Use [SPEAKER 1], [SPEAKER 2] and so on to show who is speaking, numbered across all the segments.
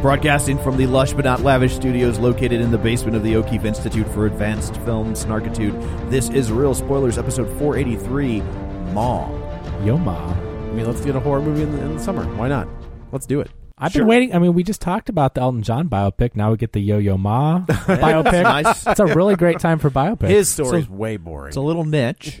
[SPEAKER 1] Broadcasting from the lush but not lavish studios located in the basement of the O'Keefe Institute for Advanced Film Snarkitude, this is Real Spoilers, episode 483, Maw.
[SPEAKER 2] Yo, ma.
[SPEAKER 1] I mean, let's get a horror movie in the, in the summer. Why not? Let's do it.
[SPEAKER 2] I've been waiting. I mean, we just talked about the Elton John biopic. Now we get the Yo Yo Ma biopic.
[SPEAKER 1] nice.
[SPEAKER 2] It's a really great time for biopics.
[SPEAKER 1] His story is
[SPEAKER 2] So-
[SPEAKER 1] way boring.
[SPEAKER 3] It's a little niche,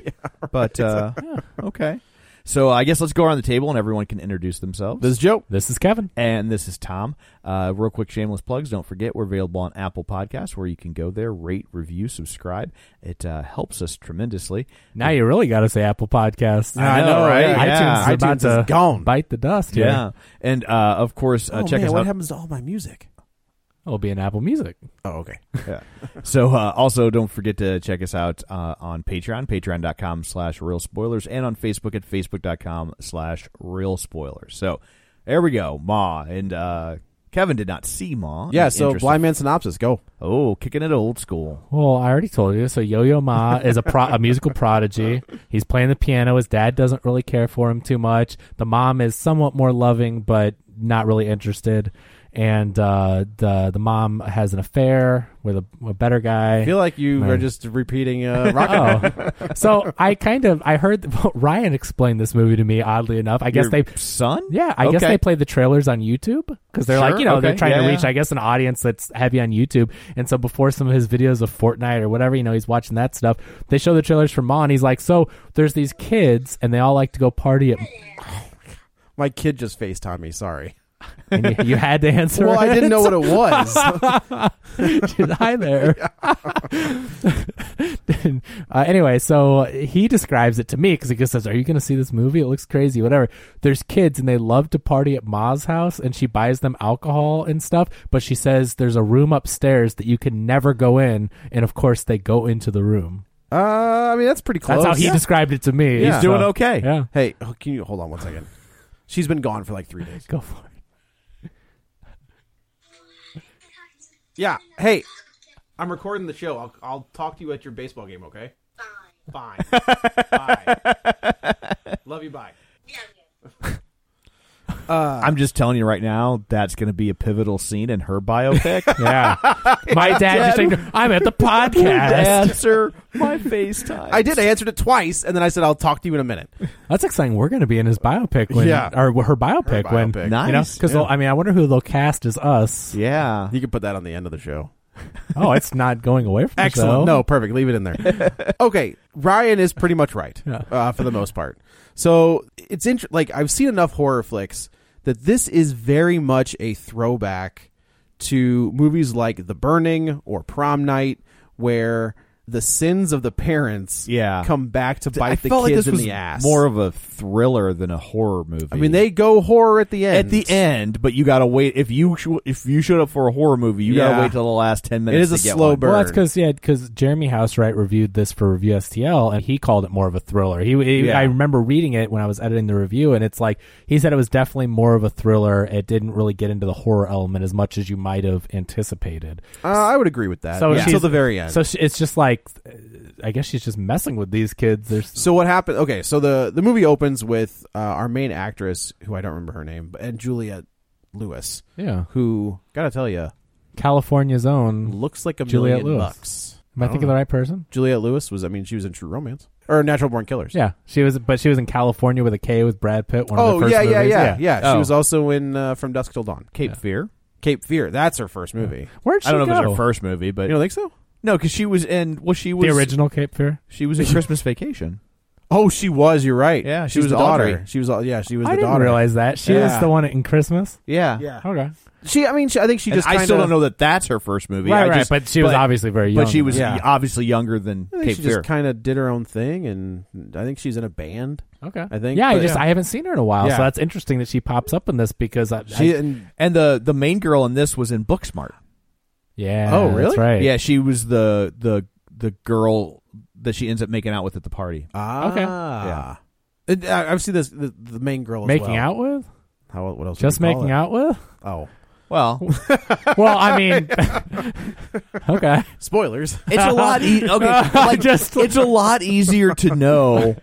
[SPEAKER 3] but uh, yeah, okay. So I guess let's go around the table and everyone can introduce themselves.
[SPEAKER 1] this is Joe.
[SPEAKER 2] this is Kevin.
[SPEAKER 3] and this is Tom. Uh, real quick, shameless plugs. Don't forget, we're available on Apple Podcasts, where you can go there, rate, review, subscribe. It uh, helps us tremendously.
[SPEAKER 2] Now you really got to say Apple Podcasts.
[SPEAKER 3] I know, right?
[SPEAKER 2] iTunes
[SPEAKER 3] Yeah.
[SPEAKER 2] is about
[SPEAKER 1] Ah, iTunes
[SPEAKER 2] to
[SPEAKER 1] is gone.
[SPEAKER 2] bite the dust. Here.
[SPEAKER 3] and uh, of course, uh,
[SPEAKER 1] oh,
[SPEAKER 3] check
[SPEAKER 1] man,
[SPEAKER 3] us
[SPEAKER 1] what
[SPEAKER 3] out.
[SPEAKER 1] happens to all my music?
[SPEAKER 2] it'll be in Apple Music.
[SPEAKER 1] Oh, okay.
[SPEAKER 3] Yeah. so uh, also don't forget to check us out uh, on patreon patreon.com slash real spoilers and on facebook at facebook.com slash real spoilers so there we go ma and uh, kevin did not see ma
[SPEAKER 1] Yeah, so
[SPEAKER 3] Interesting.
[SPEAKER 1] Blind Man Synopsis, go.
[SPEAKER 3] oh kicking it old school
[SPEAKER 2] Well, I already told you. So Yo Yo Ma is a pro- a musical prodigy. He's playing the piano. His dad doesn't really care for him too much. The mom is somewhat more loving, but not really interested. And uh, the the mom has an affair with a, a better guy.
[SPEAKER 1] I feel like you
[SPEAKER 2] Man.
[SPEAKER 1] are just repeating uh, rock.
[SPEAKER 2] oh, so I kind of I heard Ryan explain this movie to me. Oddly enough, I guess
[SPEAKER 3] Your
[SPEAKER 2] they
[SPEAKER 3] son
[SPEAKER 2] yeah, I guess
[SPEAKER 3] Okay.
[SPEAKER 2] they play the trailers on YouTube because they're like,
[SPEAKER 3] Sure,
[SPEAKER 2] you know, they're
[SPEAKER 3] okay,
[SPEAKER 2] trying
[SPEAKER 3] yeah,
[SPEAKER 2] to reach,
[SPEAKER 3] yeah.
[SPEAKER 2] I guess, an audience that's heavy on YouTube. And so before some of his videos of Fortnite or whatever, you know, he's watching that stuff. They show the trailers for Ma, and he's like, so there's these kids, and they all like to go party at.
[SPEAKER 1] My kid just FaceTimed me, sorry.
[SPEAKER 2] And you, you had to answer.
[SPEAKER 1] Well, I didn't know what it was.
[SPEAKER 2] Hi there. uh, anyway, so he describes it to me because he just says, "Are you going to see this movie? It looks crazy, whatever." There's kids and they love to party at Ma's house, and she buys them alcohol and stuff. But she says there's a room upstairs that you can never go in, and of course they go into the room.
[SPEAKER 1] uh, I mean, that's pretty close.
[SPEAKER 2] That's how he
[SPEAKER 1] Yeah.
[SPEAKER 2] described it to me.
[SPEAKER 1] He's doing
[SPEAKER 3] okay.
[SPEAKER 2] Yeah,
[SPEAKER 1] Hey, oh, can you hold on one second? She's been gone for like three days.
[SPEAKER 2] go for it.
[SPEAKER 1] Yeah. Hey, I'm recording the show. I'll, I'll talk to you at your baseball game, okay? Bye. Bye. bye. Love you. Bye.
[SPEAKER 3] i'm just telling you right now that's going to be a pivotal scene in her biopic
[SPEAKER 2] Yeah, my dad just ignored- I'm at the podcast.
[SPEAKER 3] answer my facetime
[SPEAKER 1] I did. I answered it twice, and then I said, I'll talk to you in a minute.
[SPEAKER 2] That's exciting. We're going to be in his biopic when,
[SPEAKER 1] Yeah.
[SPEAKER 2] or her biopic,
[SPEAKER 1] Her
[SPEAKER 2] when,
[SPEAKER 1] biopic.
[SPEAKER 2] you know,
[SPEAKER 3] Nice,
[SPEAKER 2] because
[SPEAKER 3] yeah.
[SPEAKER 2] I mean, I wonder who they'll cast as us.
[SPEAKER 3] yeah
[SPEAKER 1] You can put that on the end of the show.
[SPEAKER 2] Oh, it's not going away from the show.
[SPEAKER 1] Excellent. No, perfect. Leave it in there. okay, Ryan is pretty much right uh, for the most part. So it's int- like I've seen enough horror flicks that this is very much a throwback to movies like The Burning or Prom Night, where the sins of the parents
[SPEAKER 3] Yeah.
[SPEAKER 1] come back to bite
[SPEAKER 3] I
[SPEAKER 1] the kids
[SPEAKER 3] felt like this
[SPEAKER 1] in
[SPEAKER 3] was
[SPEAKER 1] the ass.
[SPEAKER 3] more of a thriller than a horror movie.
[SPEAKER 1] I mean, they go horror at the end.
[SPEAKER 3] at the end, but you gotta wait. If you sh- if you showed up for a horror movie, you
[SPEAKER 1] Yeah.
[SPEAKER 3] gotta wait till the last ten
[SPEAKER 1] It
[SPEAKER 3] minutes.
[SPEAKER 1] is a
[SPEAKER 3] to get
[SPEAKER 1] slow
[SPEAKER 3] one.
[SPEAKER 1] burn.
[SPEAKER 2] Well, that's because yeah, because Jeremy Housewright reviewed this for Review STL, and he called it more of a thriller. He, he-
[SPEAKER 3] Yeah.
[SPEAKER 2] I remember reading it when I was editing the review, and it's like he said it was definitely more of a thriller. It didn't really get into the horror element as much as you might have anticipated.
[SPEAKER 1] Uh, I would agree with that.
[SPEAKER 2] So
[SPEAKER 1] So
[SPEAKER 2] she's-
[SPEAKER 1] until the very end.
[SPEAKER 2] So she, it's just like, uh, I guess she's just messing with these kids. There's
[SPEAKER 1] So what happened? Okay, so the the movie opens with uh, our main actress, who I don't remember her name, but and Juliet Lewis,
[SPEAKER 2] yeah,
[SPEAKER 1] who gotta tell you
[SPEAKER 2] California's own.
[SPEAKER 1] looks like a
[SPEAKER 2] Juliette
[SPEAKER 1] million
[SPEAKER 2] Lewis.
[SPEAKER 1] bucks.
[SPEAKER 2] Am I
[SPEAKER 1] don't
[SPEAKER 2] thinking of the
[SPEAKER 1] know.
[SPEAKER 2] right person?
[SPEAKER 1] Juliet Lewis was, I mean, she was in True Romance or Natural Born Killers.
[SPEAKER 2] Yeah, she was, but she was in California with a K with Brad Pitt. One of the
[SPEAKER 1] Oh
[SPEAKER 2] first
[SPEAKER 1] yeah, yeah,
[SPEAKER 2] movies.
[SPEAKER 1] yeah, yeah. She
[SPEAKER 3] Oh.
[SPEAKER 1] was also in uh, From Dusk Till Dawn.
[SPEAKER 3] Cape Fear.
[SPEAKER 1] Cape Fear. That's her first movie.
[SPEAKER 2] Where'd she
[SPEAKER 3] I don't know
[SPEAKER 2] go?
[SPEAKER 3] if it was her first movie, but
[SPEAKER 1] You don't think so?
[SPEAKER 3] no, because she was in. Well, she was
[SPEAKER 2] the original Cape Fear.
[SPEAKER 3] She was in Christmas Vacation.
[SPEAKER 1] Oh, she was. You're right.
[SPEAKER 3] Yeah,
[SPEAKER 1] she,
[SPEAKER 3] she
[SPEAKER 1] was,
[SPEAKER 3] was
[SPEAKER 1] the
[SPEAKER 3] the
[SPEAKER 1] daughter.
[SPEAKER 3] daughter.
[SPEAKER 1] She was. uh, Yeah, she was
[SPEAKER 2] I
[SPEAKER 1] the
[SPEAKER 2] didn't
[SPEAKER 1] daughter.
[SPEAKER 2] realize that she was
[SPEAKER 1] Yeah.
[SPEAKER 2] the one in Christmas.
[SPEAKER 3] Yeah,
[SPEAKER 1] Yeah.
[SPEAKER 2] Okay,
[SPEAKER 1] She. I mean, she, I think she
[SPEAKER 3] And
[SPEAKER 1] just.
[SPEAKER 3] I still
[SPEAKER 1] kinda-
[SPEAKER 3] don't know that that's her first movie.
[SPEAKER 2] right,
[SPEAKER 3] I
[SPEAKER 2] right.
[SPEAKER 3] just-
[SPEAKER 2] but she was obviously very young.
[SPEAKER 3] but she was
[SPEAKER 1] Yeah.
[SPEAKER 3] obviously younger than
[SPEAKER 1] I think
[SPEAKER 3] Cape
[SPEAKER 1] she
[SPEAKER 3] Fear.
[SPEAKER 1] just kind of did her own thing, and I think she's in a band.
[SPEAKER 2] okay.
[SPEAKER 1] I think-
[SPEAKER 2] Yeah, I
[SPEAKER 1] but-
[SPEAKER 2] just
[SPEAKER 1] yeah.
[SPEAKER 2] I haven't seen her in a while,
[SPEAKER 1] Yeah.
[SPEAKER 2] so that's interesting that she pops up in this because I,
[SPEAKER 1] She
[SPEAKER 2] I-
[SPEAKER 1] and
[SPEAKER 3] and the the main girl in this was in Booksmart.
[SPEAKER 2] yeah.
[SPEAKER 1] Oh, really?
[SPEAKER 2] That's right.
[SPEAKER 3] Yeah, she was the the the girl that she ends up making out with at the party.
[SPEAKER 1] ah,
[SPEAKER 2] Okay.
[SPEAKER 1] yeah. It- I, I've seen this the, the main girl as
[SPEAKER 2] Making
[SPEAKER 1] well.
[SPEAKER 2] out with?
[SPEAKER 1] How what else? would
[SPEAKER 2] Just
[SPEAKER 1] we call
[SPEAKER 2] making
[SPEAKER 1] it?
[SPEAKER 2] out with?
[SPEAKER 1] Oh,
[SPEAKER 3] Well,
[SPEAKER 2] Well, I mean, okay.
[SPEAKER 1] spoilers.
[SPEAKER 3] it's a lot. E- okay, like
[SPEAKER 2] Just-
[SPEAKER 3] it's a lot easier to know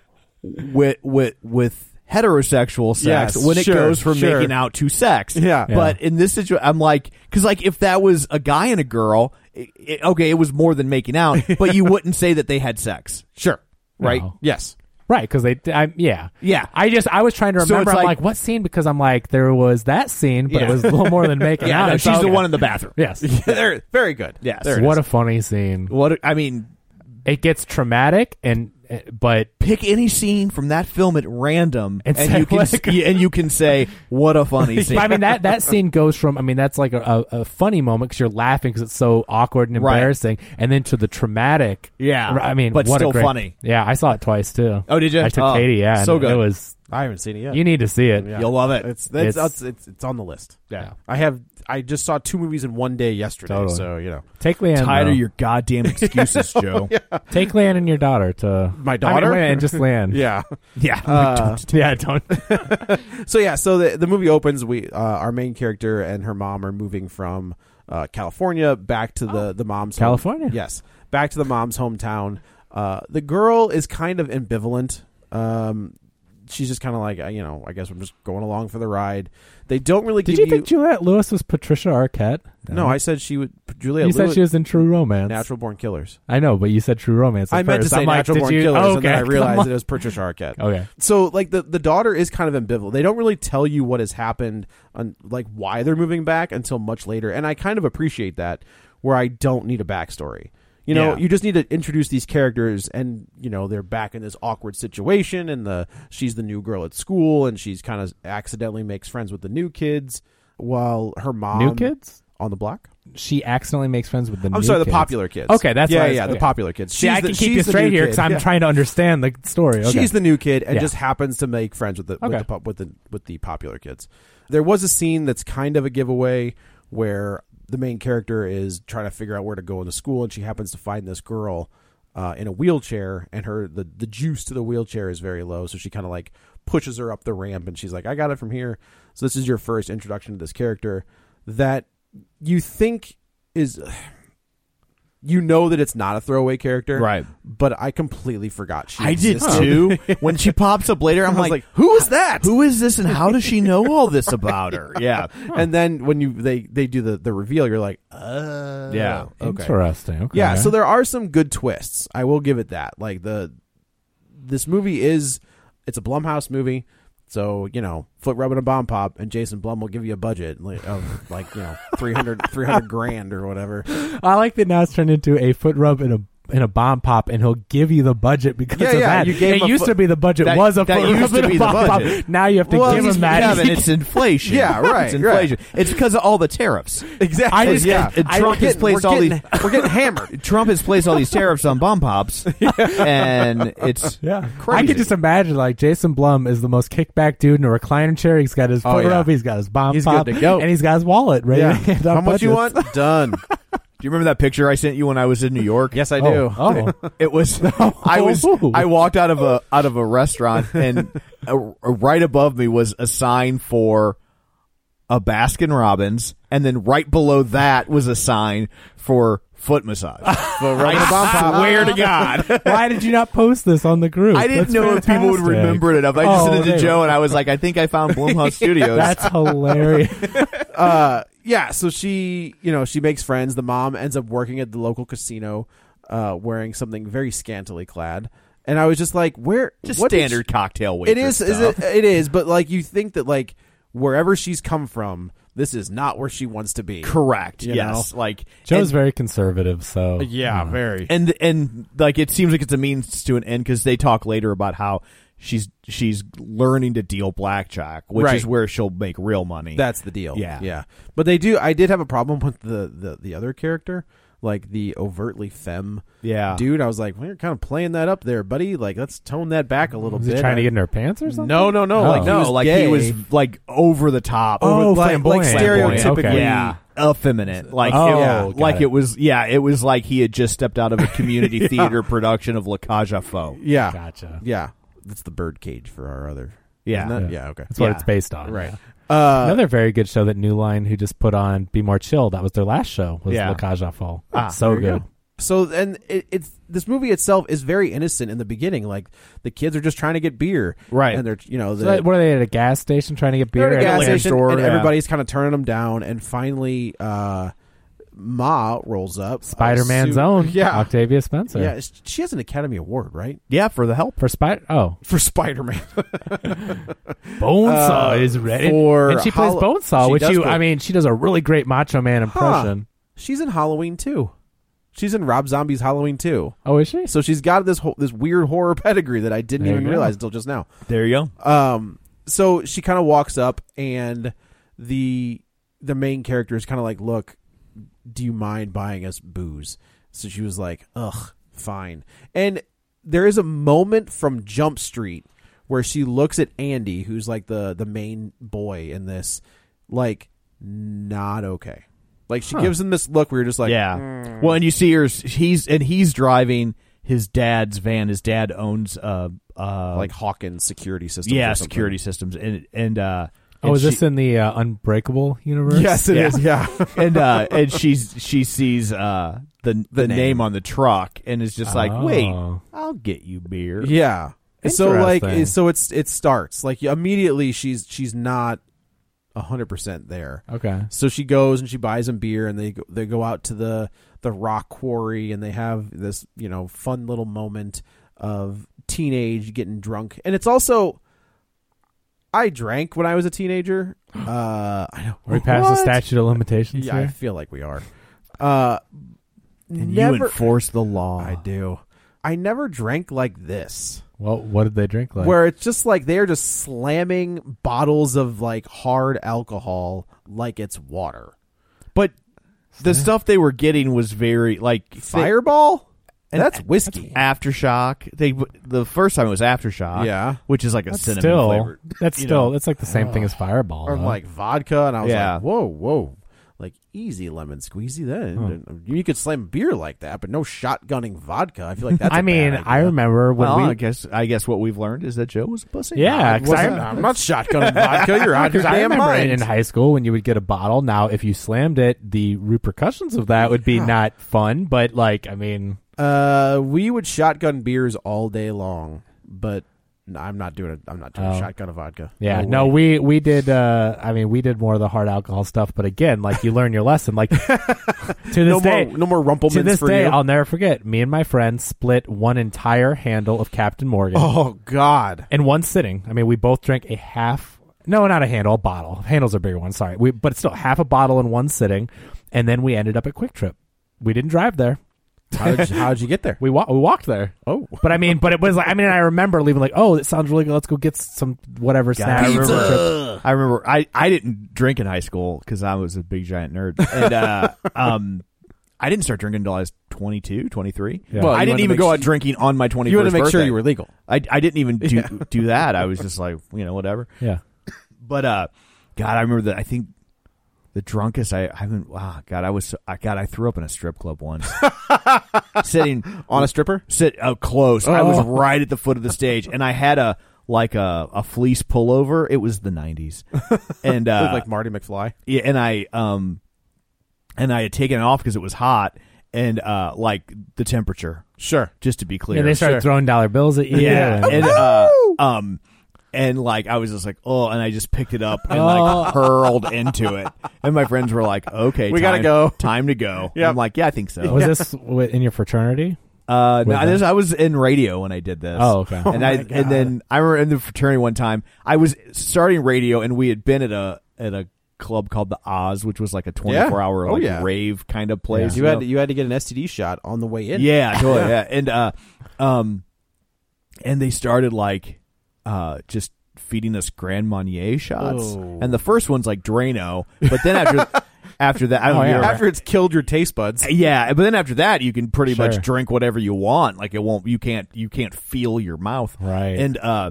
[SPEAKER 3] with with with heterosexual sex
[SPEAKER 1] Yes,
[SPEAKER 3] when it
[SPEAKER 1] sure,
[SPEAKER 3] goes from
[SPEAKER 1] sure.
[SPEAKER 3] making out to sex.
[SPEAKER 1] Yeah. Yeah.
[SPEAKER 3] But in this situation, I'm like, because like if that was a guy and a girl, it, it, okay, it was more than making out, but you wouldn't say that they had sex,
[SPEAKER 1] sure.
[SPEAKER 3] right?
[SPEAKER 2] No.
[SPEAKER 1] Yes.
[SPEAKER 2] Right, because they, I, yeah,
[SPEAKER 3] Yeah.
[SPEAKER 2] I just, I was trying to
[SPEAKER 3] So
[SPEAKER 2] remember.
[SPEAKER 3] it's
[SPEAKER 2] I'm
[SPEAKER 3] like-
[SPEAKER 2] like, what scene? Because I'm like, there was that scene, but it
[SPEAKER 3] Yeah.
[SPEAKER 2] was a little more than making
[SPEAKER 3] Yeah,
[SPEAKER 2] out.
[SPEAKER 3] no,
[SPEAKER 2] It's
[SPEAKER 3] she's the
[SPEAKER 2] okay.
[SPEAKER 3] one in the bathroom.
[SPEAKER 2] Yes.
[SPEAKER 1] There. Very good.
[SPEAKER 3] Yes.
[SPEAKER 1] There it
[SPEAKER 2] What
[SPEAKER 1] is.
[SPEAKER 2] a funny scene.
[SPEAKER 3] What I mean,
[SPEAKER 2] It gets traumatic, and but
[SPEAKER 3] pick any scene from that film at random,
[SPEAKER 2] And
[SPEAKER 3] and,
[SPEAKER 2] say
[SPEAKER 3] you can
[SPEAKER 2] what a good-
[SPEAKER 3] yeah, and you can say what a funny scene.
[SPEAKER 2] But I mean that that scene goes from I mean that's like a, a, a funny moment because you're laughing because it's so awkward and
[SPEAKER 3] Right.
[SPEAKER 2] embarrassing, and then to the traumatic.
[SPEAKER 3] Yeah.
[SPEAKER 2] I mean,
[SPEAKER 3] But
[SPEAKER 2] what a
[SPEAKER 3] still
[SPEAKER 2] great-
[SPEAKER 3] funny.
[SPEAKER 2] Yeah, I saw it twice too.
[SPEAKER 3] Oh, did you?
[SPEAKER 2] I took
[SPEAKER 3] Oh,
[SPEAKER 2] Katie. Yeah,
[SPEAKER 3] so
[SPEAKER 2] and
[SPEAKER 3] good.
[SPEAKER 2] It was
[SPEAKER 1] I haven't seen it yet.
[SPEAKER 2] you need to see it.
[SPEAKER 1] Yeah.
[SPEAKER 3] You'll love it.
[SPEAKER 1] It's that's it's,
[SPEAKER 2] It's-
[SPEAKER 1] it's it's on the list.
[SPEAKER 2] Yeah.
[SPEAKER 1] I have. I just saw two movies in one day yesterday.
[SPEAKER 2] Totally.
[SPEAKER 1] So you know,
[SPEAKER 2] Take Leanne.
[SPEAKER 3] Tired
[SPEAKER 2] though.
[SPEAKER 3] of your goddamn excuses, Joe.
[SPEAKER 2] Take Leanne and your daughter to
[SPEAKER 1] My
[SPEAKER 2] I mean,
[SPEAKER 1] daughter?
[SPEAKER 2] wait, and just Leanne.
[SPEAKER 1] yeah.
[SPEAKER 3] Yeah.
[SPEAKER 2] Uh, yeah, don't.
[SPEAKER 1] So yeah, so the the movie opens. We uh, our main character and her mom are moving from uh, California back to the
[SPEAKER 2] Oh.
[SPEAKER 1] the mom's home-
[SPEAKER 2] California.
[SPEAKER 1] Yes, back to the mom's hometown. Uh, the girl is kind of ambivalent. Um, she's just kind of like uh, you know, I guess I'm just going along for the ride. They don't really
[SPEAKER 2] Did
[SPEAKER 1] give
[SPEAKER 2] you think Juliette Lewis was Patricia Arquette?
[SPEAKER 1] no, I said she would. Julia,
[SPEAKER 2] you said she was in True Romance.
[SPEAKER 1] natural born killers.
[SPEAKER 2] I know, but you said True Romance. at
[SPEAKER 1] I meant to
[SPEAKER 2] first.
[SPEAKER 1] say
[SPEAKER 2] I'm like,
[SPEAKER 1] natural
[SPEAKER 2] did
[SPEAKER 1] born
[SPEAKER 2] you?
[SPEAKER 1] killers,
[SPEAKER 2] Oh, okay,
[SPEAKER 1] and then I
[SPEAKER 2] come
[SPEAKER 1] realized
[SPEAKER 2] on.
[SPEAKER 1] it was Patricia Arquette.
[SPEAKER 2] Okay.
[SPEAKER 1] So like the the daughter is kind of ambivalent. They don't really tell you what has happened on like why they're moving back until much later, and I kind of appreciate that where I don't need a backstory. You know,
[SPEAKER 3] Yeah.
[SPEAKER 1] you just need to introduce these characters, and you know they're back in this awkward situation, and the she's the new girl at school, and she's kind of accidentally makes friends with the new kids, while her mom
[SPEAKER 2] New kids.
[SPEAKER 1] on the block.
[SPEAKER 2] she accidentally makes friends with the.
[SPEAKER 1] I'm
[SPEAKER 2] new
[SPEAKER 1] sorry, the
[SPEAKER 2] kids.
[SPEAKER 1] popular kids.
[SPEAKER 2] Okay, that's
[SPEAKER 1] yeah,
[SPEAKER 2] what I was-
[SPEAKER 1] yeah,
[SPEAKER 2] okay.
[SPEAKER 1] the popular kids.
[SPEAKER 2] See,
[SPEAKER 1] She's
[SPEAKER 2] I
[SPEAKER 1] the-
[SPEAKER 2] can keep
[SPEAKER 1] she's
[SPEAKER 2] you
[SPEAKER 1] the new
[SPEAKER 2] straight here
[SPEAKER 1] kid.
[SPEAKER 2] because I'm
[SPEAKER 1] Yeah.
[SPEAKER 2] trying to understand the story. Okay.
[SPEAKER 1] She's the new kid and
[SPEAKER 2] Yeah.
[SPEAKER 1] just happens to make friends with the, with,
[SPEAKER 2] Okay.
[SPEAKER 1] the pop- with the with the popular kids. There was a scene that's kind of a giveaway where the main character is trying to figure out where to go into school, and she happens to find this girl uh, in a wheelchair, and her the the juice to the wheelchair is very low, so she kind of like pushes her up the ramp, and she's like, "I got it from here." So this is your first introduction to this character that you think is. You know that it's not a throwaway character,
[SPEAKER 3] Right.
[SPEAKER 1] But I completely forgot she.
[SPEAKER 3] I did
[SPEAKER 1] existed.
[SPEAKER 3] too. When she pops up later, I'm
[SPEAKER 1] I was
[SPEAKER 3] like,
[SPEAKER 1] like, "Who is that?"
[SPEAKER 3] Who is this, and how does she know all this about her? Yeah.
[SPEAKER 1] And then when you they they do the the reveal, you're like, "Oh,
[SPEAKER 3] Yeah.
[SPEAKER 1] okay,
[SPEAKER 2] Interesting. Okay.
[SPEAKER 1] yeah." So there are some good twists. I will give it that. Like the this movie is it's a Blumhouse movie, so you know, foot rubbing a bomb pop, and Jason Blum will give you a budget like, of like you know 300, 300 grand or whatever.
[SPEAKER 2] I like that now it's turned into a foot rub and a in a bomb pop, and he'll give you the budget because
[SPEAKER 4] Yeah,
[SPEAKER 2] of
[SPEAKER 4] yeah,
[SPEAKER 2] that.
[SPEAKER 4] you gave
[SPEAKER 2] it
[SPEAKER 4] him a
[SPEAKER 2] used
[SPEAKER 4] fu-
[SPEAKER 2] to be the budget
[SPEAKER 4] That-
[SPEAKER 2] was a
[SPEAKER 4] that
[SPEAKER 2] full
[SPEAKER 4] used to
[SPEAKER 2] of
[SPEAKER 4] be the
[SPEAKER 2] bomb pop.
[SPEAKER 4] budget.
[SPEAKER 2] Now you have to
[SPEAKER 3] Well,
[SPEAKER 2] give
[SPEAKER 3] he's-
[SPEAKER 2] him that.
[SPEAKER 3] yeah, but it's inflation.
[SPEAKER 4] Yeah, right, right.
[SPEAKER 3] It's inflation. It's because of all the tariffs.
[SPEAKER 4] Exactly.
[SPEAKER 2] I just-
[SPEAKER 3] yeah.
[SPEAKER 2] I-
[SPEAKER 3] Trump
[SPEAKER 2] we're
[SPEAKER 3] has placed all these.
[SPEAKER 1] We're getting hammered.
[SPEAKER 3] Trump has placed all these tariffs on bomb pops, and it's
[SPEAKER 2] Yeah,
[SPEAKER 3] crazy.
[SPEAKER 2] I could just imagine like Jason Blum is the most kickback dude in a recliner chair. He's got his
[SPEAKER 1] Oh,
[SPEAKER 2] foot
[SPEAKER 1] yeah.
[SPEAKER 2] up, he's got his bomb
[SPEAKER 1] He's
[SPEAKER 2] pop,
[SPEAKER 1] good to go.
[SPEAKER 2] and he's got his wallet ready.
[SPEAKER 1] Yeah.
[SPEAKER 2] to hand
[SPEAKER 1] How
[SPEAKER 2] out
[SPEAKER 1] much you
[SPEAKER 2] budgets.
[SPEAKER 1] want? Done.
[SPEAKER 3] Do you remember that picture I sent you when I was in New York? Yes, I
[SPEAKER 2] do. Oh,
[SPEAKER 3] It was I was
[SPEAKER 1] Oh.
[SPEAKER 3] I walked out of a out of a restaurant and uh right above me was a sign for a Baskin Robbins and then right below that was a sign for foot massage. I swear to God.
[SPEAKER 2] Why did you not post this on the group?
[SPEAKER 3] I didn't
[SPEAKER 2] That's
[SPEAKER 3] know if people would
[SPEAKER 2] fantastic.
[SPEAKER 3] remember it enough. I just
[SPEAKER 2] Oh,
[SPEAKER 3] sent it to
[SPEAKER 2] they-
[SPEAKER 3] Joe and I was like, I think I found Blumhouse Studios.
[SPEAKER 2] That's hilarious.
[SPEAKER 1] uh, yeah, so she, you know, she makes friends. The mom ends up working at the local casino, uh, wearing something very scantily clad. And I was just like, where?
[SPEAKER 3] just
[SPEAKER 1] what did
[SPEAKER 3] standard
[SPEAKER 1] she-
[SPEAKER 3] cocktail
[SPEAKER 1] It is,
[SPEAKER 3] waitress
[SPEAKER 1] is
[SPEAKER 3] stuff.
[SPEAKER 1] it, it is, but like you think that like wherever she's come from, this is not where she wants to be.
[SPEAKER 3] correct.
[SPEAKER 1] You
[SPEAKER 3] yes. Like
[SPEAKER 2] Joe's
[SPEAKER 3] and-
[SPEAKER 2] very conservative, so
[SPEAKER 1] Yeah, very.
[SPEAKER 3] and and like it seems like it's a means to an end because they talk later about how she's she's learning to deal blackjack, which
[SPEAKER 1] Right.
[SPEAKER 3] is where she'll make real money.
[SPEAKER 1] That's the deal.
[SPEAKER 3] Yeah.
[SPEAKER 1] yeah. But they do. I did have a problem with the the, the other character, like the overtly femme.
[SPEAKER 3] Yeah.
[SPEAKER 1] dude. I was like, well, you're kind of playing that up there, buddy. Like, let's tone that back a little
[SPEAKER 2] Was
[SPEAKER 1] bit.
[SPEAKER 2] he trying to get in her pants or something?
[SPEAKER 1] No, no, no.
[SPEAKER 2] Oh.
[SPEAKER 1] Like,
[SPEAKER 3] no,
[SPEAKER 1] he was
[SPEAKER 3] like
[SPEAKER 1] gay.
[SPEAKER 3] he was like over the top. Over-
[SPEAKER 2] Oh,
[SPEAKER 1] like, like
[SPEAKER 2] flamboyant.
[SPEAKER 1] stereotypically.
[SPEAKER 2] Flamboyant, okay.
[SPEAKER 3] yeah, effeminate. Like
[SPEAKER 2] Oh,
[SPEAKER 3] it,
[SPEAKER 2] yeah.
[SPEAKER 3] like
[SPEAKER 2] got
[SPEAKER 3] it. was yeah, it was like he had just stepped out of a community theater production of La Cage aux Folles.
[SPEAKER 1] Yeah,
[SPEAKER 2] Gotcha.
[SPEAKER 1] yeah. That's the birdcage for our other.
[SPEAKER 3] Yeah.
[SPEAKER 1] isn't it? yeah. Okay.
[SPEAKER 2] That's what
[SPEAKER 3] Yeah.
[SPEAKER 2] it's based on.
[SPEAKER 1] Right.
[SPEAKER 2] yeah.
[SPEAKER 1] Uh,
[SPEAKER 2] Another very good show that New Line, who just put on Be More Chill, that was their last show, was
[SPEAKER 3] Yeah.
[SPEAKER 2] La Cage aux Folles.
[SPEAKER 3] Ah,
[SPEAKER 2] so
[SPEAKER 3] there you
[SPEAKER 2] good.
[SPEAKER 3] go.
[SPEAKER 1] so and it, it's this movie itself is very innocent in the beginning. Like the kids are just trying to get beer,
[SPEAKER 3] Right.
[SPEAKER 1] And they're you know
[SPEAKER 2] So
[SPEAKER 1] the,
[SPEAKER 2] that- what are they at a gas station trying to get beer?
[SPEAKER 1] They're at a
[SPEAKER 2] at
[SPEAKER 1] gas
[SPEAKER 2] liquor
[SPEAKER 1] station,
[SPEAKER 2] store?
[SPEAKER 1] and
[SPEAKER 2] Yeah.
[SPEAKER 1] everybody's kind of turning them down. And finally, uh, Ma rolls up.
[SPEAKER 2] Spider Man's
[SPEAKER 1] Uh,
[SPEAKER 2] own,
[SPEAKER 1] yeah,
[SPEAKER 2] Octavia Spencer.
[SPEAKER 1] yeah. it's- She has an Academy Award, right,
[SPEAKER 3] Yeah, for the help.
[SPEAKER 2] For Spider, oh,
[SPEAKER 1] for Spider Man.
[SPEAKER 2] Bonesaw
[SPEAKER 1] Uh,
[SPEAKER 2] is ready,
[SPEAKER 1] for
[SPEAKER 2] and she plays
[SPEAKER 1] Hol-
[SPEAKER 2] Bonesaw,
[SPEAKER 1] she
[SPEAKER 2] which
[SPEAKER 1] does
[SPEAKER 2] you,
[SPEAKER 1] play-
[SPEAKER 2] I mean, she does a really great Macho Man impression.
[SPEAKER 1] She's in Halloween too. She's in Rob Zombie's Halloween too.
[SPEAKER 2] Oh, is she?
[SPEAKER 1] So she's got this whole, this weird horror pedigree that I didn't
[SPEAKER 2] There
[SPEAKER 1] even
[SPEAKER 2] you go.
[SPEAKER 1] realize until just now.
[SPEAKER 3] There you go.
[SPEAKER 1] Um, so she kind of walks up, and the the main character is kind of like, "Look, do you mind buying us booze?" So she was like, "Ugh, fine." And there is a moment from Jump Street where she looks at Andy, who's like the the main boy in this, like not okay. Like she gives him this look where you're just like,
[SPEAKER 3] yeah. Well, and you see her. He's and he's driving his dad's van. His dad owns uh uh
[SPEAKER 1] like Hawkins security system.
[SPEAKER 3] yeah security systems and and uh
[SPEAKER 2] oh,
[SPEAKER 3] and
[SPEAKER 2] is
[SPEAKER 3] she-
[SPEAKER 2] this in the uh, Unbreakable universe?
[SPEAKER 1] Yes, it
[SPEAKER 3] Yeah.
[SPEAKER 1] is. Yeah.
[SPEAKER 3] and uh and she's she sees uh the the, name. on the truck and is just like wait
[SPEAKER 2] Oh.
[SPEAKER 3] I'll get you beer
[SPEAKER 1] Yeah. So
[SPEAKER 2] Interesting.
[SPEAKER 1] like so it's it starts like immediately she's she's not hundred percent there.
[SPEAKER 2] Okay.
[SPEAKER 1] So she goes and she buys him beer and they go, they go out to the the rock quarry and they have this you know fun little moment of teenage getting drunk and it's also I drank when I was a teenager. Uh, I know
[SPEAKER 2] Are we past the
[SPEAKER 1] What?
[SPEAKER 2] statute of limitations
[SPEAKER 1] Yeah, I
[SPEAKER 2] here?
[SPEAKER 1] feel like we are. Uh,
[SPEAKER 3] and
[SPEAKER 1] never
[SPEAKER 3] you enforce the law
[SPEAKER 1] I do. I never drank like this.
[SPEAKER 2] Well, what did they drink like?
[SPEAKER 1] where it's just like they're just slamming bottles of like hard alcohol like it's water.
[SPEAKER 3] but the stuff they were getting was very like
[SPEAKER 1] Fireball?
[SPEAKER 3] And
[SPEAKER 1] that's
[SPEAKER 3] a-
[SPEAKER 1] whiskey.
[SPEAKER 3] aftershock they the first time it was aftershock
[SPEAKER 1] Yeah.
[SPEAKER 3] which is like a
[SPEAKER 2] that's
[SPEAKER 3] cinnamon
[SPEAKER 2] still
[SPEAKER 3] flavor
[SPEAKER 2] that's
[SPEAKER 3] you
[SPEAKER 2] still
[SPEAKER 3] know.
[SPEAKER 2] that's like the same thing as Fireball.
[SPEAKER 1] Or
[SPEAKER 2] though.
[SPEAKER 1] like vodka and I was
[SPEAKER 3] Yeah.
[SPEAKER 1] like, "Whoa, whoa." Like easy lemon squeezy then. um, You could slam beer like that, but no shotgunning vodka. I feel like that's
[SPEAKER 2] I
[SPEAKER 1] a
[SPEAKER 2] mean,
[SPEAKER 1] bad
[SPEAKER 2] I
[SPEAKER 1] idea.
[SPEAKER 2] remember when
[SPEAKER 3] well
[SPEAKER 2] we
[SPEAKER 3] Oh, I guess I guess what we've learned is that Joe was a pussy
[SPEAKER 2] yeah, 'cause I,
[SPEAKER 1] Wasn't- I'm not shotgunning vodka. You're out of your
[SPEAKER 2] Because I
[SPEAKER 1] damn
[SPEAKER 2] remember
[SPEAKER 1] mind.
[SPEAKER 2] in high school when you would get a bottle. Now, if you slammed it, the repercussions of that would be not fun. But like, I mean,
[SPEAKER 1] Uh, we would shotgun beers all day long, but no, I'm not doing it. I'm not doing a
[SPEAKER 2] Oh.
[SPEAKER 1] shotgun of vodka.
[SPEAKER 2] yeah, no,
[SPEAKER 1] way.
[SPEAKER 2] we we did. Uh, I mean, we did more of the hard alcohol stuff. But again, like you learn your lesson. Like to this
[SPEAKER 1] no
[SPEAKER 2] day,
[SPEAKER 1] more, no more rumplemans
[SPEAKER 2] to this
[SPEAKER 1] for
[SPEAKER 2] day,
[SPEAKER 1] you.
[SPEAKER 2] I'll never forget. Me and my friend split one entire handle of Captain Morgan
[SPEAKER 1] oh God.
[SPEAKER 2] in one sitting. I mean, we both drank a half. No, not a handle, a bottle. Handles are bigger ones. Sorry, we but still half a bottle in one sitting, and then we ended up at Quick Trip. We didn't drive there.
[SPEAKER 1] How did you, how did you get there?
[SPEAKER 2] We, wa- we walked there.
[SPEAKER 1] Oh.
[SPEAKER 2] But I mean, but it was like, I mean, I remember leaving like, oh, it sounds really good. Let's go get some whatever snack.
[SPEAKER 3] I
[SPEAKER 2] Road trip.
[SPEAKER 3] remember, I remember. I I didn't drink in high school because I was a big giant nerd, and uh, um, I didn't start drinking until I was 22, 23.
[SPEAKER 2] Yeah. Well,
[SPEAKER 3] I
[SPEAKER 1] you
[SPEAKER 3] didn't
[SPEAKER 1] wanted
[SPEAKER 3] even
[SPEAKER 1] to
[SPEAKER 3] go
[SPEAKER 1] make
[SPEAKER 3] out
[SPEAKER 1] su-
[SPEAKER 3] drinking on my twenty.
[SPEAKER 1] You wanted to make sure you were legal.
[SPEAKER 3] I I didn't even do do that. I was just like you know whatever.
[SPEAKER 2] Yeah.
[SPEAKER 3] But uh, God, I remember that. I think the drunkest I, I haven't. Wow, God, I was. So, I God, I threw up in a strip club once, sitting
[SPEAKER 1] On a stripper?
[SPEAKER 3] sit oh, close. I was right at the foot of the stage, and I had a like a, a fleece pullover. It was the nineties, and uh,
[SPEAKER 1] Looked like Marty McFly.
[SPEAKER 3] yeah, and I um, and I had taken it off because it was hot, and uh, like the temperature.
[SPEAKER 1] Sure.
[SPEAKER 3] Just to be clear,
[SPEAKER 2] And they started throwing dollar bills at you.
[SPEAKER 3] yeah,
[SPEAKER 2] And-
[SPEAKER 3] and uh, um, and like I was just like, oh, and I just picked it up and
[SPEAKER 2] Oh.
[SPEAKER 3] like hurled into it, and my friends were like, okay,
[SPEAKER 1] We gotta
[SPEAKER 3] time-
[SPEAKER 1] go.
[SPEAKER 3] time to go.
[SPEAKER 1] Yep.
[SPEAKER 3] I'm like, yeah, I think so.
[SPEAKER 2] was this wi- in your fraternity?
[SPEAKER 3] Uh, no,
[SPEAKER 2] With
[SPEAKER 3] this, I was in radio when I did this.
[SPEAKER 2] Oh, okay. Oh
[SPEAKER 3] And I and then I remember in the fraternity one time I was starting radio, and we had been at a at a club called the Oz, which was like a twenty four hour
[SPEAKER 1] Oh,
[SPEAKER 3] like
[SPEAKER 1] yeah.
[SPEAKER 3] rave kind of place.
[SPEAKER 1] You
[SPEAKER 3] know?
[SPEAKER 1] had to, you had to get an STD shot on the way in.
[SPEAKER 3] Yeah, totally. yeah. And uh um and they started like uh just feeding us Grand Marnier shots. And the first one's like Drano, but then after after that I don't know.
[SPEAKER 1] Yeah,
[SPEAKER 3] you're-
[SPEAKER 1] After it's killed your taste buds.
[SPEAKER 3] yeah, but then after that you can pretty
[SPEAKER 2] Sure.
[SPEAKER 3] much drink whatever you want. Like it won't you can't you can't feel your mouth.
[SPEAKER 2] Right.
[SPEAKER 3] And uh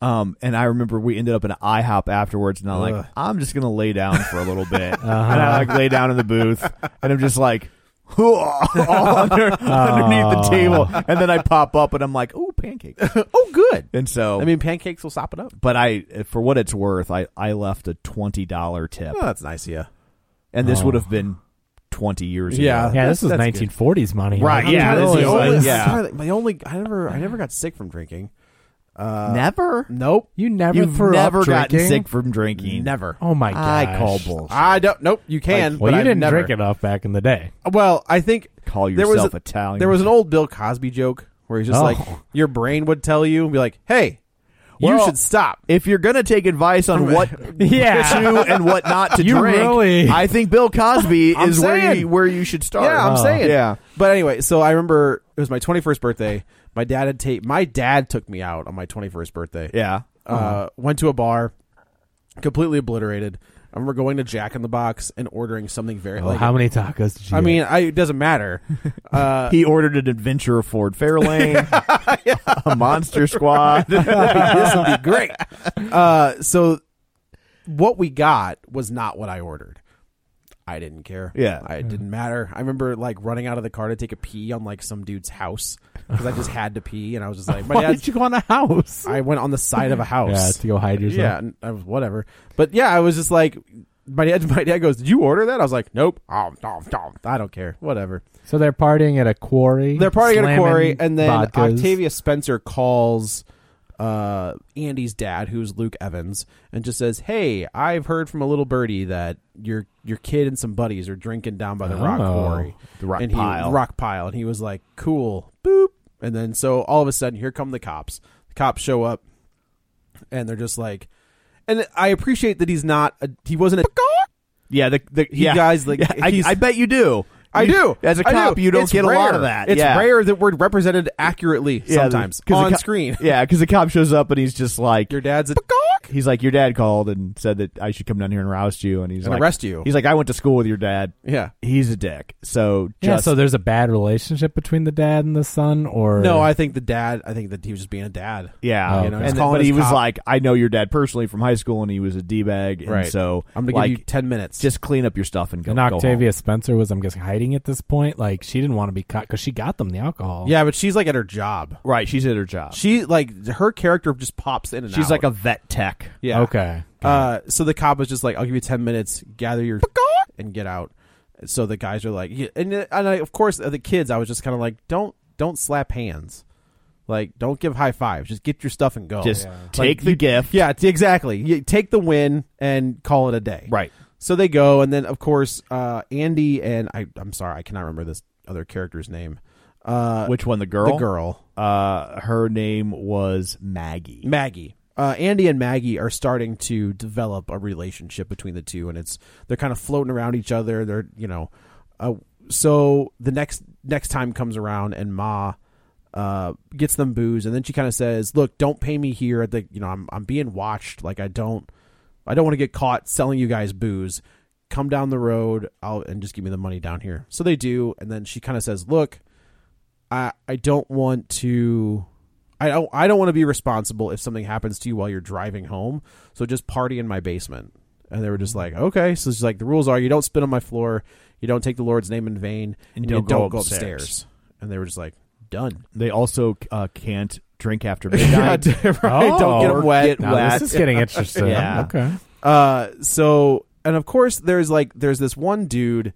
[SPEAKER 3] um and I remember we ended up in an IHOP afterwards and I'm like, I'm just gonna lay down for a little bit.
[SPEAKER 2] Uh-huh.
[SPEAKER 3] And I like lay down in the booth and I'm just like all under, underneath the table. And then I pop up and I'm like, oh pancake.
[SPEAKER 1] Oh, good.
[SPEAKER 3] And so
[SPEAKER 1] I mean, pancakes will sop it up.
[SPEAKER 3] but I for what it's worth, I, I left a twenty dollar tip.
[SPEAKER 1] Oh, that's nice, yeah.
[SPEAKER 3] And this would have been twenty years
[SPEAKER 1] Yeah.
[SPEAKER 3] ago.
[SPEAKER 2] Yeah, this
[SPEAKER 1] That's-
[SPEAKER 2] was
[SPEAKER 1] that's
[SPEAKER 2] 1940s money.
[SPEAKER 3] Right,
[SPEAKER 2] Like,
[SPEAKER 3] yeah,
[SPEAKER 2] I'm
[SPEAKER 3] this
[SPEAKER 2] really
[SPEAKER 3] is
[SPEAKER 2] like-
[SPEAKER 3] old.
[SPEAKER 1] Only-
[SPEAKER 3] yeah.
[SPEAKER 1] sorry, My only, I never, I never got sick from drinking.
[SPEAKER 3] Never?
[SPEAKER 1] Nope.
[SPEAKER 2] You never
[SPEAKER 3] You've
[SPEAKER 2] threw up
[SPEAKER 3] never gotten
[SPEAKER 2] drinking?
[SPEAKER 3] sick from drinking.
[SPEAKER 1] Never.
[SPEAKER 2] Oh my
[SPEAKER 3] I
[SPEAKER 2] gosh.
[SPEAKER 3] call bull.
[SPEAKER 1] I don't. Nope. You can.
[SPEAKER 2] Well,
[SPEAKER 1] but
[SPEAKER 2] you
[SPEAKER 1] I've
[SPEAKER 2] didn't
[SPEAKER 1] never.
[SPEAKER 2] drink enough back in the day.
[SPEAKER 1] Well, I think
[SPEAKER 3] Call
[SPEAKER 1] there was
[SPEAKER 3] yourself
[SPEAKER 1] a-
[SPEAKER 3] Italian.
[SPEAKER 1] There was an old Bill Cosby joke where he's just
[SPEAKER 2] Oh.
[SPEAKER 1] like, your brain would tell you and be like, "Hey, you
[SPEAKER 3] Well,
[SPEAKER 1] should stop."
[SPEAKER 3] If you're gonna take advice on what
[SPEAKER 2] Yeah.
[SPEAKER 3] to and what not to
[SPEAKER 2] You
[SPEAKER 3] drink,
[SPEAKER 2] really-
[SPEAKER 3] I think Bill Cosby
[SPEAKER 1] I'm
[SPEAKER 3] is where
[SPEAKER 1] saying.
[SPEAKER 3] you, where you should start.
[SPEAKER 1] Yeah, I'm saying.
[SPEAKER 3] Yeah.
[SPEAKER 1] But anyway, so I remember it was my 21st birthday. My dad had ta- my dad took me out on my 21st birthday.
[SPEAKER 3] Yeah.
[SPEAKER 1] Uh, went to a bar, completely obliterated. I remember going to Jack in the Box and ordering something very
[SPEAKER 2] Well,
[SPEAKER 1] like
[SPEAKER 2] Oh, how many tacos did you
[SPEAKER 1] I
[SPEAKER 2] get?
[SPEAKER 1] mean, I, it doesn't matter. Uh,
[SPEAKER 3] he ordered an adventure of Ford Fairlane, a Monster Squad.
[SPEAKER 1] this would be great. Uh, so what we got was not what I ordered. I didn't care.
[SPEAKER 3] Yeah.
[SPEAKER 1] I it didn't matter. I remember like running out of the car to take a pee on like some dude's house because I just had to pee, and I was just like, my
[SPEAKER 2] Why
[SPEAKER 1] dad's
[SPEAKER 2] did you go on a house?
[SPEAKER 1] I went on the side of a
[SPEAKER 2] Yeah,
[SPEAKER 1] house.
[SPEAKER 2] to go hide yourself.
[SPEAKER 1] Yeah, and I was whatever. But yeah, I was just like, my dad. My dad goes, "Did you order that?" I was like, "Nope." Oh, no, no, I don't care. Whatever.
[SPEAKER 2] So they're partying at a quarry.
[SPEAKER 1] They're partying at a
[SPEAKER 2] slamming
[SPEAKER 1] quarry, and then
[SPEAKER 2] vodkas.
[SPEAKER 1] Octavia Spencer calls uh, Andy's dad, who's Luke Evans, and just says, "Hey, I've heard from a little birdie that your your kid and some buddies are drinking down by the rock
[SPEAKER 2] Oh.
[SPEAKER 1] quarry,
[SPEAKER 3] The rock
[SPEAKER 1] and he-
[SPEAKER 3] pile.
[SPEAKER 1] rock pile." And he was like, "Cool, boop." And then so all of a sudden, here come the cops. The cops show up, and they're just like, and I appreciate that he's not a, he wasn't a
[SPEAKER 3] Yeah, the, the
[SPEAKER 1] You
[SPEAKER 3] yeah.
[SPEAKER 1] guys, like,
[SPEAKER 3] Yeah, I,
[SPEAKER 1] he's-
[SPEAKER 3] I bet you do.
[SPEAKER 1] I
[SPEAKER 3] You-
[SPEAKER 1] do.
[SPEAKER 3] As a
[SPEAKER 1] I
[SPEAKER 3] cop,
[SPEAKER 1] do.
[SPEAKER 3] you don't
[SPEAKER 1] It's
[SPEAKER 3] get a lot
[SPEAKER 1] rare.
[SPEAKER 3] of that.
[SPEAKER 1] It's
[SPEAKER 3] yeah.
[SPEAKER 1] rare that we're represented accurately
[SPEAKER 3] Yeah, the-
[SPEAKER 1] sometimes
[SPEAKER 3] 'cause the
[SPEAKER 1] on
[SPEAKER 3] cop-
[SPEAKER 1] screen.
[SPEAKER 3] Yeah, because the cop shows up and he's just like,
[SPEAKER 1] Your dad's a
[SPEAKER 3] he's like, your dad called and said that I should come down here and roust you, and he's
[SPEAKER 1] And
[SPEAKER 3] like,
[SPEAKER 1] arrest you.
[SPEAKER 3] He's like, I went to school with your dad.
[SPEAKER 1] yeah.
[SPEAKER 3] He's a dick. So just
[SPEAKER 2] yeah, so there's a bad relationship between the dad and the son, or
[SPEAKER 1] No, I think the dad. I think that he was just being a dad.
[SPEAKER 3] Yeah,
[SPEAKER 2] Oh,
[SPEAKER 1] you know,
[SPEAKER 2] okay.
[SPEAKER 1] just
[SPEAKER 3] and then,
[SPEAKER 1] calling
[SPEAKER 3] but
[SPEAKER 1] his
[SPEAKER 3] he was
[SPEAKER 1] cop.
[SPEAKER 3] like, I know your dad personally from high school, and he was a d bag, and
[SPEAKER 1] right.
[SPEAKER 3] so
[SPEAKER 1] I'm gonna
[SPEAKER 3] like,
[SPEAKER 1] give you ten minutes.
[SPEAKER 3] just clean up your stuff and go.
[SPEAKER 2] and
[SPEAKER 3] go home."
[SPEAKER 2] Octavia Spencer was, I'm guessing, hiding at this point. Like she didn't want to be caught because she got them the alcohol.
[SPEAKER 1] yeah, but she's like at her job.
[SPEAKER 3] right? She's at her job.
[SPEAKER 1] She like her character just pops in and
[SPEAKER 3] She's
[SPEAKER 1] out.
[SPEAKER 3] like a vet tech.
[SPEAKER 1] yeah.
[SPEAKER 2] Okay.
[SPEAKER 1] Uh, so the cop was just like, "I'll give you ten minutes. Gather your and get out." So the guys are like, yeah, and and I, of course uh, the kids. I was just kind of like, "Don't don't slap hands, like don't give high fives. Just get your stuff and go.
[SPEAKER 3] Just
[SPEAKER 1] Oh, Like,
[SPEAKER 3] take the
[SPEAKER 1] you-
[SPEAKER 3] gift.
[SPEAKER 1] Yeah, t- exactly. You take the win and call it a day.
[SPEAKER 3] Right.
[SPEAKER 1] So they go, and then of course uh, Andy and I. I'm sorry, I cannot remember this other character's name. Uh,
[SPEAKER 3] Which one? The girl.
[SPEAKER 1] The girl.
[SPEAKER 3] Uh, her name was Maggie.
[SPEAKER 1] Maggie. Uh, Andy and Maggie are starting to develop a relationship between the two, and it's they're kind of floating around each other. They're you know, uh, so the next next time comes around and Ma uh, gets them booze and then she kind of says, "Look, don't pay me here. At the you know I'm I'm being watched. Like I don't I don't want to get caught selling you guys booze. Come down the road, I'll and just give me the money down here." So they do, and then she kind of says, "Look, I I don't want to." I don't, I don't want to be responsible if something happens to you while you're driving home. So just party in my basement. And they were just like, okay. So she's like, the rules are you don't spit on my floor, you don't take the Lord's name in vain, and, you don't go upstairs. And they were just like, done.
[SPEAKER 3] They also uh, can't drink after midnight.
[SPEAKER 1] right, don't get 'em
[SPEAKER 3] Or
[SPEAKER 1] wet.
[SPEAKER 3] get
[SPEAKER 1] Now,
[SPEAKER 3] wet.
[SPEAKER 2] Oh, this is getting interesting.
[SPEAKER 3] Yeah.
[SPEAKER 2] Okay.
[SPEAKER 1] Uh, so, and of course, there's like, there's this one dude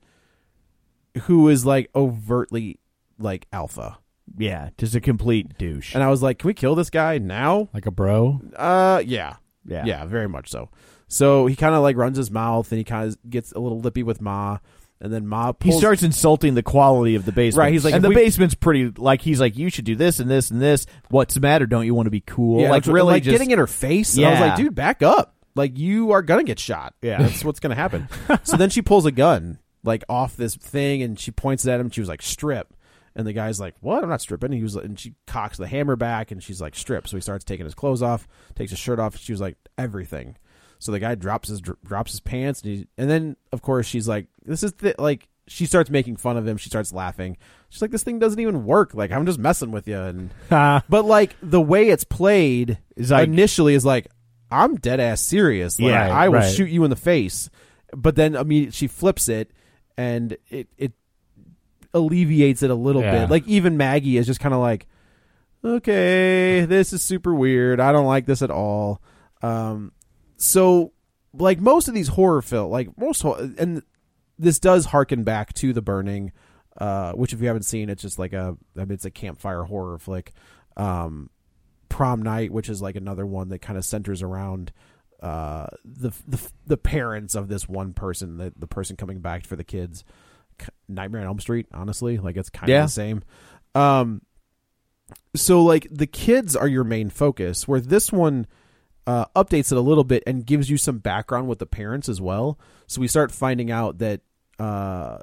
[SPEAKER 1] who is like overtly like alpha.
[SPEAKER 3] Yeah, just a complete douche.
[SPEAKER 1] And I was like, can we kill this guy now?
[SPEAKER 2] Like a bro.
[SPEAKER 1] Uh, yeah.
[SPEAKER 3] yeah,
[SPEAKER 1] Yeah, very much so. So he kind of like runs his mouth and he kind of gets a little lippy with Ma. And then Ma
[SPEAKER 3] He
[SPEAKER 1] pulls.
[SPEAKER 3] starts insulting the quality of the basement.
[SPEAKER 1] Right, he's like,
[SPEAKER 3] and
[SPEAKER 1] if
[SPEAKER 3] the
[SPEAKER 1] we-
[SPEAKER 3] basement's pretty. Like, he's like, you should do this and this and this. What's the matter? Don't you want to be cool?
[SPEAKER 1] Yeah,
[SPEAKER 3] like,
[SPEAKER 1] that's what-
[SPEAKER 3] really,
[SPEAKER 1] like
[SPEAKER 3] just
[SPEAKER 1] getting in her face. And I was
[SPEAKER 3] Yeah.
[SPEAKER 1] like, dude, back up. Like you are gonna get shot.
[SPEAKER 3] Yeah.
[SPEAKER 1] that's what's gonna happen. so then she pulls a gun like off this thing and she points it at him. She was like, strip. And the guy's like, what? I'm not stripping. He was, like- and she cocks the hammer back and she's like, strip. So he starts taking his clothes off, takes his shirt off. She was like, everything. So the guy drops his dr- drops his pants, and, he, and then of course she's like, "This is the, like." She starts making fun of him. She starts laughing. She's like, "This thing doesn't even work. Like I'm just messing with you." And but like the way it's played
[SPEAKER 3] Is like-
[SPEAKER 1] initially is like, "I'm dead ass serious. Like,
[SPEAKER 3] Yeah,
[SPEAKER 1] I will
[SPEAKER 2] right.
[SPEAKER 1] shoot you in the face." But then immediately she flips it, and it it alleviates it a little
[SPEAKER 2] Yeah.
[SPEAKER 1] bit. Like even Maggie is just kind of like, okay, this is super weird. I don't like this at all. Um, so like most of these horror film, like most, hor- and this does harken back to The Burning, uh, which if you haven't seen, it's just like a, I mean, it's a campfire horror flick. Um, Prom Night, which is like another one that kind of centers around uh the, the the parents of this one person the, the person coming back for the kids K- nightmare on elm street honestly like it's kind of
[SPEAKER 3] Yeah.
[SPEAKER 1] the same um so like the kids are your main focus where this one uh, updates it a little bit and gives you some background with the parents as well so we start finding out that uh,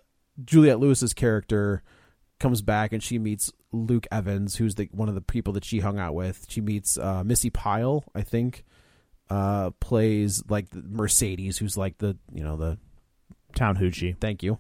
[SPEAKER 1] juliet lewis's character comes back and she meets luke evans who's the one of the people that she hung out with she meets uh, missy pyle i think uh, plays like the mercedes who's like the you know the
[SPEAKER 3] town hoochie.
[SPEAKER 1] thank you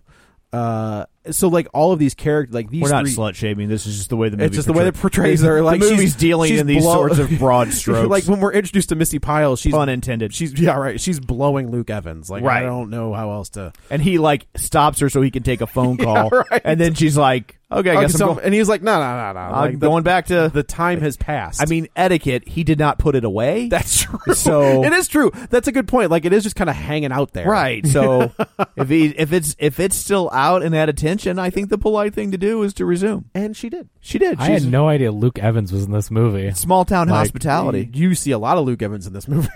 [SPEAKER 1] uh, so like all of these characters like these
[SPEAKER 3] We're not
[SPEAKER 1] three,
[SPEAKER 3] slut shaming. This is just the way the movie.
[SPEAKER 1] it's just the way that
[SPEAKER 3] portray-
[SPEAKER 1] portrays her. Like
[SPEAKER 3] the
[SPEAKER 1] she's-
[SPEAKER 3] movie's dealing
[SPEAKER 1] she's
[SPEAKER 3] in these
[SPEAKER 1] blow-
[SPEAKER 3] sorts of broad strokes.
[SPEAKER 1] like when we're introduced to Missy Pyle, she's
[SPEAKER 3] pun intended.
[SPEAKER 1] she's yeah right. She's blowing Luke Evans. Like
[SPEAKER 3] Right.
[SPEAKER 1] I don't know how else to.
[SPEAKER 3] and he like stops her so he can take a phone call.
[SPEAKER 1] right. Oh,
[SPEAKER 3] And then she's like, "Okay, I
[SPEAKER 1] Okay,
[SPEAKER 3] guess
[SPEAKER 1] so-
[SPEAKER 3] I'm, going,
[SPEAKER 1] and he's like, no, no, no, no.
[SPEAKER 3] I'm
[SPEAKER 1] Like, the-
[SPEAKER 3] Uh, going back to
[SPEAKER 1] The time has passed.
[SPEAKER 3] I mean, etiquette. He did not put it away.
[SPEAKER 1] that's true.
[SPEAKER 3] So-
[SPEAKER 1] it is true. That's a good point. Like it is just kind of hanging out there.
[SPEAKER 3] Oh. Right. So if he if it's if it's still out and at attention, I think the polite thing to do is to resume.
[SPEAKER 1] And she did.
[SPEAKER 3] She did.
[SPEAKER 2] I had no idea Luke Evans was in this movie.
[SPEAKER 3] small town
[SPEAKER 1] Like,
[SPEAKER 3] hospitality.
[SPEAKER 1] You, you see a lot of Luke Evans in this movie,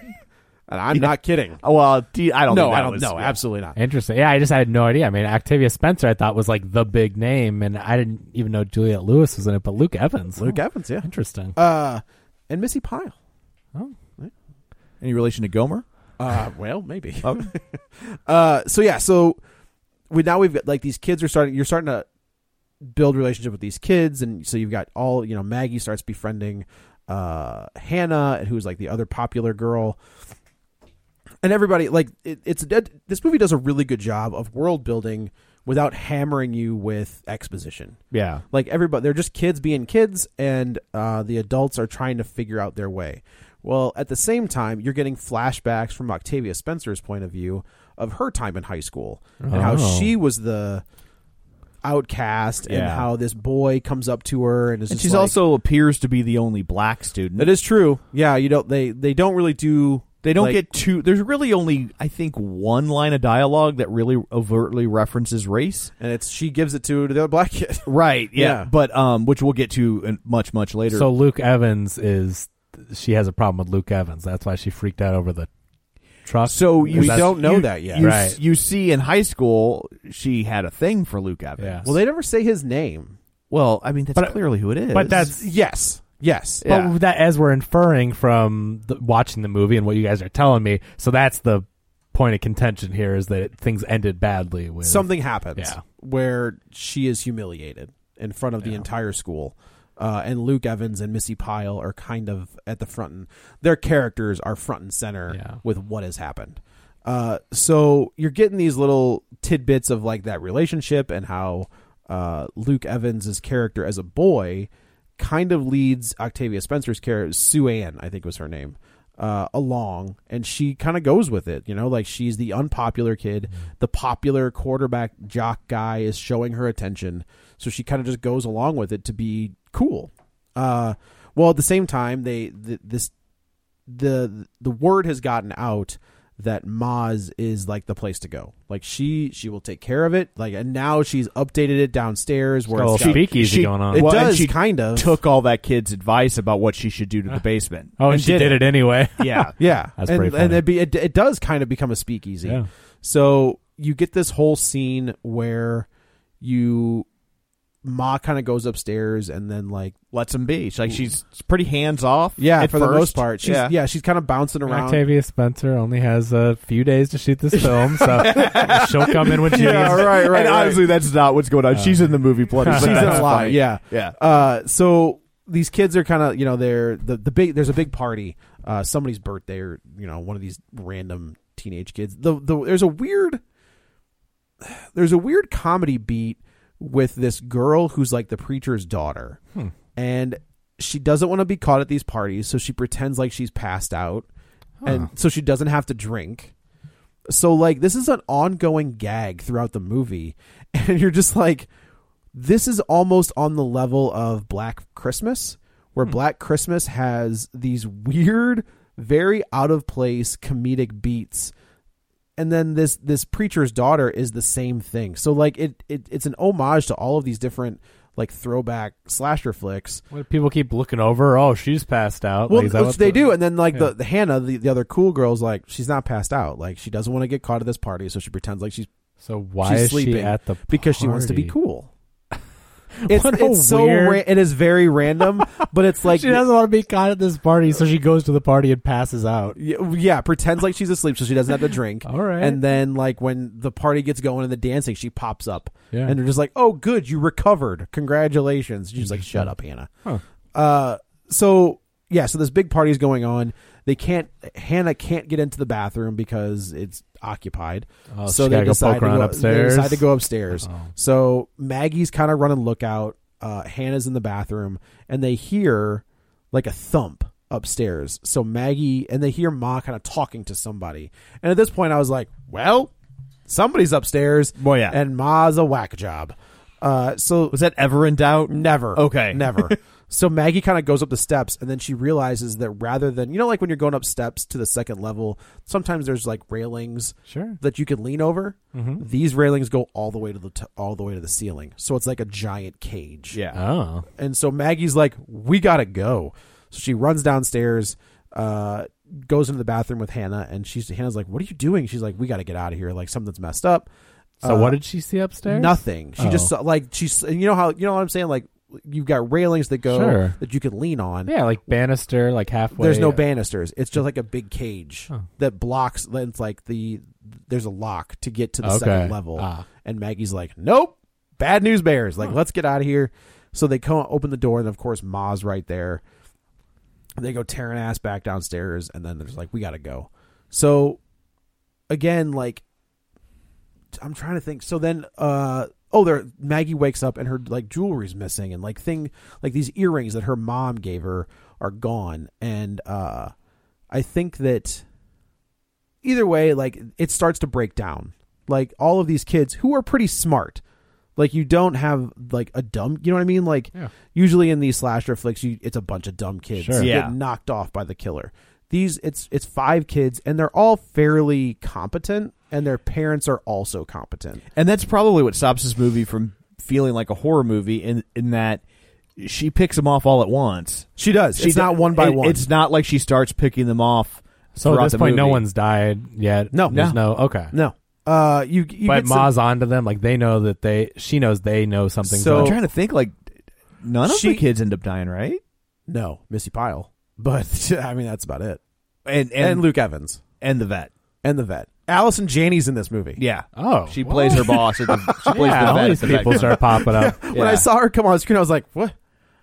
[SPEAKER 1] and I'm not kidding.
[SPEAKER 3] Oh, well, do you- I don't.
[SPEAKER 1] no,
[SPEAKER 3] think that
[SPEAKER 1] I don't.
[SPEAKER 3] was-
[SPEAKER 1] no, absolutely not.
[SPEAKER 2] Interesting. Yeah, I just had no idea. I mean, Octavia Spencer, I thought was like the big name, and I didn't even know Juliet Lewis was in it. But Luke Evans,
[SPEAKER 1] Luke E-
[SPEAKER 2] oh,
[SPEAKER 1] Evans, yeah.
[SPEAKER 2] interesting.
[SPEAKER 1] Uh, and Missy Pyle.
[SPEAKER 3] Any relation to Gomer?
[SPEAKER 1] Uh, well, maybe. uh, so yeah, so we now we've got like these kids are starting. You're starting to build relationship with these kids, and so you've got all you know. Maggie starts befriending uh, Hannah, who's like the other popular girl, and everybody like it, it's it, this movie does a really good job of world building without hammering you with exposition
[SPEAKER 3] Yeah.
[SPEAKER 1] like everybody they're just kids being kids and uh, the adults are trying to figure out their way well at the same time you're getting flashbacks from octavia spencer's point of view of her time in high school and how
[SPEAKER 2] Oh.
[SPEAKER 1] she was the outcast and
[SPEAKER 3] Yeah.
[SPEAKER 1] how this boy comes up to her and is
[SPEAKER 3] And
[SPEAKER 1] just
[SPEAKER 3] she's
[SPEAKER 1] like-
[SPEAKER 3] also appears to be the only black student.
[SPEAKER 1] that is true yeah you don't they they don't really do
[SPEAKER 3] They don't
[SPEAKER 1] like-
[SPEAKER 3] get too. There's really only I think one line of dialogue that really overtly references race.
[SPEAKER 1] and it's she gives it to the other black kid
[SPEAKER 3] Right.
[SPEAKER 1] yeah.
[SPEAKER 3] But um, which we'll get to in much much later.
[SPEAKER 2] So Luke Evans is she has a problem with Luke Evans. That's why she freaked out over the truck.
[SPEAKER 3] So you
[SPEAKER 1] We
[SPEAKER 2] That's-
[SPEAKER 1] don't know that yet.
[SPEAKER 3] You,
[SPEAKER 2] Right.
[SPEAKER 3] you see, in high school, she had a thing for Luke Evans.
[SPEAKER 2] Yeah.
[SPEAKER 1] well they never say his name
[SPEAKER 3] Well, I mean, that's
[SPEAKER 5] uh,
[SPEAKER 2] But-
[SPEAKER 3] clearly who it is.
[SPEAKER 2] but that's-
[SPEAKER 1] yes yes
[SPEAKER 2] But
[SPEAKER 3] Yeah.
[SPEAKER 2] that, as we're inferring from the, watching the movie and what you guys are telling me, so that's the point of contention here is that it, things ended badly with
[SPEAKER 1] something happens
[SPEAKER 2] Yeah.
[SPEAKER 1] where she is humiliated in front of the entire school. Uh, and Luke Evans and Missy Pyle are kind of at the front and their characters are front and center
[SPEAKER 2] Yeah.
[SPEAKER 1] with what has happened. Uh, so you're getting these little tidbits of like that relationship and how uh, Luke Evans's character as a boy kind of leads Octavia Spencer's character, Sue Ann, I think was her name, uh, along, and she kind of goes with it. You know, like she's the unpopular kid, the popular quarterback jock guy is showing her attention, so she kind of just goes along with it to be cool. Uh, well, at the same time, they th- this the the word has gotten out that Moz is like the place to go. Like she she will take care of it. Like and now she's updated it downstairs where
[SPEAKER 2] Oh,
[SPEAKER 1] it's got-
[SPEAKER 2] speakeasy
[SPEAKER 1] she-
[SPEAKER 2] going on.
[SPEAKER 1] It
[SPEAKER 2] Well,
[SPEAKER 5] and
[SPEAKER 1] does
[SPEAKER 5] she
[SPEAKER 1] kind of
[SPEAKER 5] took all that kid's advice about what she should do
[SPEAKER 3] Uh-huh.
[SPEAKER 5] to the basement.
[SPEAKER 2] oh, and, she did it, anyway.
[SPEAKER 5] Yeah.
[SPEAKER 1] Yeah,
[SPEAKER 2] That's
[SPEAKER 1] and,
[SPEAKER 2] pretty
[SPEAKER 1] and
[SPEAKER 2] funny.
[SPEAKER 1] it, be, it it does kind of become a speakeasy.
[SPEAKER 2] Yeah.
[SPEAKER 1] So you get this whole scene where you Ma kind of goes upstairs and then like
[SPEAKER 5] Lets him be. She's like she's pretty hands off.
[SPEAKER 1] yeah,
[SPEAKER 5] at
[SPEAKER 1] for the
[SPEAKER 5] first.
[SPEAKER 1] most part, she's yeah, she's kind of bouncing around.
[SPEAKER 2] Octavia Spencer only has a few days to shoot this film, so she'll come in when she
[SPEAKER 5] Yeah,
[SPEAKER 2] needs.
[SPEAKER 5] right, right.
[SPEAKER 1] right. Uh-huh.
[SPEAKER 5] And honestly, that's not what's going on. she's in the movie plenty.
[SPEAKER 1] She's
[SPEAKER 5] but
[SPEAKER 1] in
[SPEAKER 5] that's
[SPEAKER 1] a lot.
[SPEAKER 5] fine.
[SPEAKER 1] Yeah,
[SPEAKER 5] yeah.
[SPEAKER 1] Uh, so these kids are kind of you know they're the the big there's a big party, uh, somebody's birthday or you know one of these random teenage kids. The the there's a weird there's a weird comedy beat with this girl who's like the preacher's daughter, and she doesn't want to be caught at these parties, so she pretends like she's passed out, and so she doesn't have to drink. So like this is an ongoing gag throughout the movie, and you're just like, this is almost on the level of Black Christmas, where
[SPEAKER 2] Hmm.
[SPEAKER 1] Black Christmas has these weird, very out of place comedic beats. And then this this preacher's daughter is the same thing. So like it, it it's an homage to all of these different like throwback slasher flicks.
[SPEAKER 2] When people keep looking over, oh, she's passed out.
[SPEAKER 1] Well,
[SPEAKER 2] Like, is that
[SPEAKER 1] which
[SPEAKER 2] what
[SPEAKER 1] they
[SPEAKER 2] the-
[SPEAKER 1] do, and then like
[SPEAKER 2] Yeah.
[SPEAKER 1] the, the Hannah, the, the other cool girl's like she's not passed out. Like she doesn't want to get caught at this party, so she pretends like she's
[SPEAKER 2] So why
[SPEAKER 1] she's
[SPEAKER 2] is
[SPEAKER 1] sleeping
[SPEAKER 2] she at the
[SPEAKER 1] because she wants to be
[SPEAKER 2] party?
[SPEAKER 1] cool. It's,
[SPEAKER 2] What a
[SPEAKER 1] it's so
[SPEAKER 2] weird-
[SPEAKER 1] ra- it is very random, but it's like
[SPEAKER 2] she doesn't want to be caught at this party, so she goes to the party and passes out.
[SPEAKER 1] Y- yeah, pretends like she's asleep so she doesn't have to drink.
[SPEAKER 2] All right.
[SPEAKER 1] and then like when the party gets going and the dancing, she pops up,
[SPEAKER 2] Yeah.
[SPEAKER 1] and they're just like, "Oh, good, you recovered, congratulations." She's
[SPEAKER 2] Mm-hmm.
[SPEAKER 1] like, "Shut up, Hannah." Uh, so yeah, so this big party's going on. They can't. Hannah can't get into the bathroom because it's occupied.
[SPEAKER 2] Oh,
[SPEAKER 1] so
[SPEAKER 2] she
[SPEAKER 1] they
[SPEAKER 2] gotta go
[SPEAKER 1] decide
[SPEAKER 2] poke
[SPEAKER 1] to
[SPEAKER 2] around
[SPEAKER 1] go
[SPEAKER 2] upstairs?
[SPEAKER 1] They decide to go upstairs.
[SPEAKER 5] Oh.
[SPEAKER 1] So Maggie's kind of running lookout. Uh, Hannah's in the bathroom, and they hear like a thump upstairs. So Maggie and they hear Ma kind of talking to somebody. And at this point, I was like, "Well, somebody's upstairs."
[SPEAKER 5] Well, yeah.
[SPEAKER 1] and Ma's a whack job. Uh, so
[SPEAKER 5] Was that ever in doubt?
[SPEAKER 1] Never.
[SPEAKER 5] Okay.
[SPEAKER 1] Never. so Maggie kind of goes up the steps and then she realizes that rather than, you know, like when you're going up steps to the second level, sometimes there's like railings
[SPEAKER 2] Sure. Mm-hmm.
[SPEAKER 1] that you can lean over. These railings go all the way to the t- all the way to the ceiling. So it's like a giant cage.
[SPEAKER 5] Yeah.
[SPEAKER 2] Oh,
[SPEAKER 1] And so Maggie's like, "We gotta go." So she runs downstairs, uh, goes into the bathroom with Hannah, and she's Hannah's like, "What are you doing?" She's like, "We gotta get out of here. Like something's messed up."
[SPEAKER 2] so
[SPEAKER 1] Uh,
[SPEAKER 2] what did she see upstairs?
[SPEAKER 1] Nothing. She just
[SPEAKER 2] Oh.
[SPEAKER 1] saw, like she's you know how you know what I'm saying like you've got railings that go
[SPEAKER 2] Sure.
[SPEAKER 1] that you can lean on.
[SPEAKER 2] Yeah, like banister, like halfway.
[SPEAKER 1] There's no banisters. It's just like a big cage that blocks. It's like the there's a lock to get to the second
[SPEAKER 2] Okay.
[SPEAKER 1] level.
[SPEAKER 2] Ah.
[SPEAKER 1] And Maggie's like, nope, bad news bears. Like let's get out of here. So they come open the door, and of course Ma's right there. They go tearing ass back downstairs, and then there's like, we gotta go. So again, like I'm trying to think. So then, uh, oh, there Maggie wakes up and her like jewelry's missing and like thing like these earrings that her mom gave her are gone. And uh, I think that either way, like it starts to break down. Like all of these kids who are pretty smart. Like you don't have like a dumb, you know what I mean? Like
[SPEAKER 2] Yeah.
[SPEAKER 1] usually in these slasher flicks, you it's a bunch of dumb kids
[SPEAKER 2] Sure.
[SPEAKER 1] who
[SPEAKER 5] Yeah.
[SPEAKER 1] get knocked off by the killer. These it's it's five kids and they're all fairly competent and their parents are also competent.
[SPEAKER 5] And that's probably what stops this movie from feeling like a horror movie in in that she picks them off all at once.
[SPEAKER 1] She does.
[SPEAKER 5] She
[SPEAKER 1] She's
[SPEAKER 5] d-
[SPEAKER 1] not one by
[SPEAKER 5] it-
[SPEAKER 1] one.
[SPEAKER 5] It's not like she starts picking them off.
[SPEAKER 2] So at
[SPEAKER 5] throughout
[SPEAKER 2] this
[SPEAKER 5] the
[SPEAKER 2] point, no
[SPEAKER 5] movie.
[SPEAKER 2] one's died yet.
[SPEAKER 1] No.
[SPEAKER 2] There's no. Okay.
[SPEAKER 1] no. Uh, you. you
[SPEAKER 2] but
[SPEAKER 1] get some-
[SPEAKER 2] Ma's onto them. Like they know that they. She knows they know something.
[SPEAKER 1] So-
[SPEAKER 5] I'm trying to think. Like none of
[SPEAKER 1] She-
[SPEAKER 5] the kids end up dying, right?
[SPEAKER 1] no Missy Pyle, but I mean that's about it.
[SPEAKER 5] And
[SPEAKER 1] And,
[SPEAKER 5] and
[SPEAKER 1] Luke Evans
[SPEAKER 5] and the vet.
[SPEAKER 1] and the vet. Allison Janney's in this movie.
[SPEAKER 3] Yeah.
[SPEAKER 2] Oh,
[SPEAKER 3] She plays her boss. At the, she plays
[SPEAKER 2] Yeah,
[SPEAKER 3] the
[SPEAKER 2] all
[SPEAKER 3] vet
[SPEAKER 2] these
[SPEAKER 3] at the
[SPEAKER 2] people
[SPEAKER 3] vet
[SPEAKER 2] start
[SPEAKER 3] clinic.
[SPEAKER 2] popping up.
[SPEAKER 1] When I
[SPEAKER 3] Yeah.
[SPEAKER 1] saw her come on screen, I was like, "What?"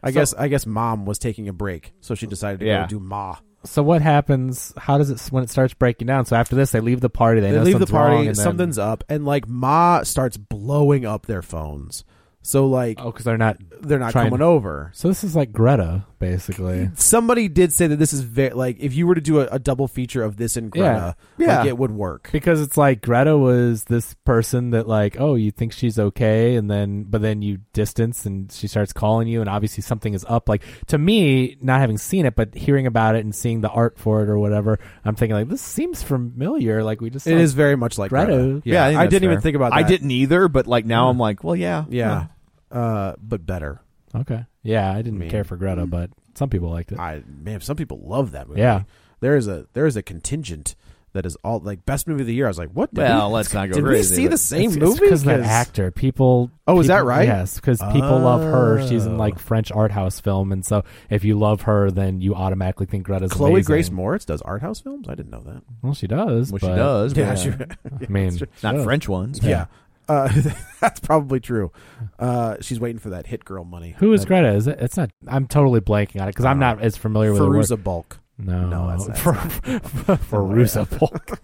[SPEAKER 1] I guess I guess mom was taking a break, so she decided to
[SPEAKER 3] Yeah.
[SPEAKER 1] go do ma.
[SPEAKER 2] So what happens? How does it when it starts breaking down? So after this, they leave the party. They,
[SPEAKER 1] They
[SPEAKER 2] know
[SPEAKER 1] leave the
[SPEAKER 2] something's
[SPEAKER 1] party,
[SPEAKER 2] wrong, and then-
[SPEAKER 1] something's up, and like ma starts blowing up their phones. So like
[SPEAKER 2] Oh, because they're not.
[SPEAKER 1] they're not
[SPEAKER 2] trying-
[SPEAKER 1] coming over.
[SPEAKER 2] So this is like Greta, basically.
[SPEAKER 1] Somebody did say that this is ve- like if you were to do a, a double feature of this and Greta,
[SPEAKER 5] Yeah. Yeah.
[SPEAKER 1] like it would work.
[SPEAKER 2] Because it's like Greta was this person that like, oh, you think she's okay, and then but then you distance and she starts calling you, and obviously something is up. Like to me, not having seen it, but hearing about it and seeing the art for it or whatever, I'm thinking like this seems familiar. Like we just
[SPEAKER 1] It is very much like Greta.
[SPEAKER 2] Greta.
[SPEAKER 1] Yeah,
[SPEAKER 5] I think
[SPEAKER 1] I,
[SPEAKER 5] that's
[SPEAKER 1] didn't even
[SPEAKER 5] fair.
[SPEAKER 1] think about. that.
[SPEAKER 5] I didn't either, but like now I'm like, well, yeah,
[SPEAKER 1] Yeah, Uh, but better.
[SPEAKER 2] okay. Yeah, I didn't
[SPEAKER 1] mean-
[SPEAKER 2] care for Greta, but some people liked it.
[SPEAKER 1] I man, some people love that movie.
[SPEAKER 2] Yeah.
[SPEAKER 1] there is a there is a contingent that is all like best movie of the year. I was like, what? Did
[SPEAKER 3] Well,
[SPEAKER 1] we,
[SPEAKER 3] let's not go
[SPEAKER 1] Did we
[SPEAKER 3] crazy,
[SPEAKER 1] see
[SPEAKER 3] but-
[SPEAKER 1] the same
[SPEAKER 2] It's-
[SPEAKER 1] movie?
[SPEAKER 2] It's because that actor. People.
[SPEAKER 1] Oh, is that
[SPEAKER 2] people-
[SPEAKER 1] right?
[SPEAKER 2] Yes, because people love her. She's in
[SPEAKER 1] Oh.
[SPEAKER 2] like French art house film, and so if you love her, then you automatically think Greta's
[SPEAKER 1] Chloe
[SPEAKER 2] amazing.
[SPEAKER 1] Grace Moritz does art house films. I didn't know that.
[SPEAKER 2] Well, she does.
[SPEAKER 3] Well, she
[SPEAKER 2] but,
[SPEAKER 3] does. but
[SPEAKER 1] Yeah, sure.
[SPEAKER 2] I mean,
[SPEAKER 3] Not
[SPEAKER 2] she does.
[SPEAKER 3] French ones.
[SPEAKER 1] Yeah, Uh, that's probably true. Uh, she's waiting for that hit girl money.
[SPEAKER 2] Who is
[SPEAKER 1] That-
[SPEAKER 2] Greta? Is it? It's not. I'm totally blanking on it because I'm not as familiar with her. Work.
[SPEAKER 1] Uh, Feruza Bulk.
[SPEAKER 2] No,
[SPEAKER 1] No, that's not-
[SPEAKER 2] for, for Rusa Polk.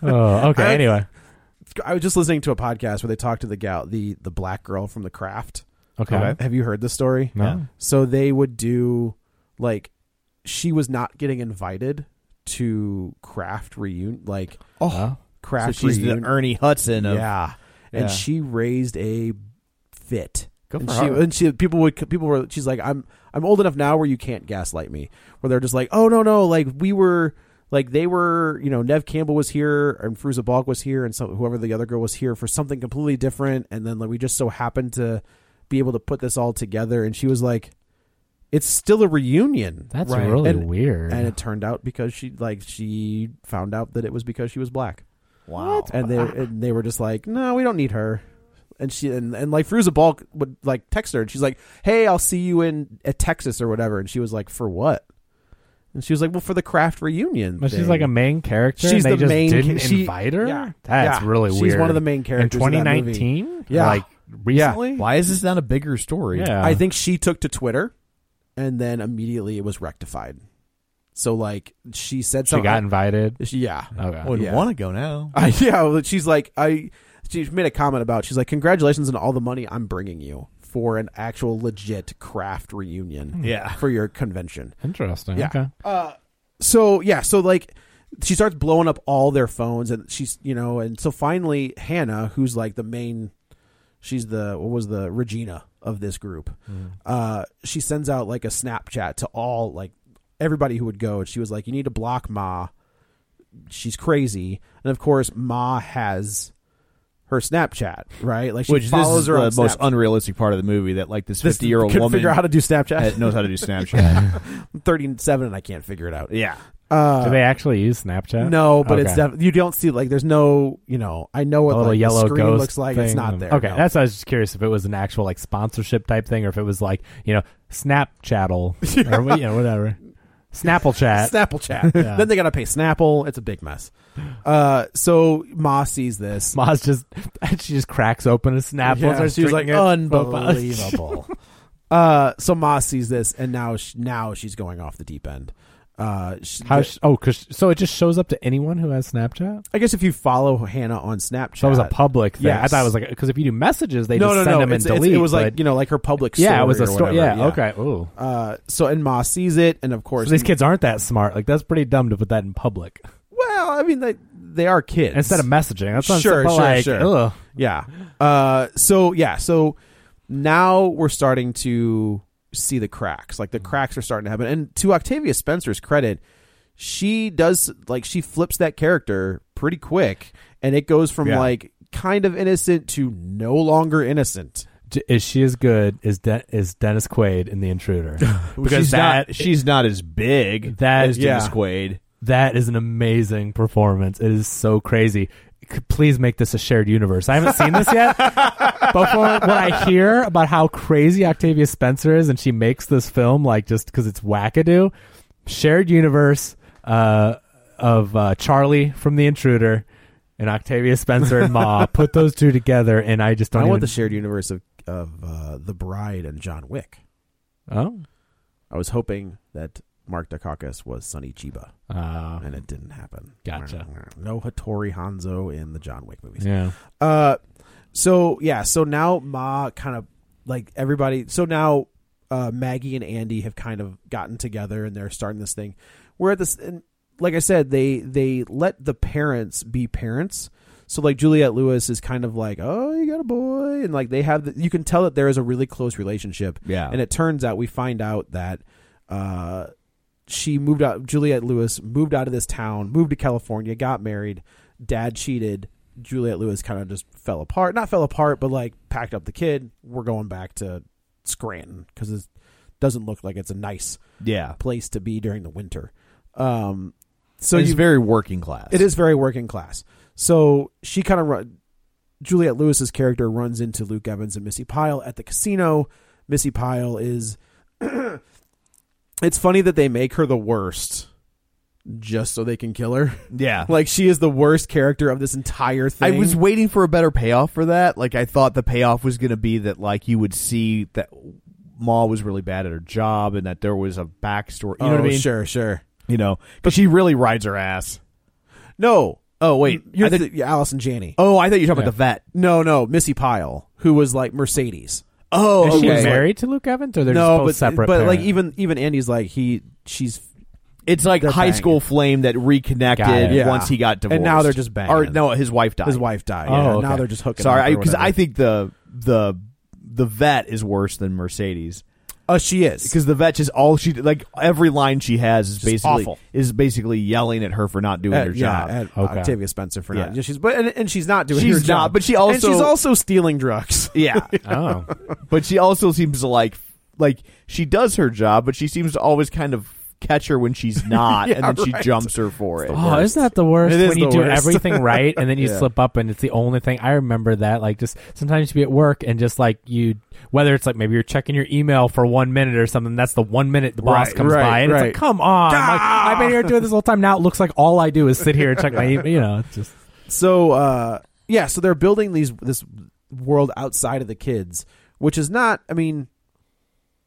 [SPEAKER 2] oh, okay.
[SPEAKER 1] I-
[SPEAKER 2] anyway,
[SPEAKER 1] I was just listening to a podcast where they talked to the gal, the the black girl from The Craft.
[SPEAKER 2] okay.
[SPEAKER 1] Have you heard the story?
[SPEAKER 2] No.
[SPEAKER 1] So they would do like she was not getting invited to craft reunion like
[SPEAKER 3] Oh, so
[SPEAKER 1] craft
[SPEAKER 3] she's
[SPEAKER 1] reunion.
[SPEAKER 3] the Ernie Hudson of
[SPEAKER 1] yeah.
[SPEAKER 3] Yeah.
[SPEAKER 1] And she raised a fit.
[SPEAKER 3] Good
[SPEAKER 1] and
[SPEAKER 3] for
[SPEAKER 1] she
[SPEAKER 3] her.
[SPEAKER 1] and she people would people were she's like I'm I'm old enough now where you can't gaslight me. Where they're just like, "Oh no, no, like we were like they were, you know, Nev Campbell was here and Fruza Balk was here and so whoever the other girl was here for something completely different and then like we just so happened to be able to put this all together and she was like it's still a reunion.
[SPEAKER 2] That's really
[SPEAKER 1] And-
[SPEAKER 2] weird.
[SPEAKER 1] And it turned out because she like she found out that it was because she was black
[SPEAKER 3] Wow.
[SPEAKER 1] and they and they were just like, no, we don't need her. And she and, and like Fruza Balk would like text her, and she's like, hey, I'll see you in at Texas or whatever. And she was like, for what? And she was like, well, for the craft reunion.
[SPEAKER 2] But she's
[SPEAKER 1] thing."
[SPEAKER 2] like a main character. and
[SPEAKER 1] She's
[SPEAKER 2] they
[SPEAKER 1] the
[SPEAKER 2] just
[SPEAKER 1] main
[SPEAKER 2] Didn't
[SPEAKER 1] ca- she-
[SPEAKER 2] invite her.
[SPEAKER 1] yeah.
[SPEAKER 2] that's
[SPEAKER 1] Yeah.
[SPEAKER 2] really
[SPEAKER 1] She's
[SPEAKER 2] weird.
[SPEAKER 1] one of the main characters in
[SPEAKER 2] in
[SPEAKER 1] that movie.
[SPEAKER 2] 2019.
[SPEAKER 1] Yeah.
[SPEAKER 2] like recently.
[SPEAKER 3] Why is this not a bigger story?
[SPEAKER 2] Yeah.
[SPEAKER 1] I think she took to Twitter, and then immediately it was rectified. So like she said
[SPEAKER 2] she
[SPEAKER 1] something.
[SPEAKER 2] got Oh, invited.
[SPEAKER 1] She- yeah.
[SPEAKER 2] Okay.
[SPEAKER 3] Would
[SPEAKER 1] Yeah.
[SPEAKER 3] want to go now.
[SPEAKER 1] I, yeah, well, she's like, I. She made a comment about. She's like, "Congratulations on all the money I'm bringing you for an actual legit craft reunion,
[SPEAKER 3] Yeah.
[SPEAKER 1] for your convention."
[SPEAKER 2] Interesting.
[SPEAKER 1] Yeah.
[SPEAKER 2] Okay.
[SPEAKER 1] So yeah, so like, she starts blowing up all their phones, and she's you know, and so finally Hannah, who's like the main, she's the what was the Regina of this group,
[SPEAKER 3] Mm-hmm.
[SPEAKER 1] uh, she sends out like a Snapchat to all like everybody who would go, and she was like, "You need to block Ma." She's crazy, and of course, Ma has her Snapchat, right? Like she
[SPEAKER 3] Which this
[SPEAKER 1] follows
[SPEAKER 3] is
[SPEAKER 1] her
[SPEAKER 3] the
[SPEAKER 1] on
[SPEAKER 3] most
[SPEAKER 1] Snapchat.
[SPEAKER 3] unrealistic part of the movie that like this
[SPEAKER 1] This-
[SPEAKER 3] fifty year old
[SPEAKER 1] couldn't
[SPEAKER 3] woman
[SPEAKER 1] figure out how to do Snapchat.
[SPEAKER 3] that knows how to do Snapchat.
[SPEAKER 1] I'm 37 and I can't figure it out.
[SPEAKER 3] yeah.
[SPEAKER 1] Uh,
[SPEAKER 2] Do they actually use Snapchat?
[SPEAKER 1] No, but it's
[SPEAKER 2] Okay.
[SPEAKER 1] def- you don't see like there's no you know I know what
[SPEAKER 2] a little
[SPEAKER 1] like, the
[SPEAKER 2] yellow
[SPEAKER 1] screen
[SPEAKER 2] ghost
[SPEAKER 1] looks like it's
[SPEAKER 2] thing.
[SPEAKER 1] not there.
[SPEAKER 2] Okay,
[SPEAKER 1] no.
[SPEAKER 2] that's I was just curious if it was an actual like sponsorship type thing or if it was like you know Snapchattle or what- you know, whatever Snapple chat.
[SPEAKER 1] Snapple chat. Then they gotta pay Snapple. It's a big mess. Uh, so Ma sees this.
[SPEAKER 2] Maz just she just cracks open a Snapple.
[SPEAKER 1] Yeah,
[SPEAKER 2] starts
[SPEAKER 1] she was like
[SPEAKER 2] drinking it.
[SPEAKER 1] unbelievable. uh, so Ma sees this, and now sh now she's going off the deep end. Uh, she,
[SPEAKER 2] How? Sh- oh, 'cause- so it just shows up to anyone who has Snapchat.
[SPEAKER 1] I guess if you follow Hannah on Snapchat,
[SPEAKER 2] So it was a public thing. I
[SPEAKER 1] Yes.
[SPEAKER 2] thought it was like because if you do messages, they
[SPEAKER 1] no,
[SPEAKER 2] just
[SPEAKER 1] no,
[SPEAKER 2] send
[SPEAKER 1] no.
[SPEAKER 2] them
[SPEAKER 1] it's-
[SPEAKER 2] and
[SPEAKER 1] it's-
[SPEAKER 2] delete.
[SPEAKER 1] it was like
[SPEAKER 2] but-
[SPEAKER 1] you know, like her public.
[SPEAKER 2] yeah, it was a
[SPEAKER 1] story or
[SPEAKER 2] story. Yeah,
[SPEAKER 1] whatever.
[SPEAKER 2] okay. Ooh,
[SPEAKER 1] Uh, so and Ma sees it, and of course
[SPEAKER 2] so these kids aren't that smart. Like that's pretty dumb to put that in public
[SPEAKER 1] Well, I mean, they they are kids
[SPEAKER 2] instead of messaging. That's what
[SPEAKER 1] Sure,
[SPEAKER 2] I'm saying, but
[SPEAKER 1] sure,
[SPEAKER 2] like,
[SPEAKER 1] sure.
[SPEAKER 2] ugh.
[SPEAKER 1] Yeah. Uh, so yeah. So now we're starting to see the cracks.
[SPEAKER 2] Mm.
[SPEAKER 1] Like the cracks are starting to happen. And to Octavia Spencer's credit, she does like she flips that character pretty quick, and it goes from
[SPEAKER 3] Yeah.
[SPEAKER 1] like kind of innocent to no longer innocent.
[SPEAKER 2] D- is she as good as De- as Dennis Quaid in The Intruder? because
[SPEAKER 3] she's
[SPEAKER 2] that
[SPEAKER 3] not, she's not as big
[SPEAKER 2] That-
[SPEAKER 3] as Dennis
[SPEAKER 1] yeah.
[SPEAKER 3] Quaid.
[SPEAKER 2] that is an amazing performance. It is so crazy. C- Please make this a shared universe. I haven't seen this yet, but from what I hear about how crazy Octavia Spencer is, and she makes this film like just because it's wackadoo, shared universe uh, of uh, Charlie from The Intruder and Octavia Spencer and Ma. put those two together, and I just
[SPEAKER 1] I
[SPEAKER 2] don't.
[SPEAKER 1] want
[SPEAKER 2] even-
[SPEAKER 1] the shared universe of of uh, the Bride and John Wick.
[SPEAKER 2] Oh,
[SPEAKER 1] I was hoping that Mark Dacakis was Sonny Chiba,
[SPEAKER 2] Ah.
[SPEAKER 1] and it didn't happen.
[SPEAKER 2] Gotcha.
[SPEAKER 1] No Hattori Hanzo in the John Wick movies.
[SPEAKER 2] yeah.
[SPEAKER 1] Uh, so yeah, so now Ma kind of like everybody. So now uh, Maggie and Andy have kind of gotten together and they're starting this thing. We're at this, and like I said, they they let the parents be parents. So like Juliette Lewis is kind of like, oh, you got a boy, and like they have, the, you can tell that there is a really close relationship.
[SPEAKER 3] Yeah.
[SPEAKER 1] and it turns out we find out that. Uh, she moved out Juliette Lewis moved out of this town, moved to California, got married, dad cheated, Juliette Lewis kind of just fell apart. Not fell apart, but like packed up the kid. We're going back to Scranton cuz it doesn't look like it's a nice
[SPEAKER 3] Yeah.
[SPEAKER 1] place to be during the winter. Um so
[SPEAKER 3] So he's
[SPEAKER 1] you
[SPEAKER 3] very working class.
[SPEAKER 1] it is very working class. So she kind of run. Juliette Lewis's character runs into Luke Evans and Missy Pyle at the casino. Missy Pyle is. it's funny that they make her the worst, just so they can kill her.
[SPEAKER 3] Yeah.
[SPEAKER 1] like she is the worst character of this entire
[SPEAKER 3] I
[SPEAKER 1] thing.
[SPEAKER 3] was waiting for a better payoff for that. Like I thought the payoff was going to be that like you would see that Ma was really bad at her job and that there was a backstory. You know what I
[SPEAKER 1] Oh,
[SPEAKER 3] mean?
[SPEAKER 1] Sure, sure.
[SPEAKER 3] You know, but she really rides her ass.
[SPEAKER 1] No.
[SPEAKER 3] Oh wait,
[SPEAKER 1] You're
[SPEAKER 3] I think-
[SPEAKER 1] th- yeah, Allison Janney.
[SPEAKER 3] oh I thought you were talking
[SPEAKER 2] Yeah.
[SPEAKER 3] about the vet.
[SPEAKER 1] No, no, Missy Pyle, who was like Mercedes.
[SPEAKER 3] Oh,
[SPEAKER 2] Is she
[SPEAKER 3] okay.
[SPEAKER 2] married to Luke Evans, or they're
[SPEAKER 1] no,
[SPEAKER 2] just both
[SPEAKER 1] but
[SPEAKER 2] separate?
[SPEAKER 1] but like
[SPEAKER 2] parents?
[SPEAKER 1] even even Andy's like he she's
[SPEAKER 3] It's like
[SPEAKER 1] They're
[SPEAKER 3] high
[SPEAKER 1] banging.
[SPEAKER 3] school flame that reconnected
[SPEAKER 2] Got it.
[SPEAKER 1] Yeah.
[SPEAKER 3] once he got divorced,
[SPEAKER 1] And now they're just banging.
[SPEAKER 3] Or no, his wife died.
[SPEAKER 1] his wife died.
[SPEAKER 2] Oh,
[SPEAKER 1] yeah.
[SPEAKER 2] okay.
[SPEAKER 1] Now they're just hooking.
[SPEAKER 3] Sorry,
[SPEAKER 1] because
[SPEAKER 3] because I, think the the the vet is worse than Mercedes
[SPEAKER 1] Oh, she is
[SPEAKER 3] because the vet is all she like every line she has is basically
[SPEAKER 1] awful.
[SPEAKER 3] is basically yelling at her for not doing
[SPEAKER 1] At-
[SPEAKER 3] her
[SPEAKER 1] yeah,
[SPEAKER 3] job.
[SPEAKER 1] at
[SPEAKER 2] Okay.
[SPEAKER 1] Octavia Spencer for not.
[SPEAKER 3] Yeah.
[SPEAKER 1] She's but and, and she's not doing.
[SPEAKER 3] She's
[SPEAKER 1] her job.
[SPEAKER 3] not, but she
[SPEAKER 1] and
[SPEAKER 3] also-
[SPEAKER 1] she's also stealing drugs.
[SPEAKER 3] yeah,
[SPEAKER 2] oh,
[SPEAKER 3] but she also seems to like like she does her job, but she seems to always kind of catch her when she's not,
[SPEAKER 1] Yeah,
[SPEAKER 3] and then she
[SPEAKER 1] right.
[SPEAKER 3] jumps her for it.
[SPEAKER 2] Oh, isn't that the worst?
[SPEAKER 1] It is
[SPEAKER 2] when you
[SPEAKER 1] the
[SPEAKER 2] do
[SPEAKER 1] worst.
[SPEAKER 2] everything right and then you
[SPEAKER 1] Yeah.
[SPEAKER 2] slip up and it's the only thing. I remember that. Like just sometimes you be at work and just like you whether it's like maybe you're checking your email for one minute or something, that's the one minute the boss
[SPEAKER 1] Right,
[SPEAKER 2] comes
[SPEAKER 1] right,
[SPEAKER 2] by and
[SPEAKER 1] right. Ah!"
[SPEAKER 2] it's like, Come on. Like, I've been here doing this whole time. Now it looks like all I do is sit here and check my email you know, it's just
[SPEAKER 1] So uh, yeah, so they're building these this world outside of the kids, which is not. I mean,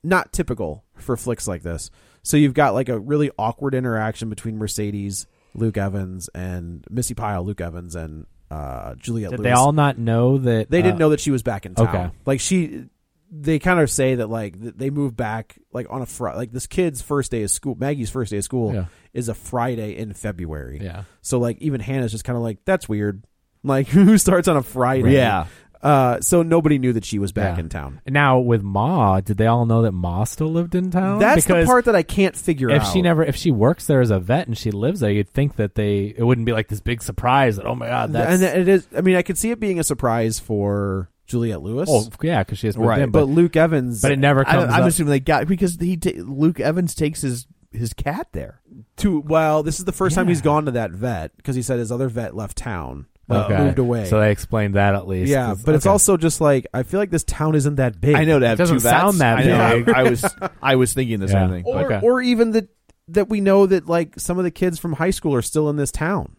[SPEAKER 1] not typical for flicks like this. So you've got like a really awkward interaction between Mercedes, Luke Evans, and Missy Pyle, Luke Evans, and uh, Juliet.
[SPEAKER 2] did
[SPEAKER 1] Lewis.
[SPEAKER 2] they all not know that
[SPEAKER 1] They didn't
[SPEAKER 2] uh,
[SPEAKER 1] know that she was back in town.
[SPEAKER 2] okay.
[SPEAKER 1] Like she, they kind of say that like th- they moved back like on a Friday. Like this kid's first day of school, Maggie's first day of school
[SPEAKER 2] Yeah.
[SPEAKER 1] is a Friday in February.
[SPEAKER 2] Yeah.
[SPEAKER 1] So like even Hannah's just kind of like that's weird. Like who starts on a Friday?
[SPEAKER 3] Yeah.
[SPEAKER 1] Uh, so nobody knew that she was back
[SPEAKER 2] Yeah.
[SPEAKER 1] in town.
[SPEAKER 2] Now with Ma, did they all know that Ma still lived in town?
[SPEAKER 1] That's
[SPEAKER 2] Because
[SPEAKER 1] the part that I can't figure
[SPEAKER 2] if
[SPEAKER 1] out.
[SPEAKER 2] she never if she works there as a vet and she lives there, you'd think that they it wouldn't be like this big surprise that oh my god
[SPEAKER 1] and
[SPEAKER 2] that's
[SPEAKER 1] it is. I mean, I could see it being a surprise for Juliet Lewis.
[SPEAKER 2] Oh yeah, because she has moved
[SPEAKER 3] Right,
[SPEAKER 2] in,
[SPEAKER 1] but
[SPEAKER 2] but,
[SPEAKER 1] Luke Evans.
[SPEAKER 2] but it never
[SPEAKER 3] I,
[SPEAKER 2] comes.
[SPEAKER 3] I'm
[SPEAKER 2] up.
[SPEAKER 3] assuming they got because he ta- Luke Evans takes his his cat there.
[SPEAKER 1] to well, this is the first time he's
[SPEAKER 2] Yeah.
[SPEAKER 1] gone to that vet because he said his other vet left town, like,
[SPEAKER 2] Okay.
[SPEAKER 1] uh, moved away.
[SPEAKER 2] So they explained that at least.
[SPEAKER 1] yeah,
[SPEAKER 2] 'cause-
[SPEAKER 1] but it's
[SPEAKER 2] okay.
[SPEAKER 1] also just like I feel like this town isn't that big.
[SPEAKER 3] I know to
[SPEAKER 2] It
[SPEAKER 3] have
[SPEAKER 2] doesn't
[SPEAKER 3] two vets.
[SPEAKER 2] sound that
[SPEAKER 3] I know.
[SPEAKER 2] big.
[SPEAKER 3] I, I was I was thinking the
[SPEAKER 2] Yeah.
[SPEAKER 3] same thing.
[SPEAKER 1] or
[SPEAKER 2] Okay.
[SPEAKER 1] or even that that we know that like some of the kids from high school are still in this town.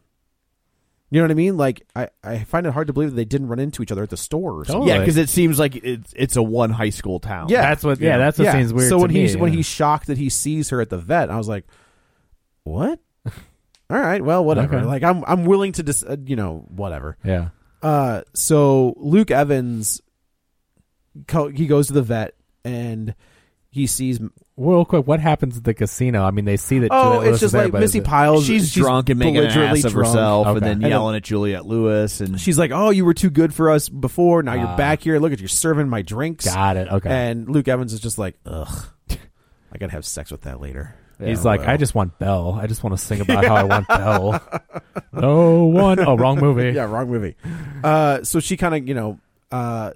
[SPEAKER 1] You know what I mean? Like I, I find it hard to believe that they didn't run into each other at the store. Or something.
[SPEAKER 3] Yeah,
[SPEAKER 2] Totally.
[SPEAKER 3] because it seems like it's it's a one high school town.
[SPEAKER 1] Yeah.
[SPEAKER 2] that's what. Yeah, that's what
[SPEAKER 1] Yeah.
[SPEAKER 2] seems weird.
[SPEAKER 1] So
[SPEAKER 2] to
[SPEAKER 1] when
[SPEAKER 2] me,
[SPEAKER 1] he's when
[SPEAKER 2] yeah.
[SPEAKER 1] he's shocked that he sees her at the vet, I was like, what? All right, well, whatever.
[SPEAKER 2] Okay.
[SPEAKER 1] Like I'm I'm willing to just uh, you know whatever.
[SPEAKER 2] yeah,
[SPEAKER 1] Uh, so Luke Evans, co- he goes to the vet and he sees.
[SPEAKER 2] real quick, what happens at the casino? I mean, they see that.
[SPEAKER 1] Oh,
[SPEAKER 2] Juliet Lewis
[SPEAKER 1] it's just
[SPEAKER 2] is there,
[SPEAKER 1] like
[SPEAKER 2] but
[SPEAKER 1] Missy
[SPEAKER 2] is it-
[SPEAKER 1] Pyle's.
[SPEAKER 3] she's, drunk and making an
[SPEAKER 1] belligerently
[SPEAKER 3] ass of
[SPEAKER 1] drunk.
[SPEAKER 3] herself,
[SPEAKER 2] Okay.
[SPEAKER 3] and then
[SPEAKER 2] And then-
[SPEAKER 3] yelling at Juliet Lewis, and
[SPEAKER 1] She's like, "Oh, you were too good for us before. Now
[SPEAKER 2] Ah.
[SPEAKER 1] you're back here. Look at you're serving my drinks."
[SPEAKER 2] Got it. Okay.
[SPEAKER 1] And Luke Evans is just like, "Ugh, I gotta have sex with that later."
[SPEAKER 2] He's
[SPEAKER 1] Yeah,
[SPEAKER 2] like,
[SPEAKER 1] well.
[SPEAKER 2] I just want Belle. I just want to sing about how I want Belle. No one. Oh, wrong movie.
[SPEAKER 1] yeah, wrong movie. Uh, so she kind of, you know, uh,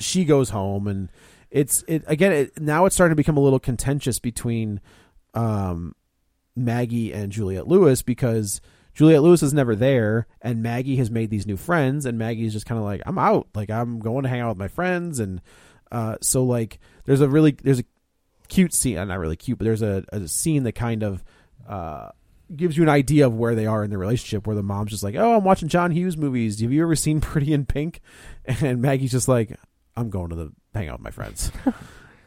[SPEAKER 1] she goes home, and it's it again. It, now it's starting to become a little contentious between um, Maggie and Juliet Lewis because Juliet Lewis is never there, and Maggie has made these new friends, and Maggie's just kind of like, I'm out, like I'm going to hang out with my friends, and uh, so like there's a really there's a cute scene, uh, not really cute, but there's a, a scene that kind of uh, gives you an idea of where they are in their relationship. Where the mom's just like, "Oh, I'm watching John Hughes movies. Have you ever seen Pretty in Pink?" And Maggie's just like, "I'm going to the hang out with my friends."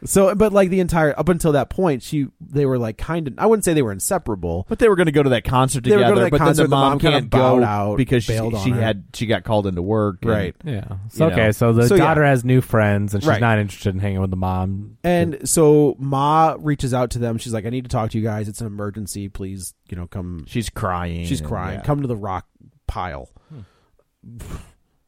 [SPEAKER 1] so, but like the entire up until that point, she they were like kind of. I wouldn't say they were inseparable,
[SPEAKER 5] but they were going to go to that concert together.
[SPEAKER 1] They were going to that
[SPEAKER 5] but
[SPEAKER 1] concert.
[SPEAKER 5] then the mom,
[SPEAKER 1] kind
[SPEAKER 5] can't
[SPEAKER 1] of
[SPEAKER 5] go
[SPEAKER 1] bowed out
[SPEAKER 5] because she,
[SPEAKER 1] bailed on
[SPEAKER 5] she
[SPEAKER 1] her.
[SPEAKER 5] had she got called into work. and-
[SPEAKER 1] right.
[SPEAKER 2] Yeah.
[SPEAKER 5] You
[SPEAKER 2] So, okay.
[SPEAKER 5] know.
[SPEAKER 2] So the
[SPEAKER 1] So, yeah.
[SPEAKER 2] daughter has new friends and she's
[SPEAKER 1] Right.
[SPEAKER 2] not interested in hanging with the mom.
[SPEAKER 1] And so Ma reaches out to them. She's like, "I need to talk to you guys. It's an emergency. Please, you know, come."
[SPEAKER 5] She's crying.
[SPEAKER 1] She's
[SPEAKER 5] and-
[SPEAKER 1] crying.
[SPEAKER 5] yeah. Hmm.
[SPEAKER 1] Come to the rock pile,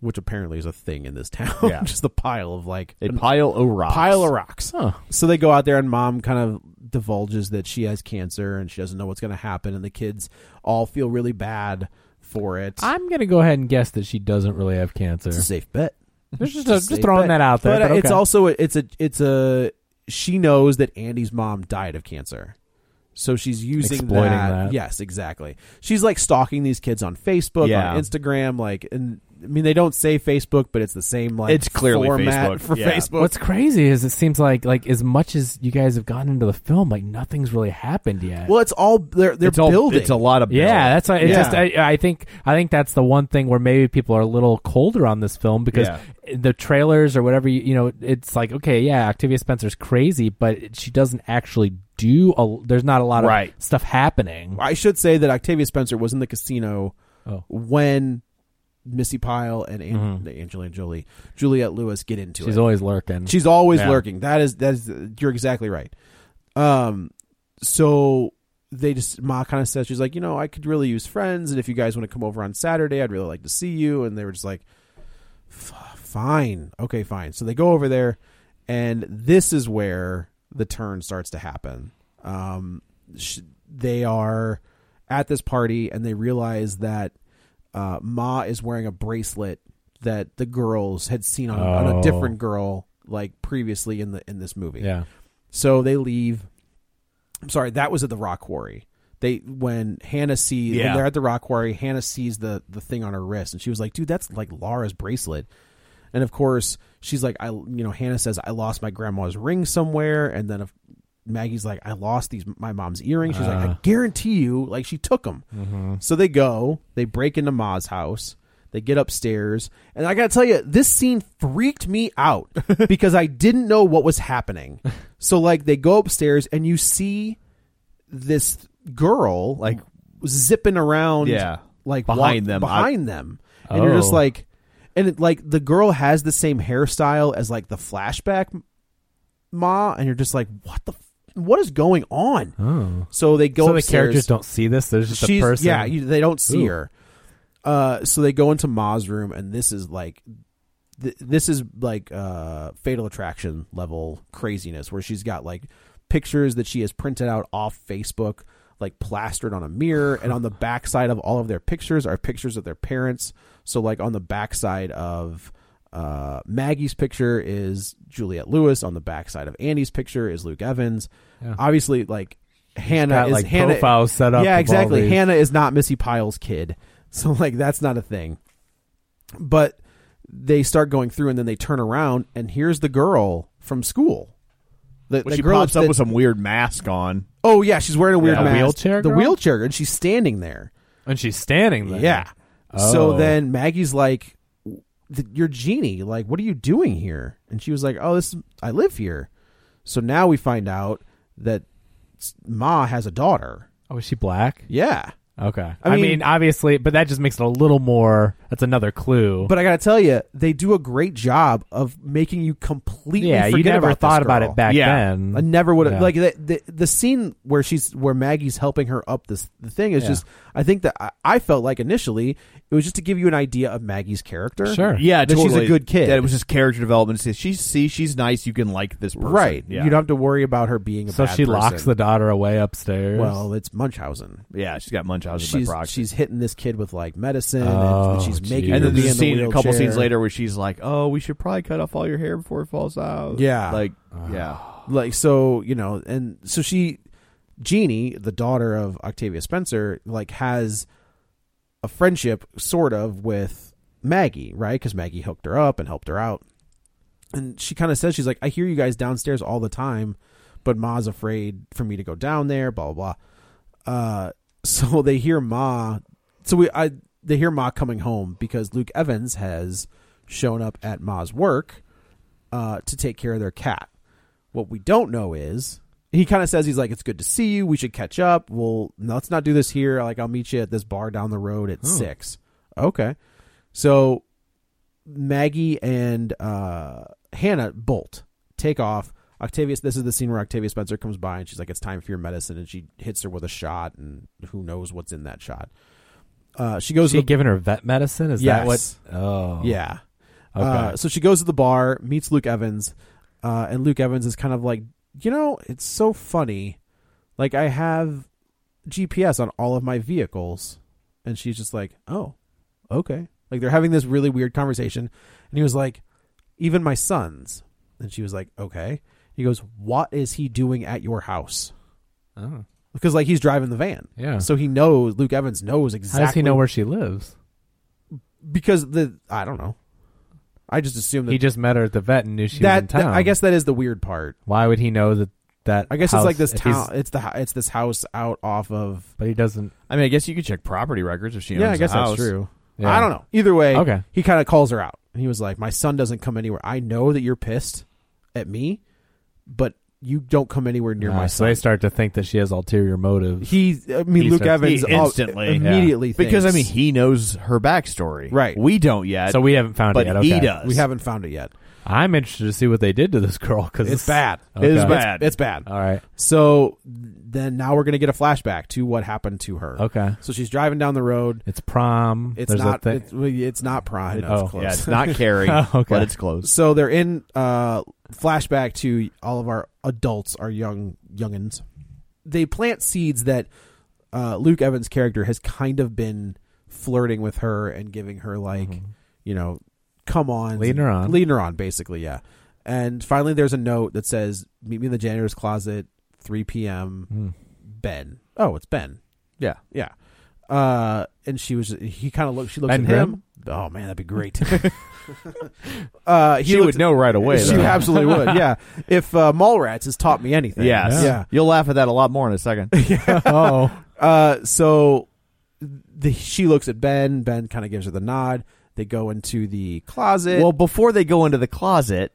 [SPEAKER 1] which apparently is a thing in this town.
[SPEAKER 5] Yeah.
[SPEAKER 1] Just the pile of like
[SPEAKER 5] A pile of rocks.
[SPEAKER 1] pile of rocks.
[SPEAKER 2] Huh.
[SPEAKER 1] So they go out there, and mom kind of divulges that she has cancer and she doesn't know what's going to happen, and the kids all feel really bad for it.
[SPEAKER 2] I'm gonna go ahead and guess that she doesn't really have cancer.
[SPEAKER 1] it's a safe bet.
[SPEAKER 2] There's just,
[SPEAKER 1] It's a
[SPEAKER 2] just
[SPEAKER 1] safe
[SPEAKER 2] throwing
[SPEAKER 1] bet.
[SPEAKER 2] that out there.
[SPEAKER 1] But, uh,
[SPEAKER 2] But,
[SPEAKER 1] it's
[SPEAKER 2] okay.
[SPEAKER 1] also a, it's a it's a she knows that Andy's mom died of cancer. So she's using
[SPEAKER 2] Exploiting that.
[SPEAKER 1] Yes, exactly. She's like stalking these kids on Facebook,
[SPEAKER 5] Yeah.
[SPEAKER 1] on Instagram, like and I mean they don't say Facebook, but it's the same like
[SPEAKER 5] It's clearly
[SPEAKER 1] format
[SPEAKER 5] Facebook,
[SPEAKER 1] for
[SPEAKER 5] yeah.
[SPEAKER 1] Facebook.
[SPEAKER 2] What's crazy is it seems like like as much as you guys have gotten into the film, like nothing's really happened yet.
[SPEAKER 1] well, it's all they're they're
[SPEAKER 5] It's all-
[SPEAKER 1] building.
[SPEAKER 5] It's a lot of building.
[SPEAKER 2] yeah, that's why it
[SPEAKER 1] Yeah.
[SPEAKER 2] just I, I think I think that's the one thing where maybe people are a little colder on this film because
[SPEAKER 5] Yeah.
[SPEAKER 2] the trailers or whatever you, you know it's like okay yeah Octavia Spencer's crazy but she doesn't actually do a, there's not a lot of
[SPEAKER 5] Right.
[SPEAKER 2] stuff happening.
[SPEAKER 1] I should say that Octavia Spencer was in the casino
[SPEAKER 2] Oh. Mm-hmm.
[SPEAKER 1] when Missy Pyle and An- Angelina Jolie, Juliette Lewis get into
[SPEAKER 2] She's
[SPEAKER 1] it.
[SPEAKER 2] always lurking.
[SPEAKER 1] She's always
[SPEAKER 2] Yeah.
[SPEAKER 1] lurking. That is that is you're exactly right. Um so they just Ma kind of says she's like, "You know, I could really use friends and if you guys want to come over on Saturday, I'd really like to see you." And they were just like, "F- "Fine. Okay, fine." So they go over there and this is where the turn starts to happen. Um sh- they are at this party and they realize that uh, Ma is wearing a bracelet that the girls had seen on, on a
[SPEAKER 2] Oh.
[SPEAKER 1] different girl like previously in the in this movie.
[SPEAKER 2] yeah.
[SPEAKER 1] So they leave. I'm sorry, that was at the rock quarry. They when Hannah sees when
[SPEAKER 5] Yeah.
[SPEAKER 1] they're at the rock quarry, Hannah sees the the thing on her wrist, and she was like, "Dude, that's like Lara's bracelet." And of course, she's like, "I you know," Hannah says, "I lost my grandma's ring somewhere," and then if Maggie's like, "I lost these my mom's earrings," she's
[SPEAKER 5] Uh.
[SPEAKER 1] like, "I guarantee you, like she took them."
[SPEAKER 5] Mm-hmm.
[SPEAKER 1] So they go, they break into Ma's house. They get upstairs, and I gotta tell you, this scene freaked me out because I didn't know what was happening. So like, they go upstairs, and you see this girl like zipping around,
[SPEAKER 5] Yeah.
[SPEAKER 1] like
[SPEAKER 5] Behind them.
[SPEAKER 1] behind them, and you're just
[SPEAKER 2] Oh.
[SPEAKER 1] like, and it, like the girl has the same hairstyle as like the flashback ma, and you're just like, what the, f- what is going on?
[SPEAKER 2] Oh.
[SPEAKER 1] So they go
[SPEAKER 2] so
[SPEAKER 1] upstairs
[SPEAKER 2] the characters don't see this. There's just
[SPEAKER 1] she's
[SPEAKER 2] a person.
[SPEAKER 1] yeah you, they don't see
[SPEAKER 2] Ooh.
[SPEAKER 1] her uh so they go into ma's room and this is like th- this is like uh fatal attraction level craziness where she's got like pictures that she has printed out off facebook like plastered on a mirror and on the backside of all of their pictures are pictures of their parents so like on the backside of uh, Maggie's picture is Juliette Lewis. On the backside of Andy's picture is Luke Evans. Obviously, like Hannah
[SPEAKER 2] got,
[SPEAKER 1] is
[SPEAKER 2] like,
[SPEAKER 1] Hannah,
[SPEAKER 2] profiles set up of
[SPEAKER 1] Yeah,
[SPEAKER 2] all
[SPEAKER 1] exactly.
[SPEAKER 2] these.
[SPEAKER 1] Hannah is not Missy Pyle's kid, so like that's not a thing. But they start going through, and then they turn around, and here's the girl from school. The,
[SPEAKER 5] When
[SPEAKER 1] the
[SPEAKER 5] she
[SPEAKER 1] girl
[SPEAKER 5] pops up
[SPEAKER 1] that-
[SPEAKER 5] with some weird mask on.
[SPEAKER 1] oh yeah, she's wearing a weird
[SPEAKER 2] Yeah, a
[SPEAKER 1] mask.
[SPEAKER 2] wheelchair
[SPEAKER 1] the
[SPEAKER 2] girl?
[SPEAKER 1] wheelchair, girl, and she's standing there.
[SPEAKER 2] and she's standing there.
[SPEAKER 1] Yeah. So
[SPEAKER 2] Oh.
[SPEAKER 1] then Maggie's like, "Th- "You're genie. Like, what are you doing here?" And she was like, "Oh, this is, I live here." So now we find out that s- Ma has a daughter.
[SPEAKER 2] Oh, is she black?
[SPEAKER 1] Yeah,
[SPEAKER 2] Okay. I,
[SPEAKER 1] mean-
[SPEAKER 2] mean, obviously, but that just makes it a little more. That's another clue.
[SPEAKER 1] but I gotta tell you, they do a great job of making you completely.
[SPEAKER 2] yeah, you
[SPEAKER 1] forget
[SPEAKER 2] never
[SPEAKER 1] about this
[SPEAKER 2] thought about
[SPEAKER 1] girl.
[SPEAKER 2] it back
[SPEAKER 5] Yeah.
[SPEAKER 2] then.
[SPEAKER 1] I never would have
[SPEAKER 2] Yeah.
[SPEAKER 1] like the, the the scene where she's where Maggie's helping her up this the thing is
[SPEAKER 2] Yeah.
[SPEAKER 1] just I think that I, I felt like initially it was just to give you an idea of Maggie's character.
[SPEAKER 2] Sure.
[SPEAKER 5] Yeah,
[SPEAKER 1] That she's a good kid.
[SPEAKER 5] That it was just character development. See, She see she's nice. You can like this person.
[SPEAKER 1] Right.
[SPEAKER 5] Yeah.
[SPEAKER 1] You don't have to worry about her being a
[SPEAKER 2] So
[SPEAKER 1] bad
[SPEAKER 2] she locks
[SPEAKER 1] person.
[SPEAKER 2] the daughter away upstairs.
[SPEAKER 1] Well, it's Munchausen.
[SPEAKER 5] yeah. She's got Munchausen
[SPEAKER 1] She's
[SPEAKER 5] by proxy.
[SPEAKER 1] she's hitting this kid with like medicine,
[SPEAKER 2] Oh,
[SPEAKER 1] and she's making.
[SPEAKER 2] geez.
[SPEAKER 1] her
[SPEAKER 5] and then
[SPEAKER 1] be
[SPEAKER 5] there's a
[SPEAKER 1] in the
[SPEAKER 5] scene, a couple
[SPEAKER 1] wheelchair.
[SPEAKER 5] scenes later, where she's like, "Oh, we should probably cut off all your hair before it falls out."
[SPEAKER 1] Yeah.
[SPEAKER 5] Like,
[SPEAKER 1] Ah.
[SPEAKER 5] yeah.
[SPEAKER 1] like so you know, and so she, Jeannie, the daughter of Octavia Spencer, like has a friendship sort of with Maggie, right? Because Maggie hooked her up and helped her out, and she kind of says she's like, "I hear you guys downstairs all the time, but Ma's afraid for me to go down there." Blah blah. blah. Uh, So they hear Ma. So we I they hear Ma coming home because Luke Evans has shown up at Ma's work uh, to take care of their cat. What we don't know is he kind of says he's like, "It's good to see you. We should catch up. Well, no, let's not do this here. Like, I'll meet you at this bar down the road at six. Okay. So Maggie and uh, Hannah bolt, take off. Octavius, this is the scene where Octavia Spencer comes by and she's like, "It's time for your medicine," and she hits her with a shot, and who knows what's in that shot. Uh, she goes.
[SPEAKER 2] She
[SPEAKER 1] to the-
[SPEAKER 2] giving her vet medicine? Is
[SPEAKER 1] Yes.
[SPEAKER 2] that what? Oh,
[SPEAKER 1] yeah.
[SPEAKER 2] Okay.
[SPEAKER 1] Uh, so she goes to the bar, meets Luke Evans, uh, and Luke Evans is kind of like, you know, it's so funny. Like I have GPS on all of my vehicles, and she's just like, oh, okay. Like they're having this really weird conversation, and he was like, even my sons, and she was like, okay. He goes, what is he doing at your house?
[SPEAKER 2] Oh.
[SPEAKER 1] Because like he's driving the van,
[SPEAKER 2] Yeah.
[SPEAKER 1] So he knows Luke Evans knows
[SPEAKER 2] How
[SPEAKER 1] exactly
[SPEAKER 2] does he know where she lives?
[SPEAKER 1] because the I don't know. I just assumed that
[SPEAKER 2] He just met her at the vet and knew she was in
[SPEAKER 1] that,
[SPEAKER 2] town.
[SPEAKER 1] that- I guess that is the weird part.
[SPEAKER 2] Why would he know that? That
[SPEAKER 1] I guess
[SPEAKER 2] house-
[SPEAKER 1] it's like this
[SPEAKER 2] if he's-
[SPEAKER 1] town. It's the hou- it's this house out off of.
[SPEAKER 2] but he doesn't.
[SPEAKER 3] I mean, I guess you could check property records if she owns
[SPEAKER 1] Yeah, I guess
[SPEAKER 3] the house.
[SPEAKER 1] that's true.
[SPEAKER 2] Yeah.
[SPEAKER 1] I don't know. Either way,
[SPEAKER 2] Okay.
[SPEAKER 1] He kind of calls her out, and he was like, "My son doesn't come anywhere. I know that you're pissed at me, but you don't come anywhere near
[SPEAKER 2] Ah,
[SPEAKER 1] my
[SPEAKER 2] so
[SPEAKER 1] son."
[SPEAKER 2] they start to think that she has ulterior motives.
[SPEAKER 1] he, I mean,
[SPEAKER 2] He
[SPEAKER 1] Luke
[SPEAKER 2] starts-
[SPEAKER 1] Evans
[SPEAKER 3] he
[SPEAKER 1] all-
[SPEAKER 3] instantly,
[SPEAKER 1] immediately
[SPEAKER 3] Because I mean,
[SPEAKER 1] thinks-
[SPEAKER 3] he knows her backstory,
[SPEAKER 1] Right.
[SPEAKER 3] We don't yet,
[SPEAKER 2] so we haven't found
[SPEAKER 3] but
[SPEAKER 2] it yet. Okay.
[SPEAKER 3] he does.
[SPEAKER 1] we haven't found it yet.
[SPEAKER 2] I'm interested to see what they did to this girl because
[SPEAKER 1] It's bad.
[SPEAKER 2] Okay. Uh,
[SPEAKER 3] It is
[SPEAKER 1] It's-
[SPEAKER 3] bad.
[SPEAKER 1] It's, bad.
[SPEAKER 2] All right.
[SPEAKER 1] So then now we're gonna get a flashback to what happened to her.
[SPEAKER 2] Okay.
[SPEAKER 1] So she's driving down the road.
[SPEAKER 2] It's prom.
[SPEAKER 1] It's
[SPEAKER 2] There's a
[SPEAKER 1] not.
[SPEAKER 2] thing-
[SPEAKER 1] It's, well, it's not prime.
[SPEAKER 2] Oh,
[SPEAKER 1] close.
[SPEAKER 3] Yeah, it's not Carrie,
[SPEAKER 2] Oh, okay.
[SPEAKER 3] but it's close.
[SPEAKER 1] so they're in uh, flashback to all of our adults, our young youngins. They plant seeds that uh, Luke Evans' character has kind of been flirting with her and giving her like, you know, come on,
[SPEAKER 2] Mm-hmm. Leading her on.
[SPEAKER 1] leading her on, basically, yeah. And finally, there's a note that says, "Meet me in the janitor's closet, 3 p.m.
[SPEAKER 2] Hmm.
[SPEAKER 1] Ben." Oh, it's Ben.
[SPEAKER 3] Yeah.
[SPEAKER 1] Yeah. Uh, and she was. He kind of looked. She looks
[SPEAKER 2] Ben
[SPEAKER 1] at him. Oh man, that'd be great. uh, he
[SPEAKER 3] She
[SPEAKER 1] looked-
[SPEAKER 3] would know right away.
[SPEAKER 1] She
[SPEAKER 3] though.
[SPEAKER 1] absolutely would. Yeah. If uh, Mallrats has taught me anything.
[SPEAKER 3] Yes.
[SPEAKER 1] Yeah.
[SPEAKER 3] You'll laugh at that a lot more in a second.
[SPEAKER 2] oh,
[SPEAKER 1] Uh, so the, she looks at Ben. Ben kind of gives her the nod. They go into the closet.
[SPEAKER 3] well, before they go into the closet,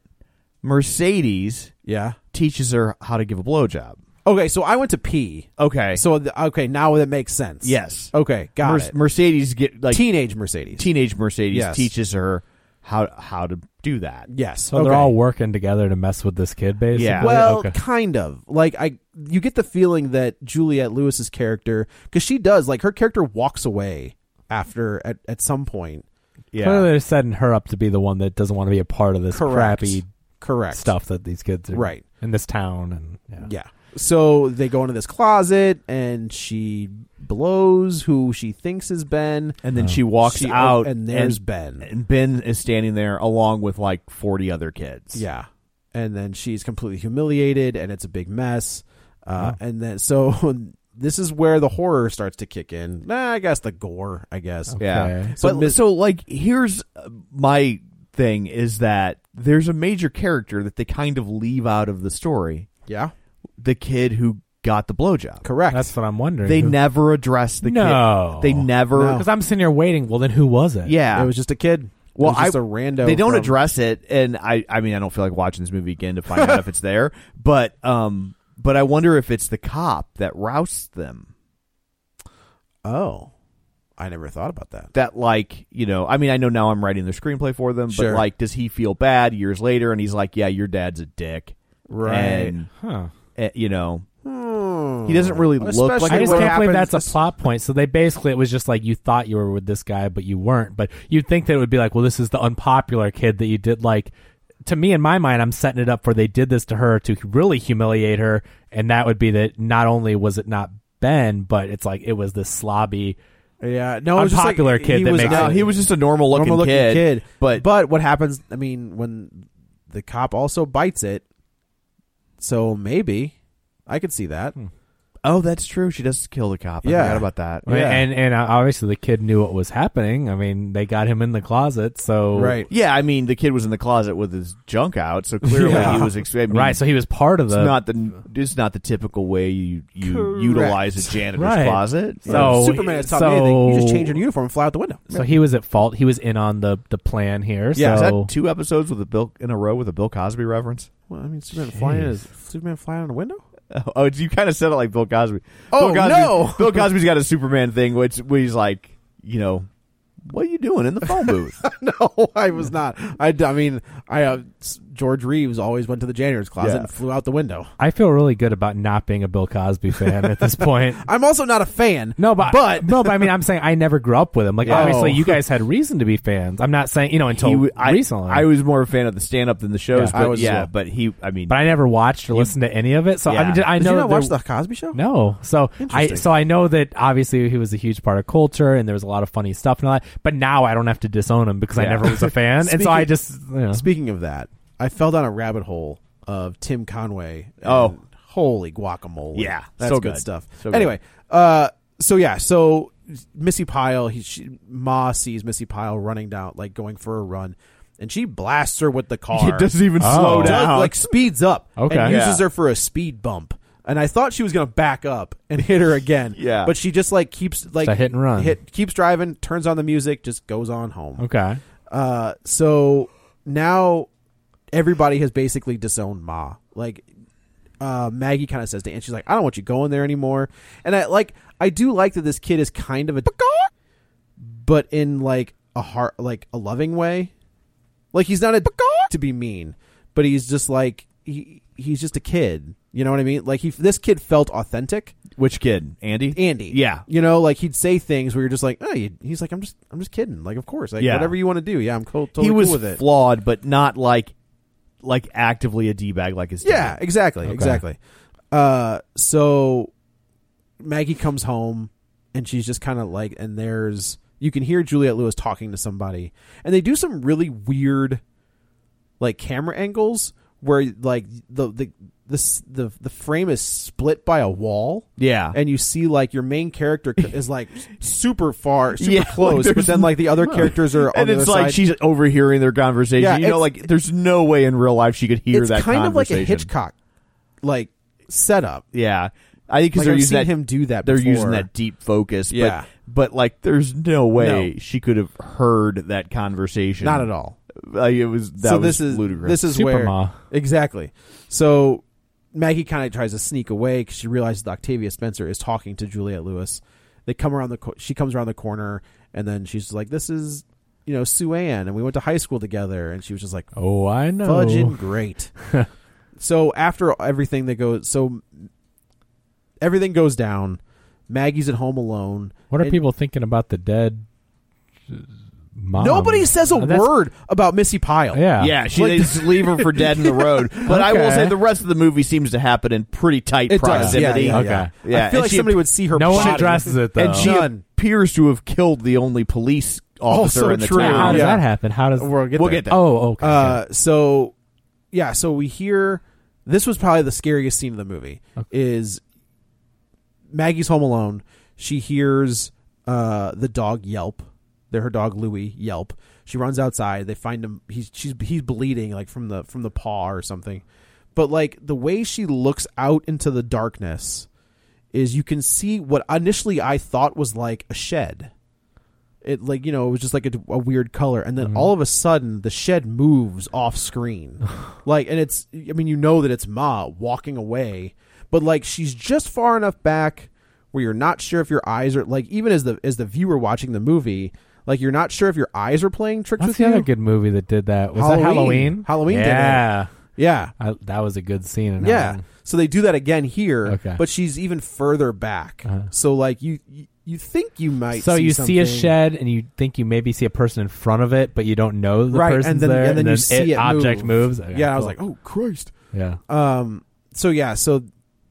[SPEAKER 3] Mercedes
[SPEAKER 1] yeah.
[SPEAKER 3] teaches her how to give a blowjob.
[SPEAKER 1] Okay. So I went to pee.
[SPEAKER 3] Okay.
[SPEAKER 1] So the, okay, now that makes sense.
[SPEAKER 3] Yes.
[SPEAKER 1] Okay. Got
[SPEAKER 3] Mer-
[SPEAKER 1] it.
[SPEAKER 3] Mercedes get like
[SPEAKER 1] Teenage Mercedes.
[SPEAKER 3] teenage Mercedes
[SPEAKER 1] Yes.
[SPEAKER 3] teaches her how how to do that.
[SPEAKER 1] yes.
[SPEAKER 2] so
[SPEAKER 1] okay.
[SPEAKER 2] they're all working together to mess with this kid, basically.
[SPEAKER 3] Yeah.
[SPEAKER 1] Well,
[SPEAKER 2] Okay.
[SPEAKER 1] kind of. Like I you get the feeling that Juliet Lewis's character cuz she does like her character walks away after at, at some point.
[SPEAKER 3] Yeah.
[SPEAKER 2] Clearly, they're setting her up to be the one that doesn't want to be a part of this
[SPEAKER 1] Correct.
[SPEAKER 2] crappy
[SPEAKER 1] Correct.
[SPEAKER 2] stuff that these kids are
[SPEAKER 1] Right.
[SPEAKER 2] in this town. And yeah,
[SPEAKER 1] Yeah. So they go into this closet and she blows who she thinks is Ben.
[SPEAKER 3] And then she walks
[SPEAKER 1] She- oh,
[SPEAKER 3] out,
[SPEAKER 1] and there's Ben.
[SPEAKER 3] And Ben is standing there along with like forty other kids.
[SPEAKER 1] Yeah. And then she's completely humiliated and it's a big mess. Uh, And then so this is where the horror starts to kick in. Nah, I guess the gore, I guess.
[SPEAKER 3] Yeah.
[SPEAKER 2] Okay.
[SPEAKER 1] So
[SPEAKER 3] but
[SPEAKER 1] Miss-
[SPEAKER 3] so like here's uh, my thing is that there's a major character that they kind of leave out of the story.
[SPEAKER 1] Yeah.
[SPEAKER 3] The kid who got the blowjob.
[SPEAKER 1] Correct.
[SPEAKER 2] that's what I'm wondering.
[SPEAKER 3] They never address the
[SPEAKER 2] No.
[SPEAKER 3] kid. They never
[SPEAKER 1] No.
[SPEAKER 2] because I'm sitting here waiting. Well, then who was it?
[SPEAKER 3] Yeah.
[SPEAKER 1] It was just a kid.
[SPEAKER 3] well,
[SPEAKER 1] it was just
[SPEAKER 3] I-
[SPEAKER 1] a rando.
[SPEAKER 3] They don't
[SPEAKER 1] from-
[SPEAKER 3] address it, and I, I mean, I don't feel like watching this movie again to find out if it's there. But, um, but I wonder if it's the cop that roused them.
[SPEAKER 1] Oh, I never thought about that.
[SPEAKER 3] That, like, you know, I mean, I know now I'm writing the screenplay for them,
[SPEAKER 1] Sure.
[SPEAKER 3] but like, does he feel bad years later? And he's like, "Yeah, your dad's a dick," And,
[SPEAKER 2] Huh.
[SPEAKER 3] eh, you know,
[SPEAKER 1] Hmm.
[SPEAKER 3] he doesn't really look
[SPEAKER 1] Especially
[SPEAKER 3] like
[SPEAKER 2] I
[SPEAKER 3] a
[SPEAKER 2] just
[SPEAKER 1] what
[SPEAKER 2] can't believe
[SPEAKER 1] happens-
[SPEAKER 2] that's a plot point. So they basically it was just like you thought you were with this guy, but you weren't. But you'd think that it would be like, well, this is the unpopular kid that you did like. To me, in my mind, I'm setting it up for they did this to her to really humiliate her, and that would be that. Not only was it not Ben, but it's like it was this slobby.
[SPEAKER 1] Yeah, no, it was just
[SPEAKER 2] unpopular
[SPEAKER 1] like,
[SPEAKER 2] kid
[SPEAKER 1] he
[SPEAKER 2] that
[SPEAKER 1] was
[SPEAKER 2] makes
[SPEAKER 1] not-
[SPEAKER 2] it-
[SPEAKER 3] he was just a normal looking,
[SPEAKER 1] normal looking
[SPEAKER 3] kid,
[SPEAKER 1] kid,
[SPEAKER 3] but
[SPEAKER 1] but what happens? I mean, when the cop also bites it, so maybe I could see that.
[SPEAKER 3] Oh, that's true. She does kill the cop. I
[SPEAKER 1] Yeah.
[SPEAKER 3] forgot about that.
[SPEAKER 2] I mean, And and uh, obviously the kid knew what was happening. I mean, they got him in the closet, so
[SPEAKER 1] Right.
[SPEAKER 3] Yeah, I mean, the kid was in the closet with his junk out, so clearly
[SPEAKER 2] Yeah.
[SPEAKER 3] he was ex- I mean,
[SPEAKER 2] right. So he was part of
[SPEAKER 3] it's
[SPEAKER 2] the
[SPEAKER 3] not the it's not the typical way you you utilize a janitor's
[SPEAKER 2] Right.
[SPEAKER 3] closet.
[SPEAKER 2] So
[SPEAKER 1] Superman has taught
[SPEAKER 2] so,
[SPEAKER 1] me anything. You just change your uniform and fly out the window.
[SPEAKER 2] So he was at fault. He was in on the the plan here.
[SPEAKER 3] yeah, is
[SPEAKER 2] so
[SPEAKER 3] that two episodes with a Bill in a row with a Bill Cosby reference?
[SPEAKER 1] Well, I mean, Superman flying is Superman flying on a window.
[SPEAKER 3] Oh, Oh, you kind of said it like Bill Cosby.
[SPEAKER 1] Oh,
[SPEAKER 3] Bill Cosby,
[SPEAKER 1] no.
[SPEAKER 3] Bill Cosby's got a Superman thing, which where he's like, you know, what are you doing in the phone booth?
[SPEAKER 1] no, I was not. I, d- I mean, I uh, s- George Reeves always went to the janitor's closet
[SPEAKER 3] Yeah.
[SPEAKER 1] and flew out the window.
[SPEAKER 2] I feel really good about not being a Bill Cosby fan at this point.
[SPEAKER 1] I'm also not a fan.
[SPEAKER 2] No, but,
[SPEAKER 1] but
[SPEAKER 2] no, but I mean, I'm saying I never grew up with him. Like,
[SPEAKER 1] Yeah.
[SPEAKER 2] obviously,
[SPEAKER 1] Oh.
[SPEAKER 2] you guys had reason to be fans. I'm not saying you know until
[SPEAKER 3] He w- I,
[SPEAKER 2] recently.
[SPEAKER 3] I was more a fan of the stand up than the shows,
[SPEAKER 1] Yeah, I
[SPEAKER 3] but
[SPEAKER 1] was as
[SPEAKER 3] yeah,
[SPEAKER 1] well.
[SPEAKER 3] but he, I mean,
[SPEAKER 2] but I never watched or listened to any of it. So I
[SPEAKER 3] Yeah.
[SPEAKER 2] mean, I
[SPEAKER 1] Did
[SPEAKER 2] know
[SPEAKER 1] you
[SPEAKER 2] that
[SPEAKER 1] not watch
[SPEAKER 2] there-
[SPEAKER 1] the Cosby Show?
[SPEAKER 2] No, so I
[SPEAKER 1] Interesting.
[SPEAKER 2] so I know that obviously he was a huge part of culture and there was a lot of funny stuff and all that. But now I don't have to disown him because I
[SPEAKER 3] Yeah.
[SPEAKER 2] never was a fan, and so
[SPEAKER 1] Speaking-
[SPEAKER 2] I just you know.
[SPEAKER 1] Speaking of that, I fell down a rabbit hole of Tim Conway. and
[SPEAKER 3] Oh.
[SPEAKER 1] holy guacamole!
[SPEAKER 3] Yeah,
[SPEAKER 1] that's
[SPEAKER 3] so
[SPEAKER 1] good,
[SPEAKER 3] good.
[SPEAKER 1] stuff.
[SPEAKER 3] So good.
[SPEAKER 1] anyway, uh, so yeah, so Missy Pyle, he she, Ma sees Missy Pyle running down, like going for a run, and she blasts her with the car.
[SPEAKER 3] it doesn't even slow
[SPEAKER 1] Does-
[SPEAKER 3] down.
[SPEAKER 1] like speeds up.
[SPEAKER 2] Okay.
[SPEAKER 1] and uses
[SPEAKER 3] Yeah.
[SPEAKER 1] her for a speed bump. And I thought she was gonna back up and hit her again.
[SPEAKER 3] Yeah.
[SPEAKER 1] but she just like keeps like
[SPEAKER 2] a hit and run.
[SPEAKER 1] Hit keeps driving, turns on the music, just goes on home.
[SPEAKER 2] Okay.
[SPEAKER 1] Uh, so now everybody has basically disowned Ma. Like uh, Maggie kind of says to Anne, she's like, "I don't want you going there anymore." And I like, I do like that this kid is kind of a, but in like a heart, like a loving way. Like he's not a to be mean, but he's just like he he's just a kid. You know what I mean? Like he this kid felt authentic.
[SPEAKER 3] Which kid, Andy?
[SPEAKER 1] Andy.
[SPEAKER 3] Yeah.
[SPEAKER 1] You know, like he'd say things where you're just like, oh, you, he's like, I'm just, I'm just kidding. Like, of course, like
[SPEAKER 3] Yeah.
[SPEAKER 1] whatever you want to do. Yeah, I'm cool. Totally
[SPEAKER 3] he was
[SPEAKER 1] cool with it.
[SPEAKER 3] flawed, but not like like actively a d bag like his dad.
[SPEAKER 1] yeah, exactly, exactly. Uh, so Maggie comes home and she's just kind of like, and there's you can hear Juliette Lewis talking to somebody, and they do some really weird, like camera angles where like the the the s- the, the frame is split by a wall.
[SPEAKER 3] Yeah.
[SPEAKER 1] and you see like your main character c- is like super far, super
[SPEAKER 3] Yeah, like,
[SPEAKER 1] close, but
[SPEAKER 3] there's-
[SPEAKER 1] then like the other characters are on
[SPEAKER 3] and
[SPEAKER 1] the
[SPEAKER 3] it's
[SPEAKER 1] other
[SPEAKER 3] like
[SPEAKER 1] side.
[SPEAKER 3] she's overhearing their conversation.
[SPEAKER 1] Yeah,
[SPEAKER 3] you know,
[SPEAKER 1] it's-
[SPEAKER 3] like there's no way in real life she could hear
[SPEAKER 1] it's
[SPEAKER 3] that
[SPEAKER 1] kind of like a
[SPEAKER 3] conversation.
[SPEAKER 1] Hitchcock like setup.
[SPEAKER 3] Yeah, I think because
[SPEAKER 1] Like,
[SPEAKER 3] they're
[SPEAKER 1] I've
[SPEAKER 3] using
[SPEAKER 1] seen
[SPEAKER 3] that,
[SPEAKER 1] him do that
[SPEAKER 3] They're
[SPEAKER 1] before.
[SPEAKER 3] using that deep focus.
[SPEAKER 1] Yeah.
[SPEAKER 3] but, but like, there's no way she could have heard that conversation.
[SPEAKER 1] Not at all.
[SPEAKER 3] Like, it was that
[SPEAKER 1] so
[SPEAKER 3] was
[SPEAKER 1] this is
[SPEAKER 3] ludicrous.
[SPEAKER 1] this is
[SPEAKER 2] Super
[SPEAKER 1] where
[SPEAKER 2] Ma.
[SPEAKER 1] exactly. So Maggie kind of tries to sneak away because she realizes that Octavia Spencer is talking to Juliet Lewis. They come around the co- she comes around the corner and then she's like, "This is you know Sue Ann and we went to high school together." And she was just like,
[SPEAKER 2] Oh, I know.
[SPEAKER 1] fudging great. so after everything that goes, so everything goes down. Maggie's at home alone.
[SPEAKER 2] What are
[SPEAKER 1] And
[SPEAKER 2] people thinking about the dead uh, mom?
[SPEAKER 1] Nobody says a
[SPEAKER 2] That's-
[SPEAKER 1] word about Missy Pyle.
[SPEAKER 2] Yeah.
[SPEAKER 3] yeah, she they just leave her for dead in the road. But I will
[SPEAKER 2] Okay.
[SPEAKER 3] say the rest of the movie seems to happen in pretty tight
[SPEAKER 1] it does. Yeah,
[SPEAKER 3] proximity.
[SPEAKER 1] yeah,
[SPEAKER 2] Okay.
[SPEAKER 1] yeah.
[SPEAKER 3] Yeah,
[SPEAKER 1] I feel
[SPEAKER 3] and
[SPEAKER 1] like
[SPEAKER 3] she-
[SPEAKER 1] somebody would see her.
[SPEAKER 2] No one
[SPEAKER 1] body.
[SPEAKER 2] addresses it though.
[SPEAKER 3] And she
[SPEAKER 1] None.
[SPEAKER 3] appears to have killed the only police officer
[SPEAKER 1] Also
[SPEAKER 3] in the
[SPEAKER 1] true.
[SPEAKER 2] Now, how
[SPEAKER 3] town.
[SPEAKER 2] does
[SPEAKER 1] Yeah.
[SPEAKER 2] that happen? How does
[SPEAKER 1] We'll get
[SPEAKER 3] We'll
[SPEAKER 1] there.
[SPEAKER 3] get there.
[SPEAKER 2] Oh, okay.
[SPEAKER 1] Uh, so yeah, so we hear this was probably the scariest scene of the movie is Maggie's home alone. She hears uh, the dog yelp. They're her dog Louie yelp. She runs outside. They find him. He's she's he's bleeding like from the from the paw or something. But like the way she looks out into the darkness is you can see what initially I thought was like a shed it like you know it was just like a, a weird color and then
[SPEAKER 2] Mm-hmm.
[SPEAKER 1] all of a sudden the shed moves off screen like and it's i mean you know that it's ma walking away but like she's just far enough back where you're not sure if your eyes are like even as the as the viewer watching the movie like you're not sure if your eyes are playing tricks
[SPEAKER 2] What's
[SPEAKER 1] with
[SPEAKER 2] the
[SPEAKER 1] you
[SPEAKER 2] other good movie that did that? Was that
[SPEAKER 1] Halloween.
[SPEAKER 2] Halloween?
[SPEAKER 1] Halloween did
[SPEAKER 2] Yeah.
[SPEAKER 1] yeah
[SPEAKER 2] I, that was a good scene. In
[SPEAKER 1] yeah
[SPEAKER 2] Halloween.
[SPEAKER 1] so they do that again here
[SPEAKER 2] Okay. Uh-huh.
[SPEAKER 1] but she's even further back so like you you- you think you might
[SPEAKER 2] So
[SPEAKER 1] see
[SPEAKER 2] you see a
[SPEAKER 1] something.
[SPEAKER 2] shed and you think you maybe see a person in front of it, but you don't know the
[SPEAKER 1] right
[SPEAKER 2] person's
[SPEAKER 1] and then,
[SPEAKER 2] there.
[SPEAKER 1] and then you see it
[SPEAKER 2] object
[SPEAKER 1] move.
[SPEAKER 2] moves. Okay,
[SPEAKER 1] yeah i was
[SPEAKER 2] cool.
[SPEAKER 1] like oh christ
[SPEAKER 2] yeah.
[SPEAKER 1] Um. So yeah. So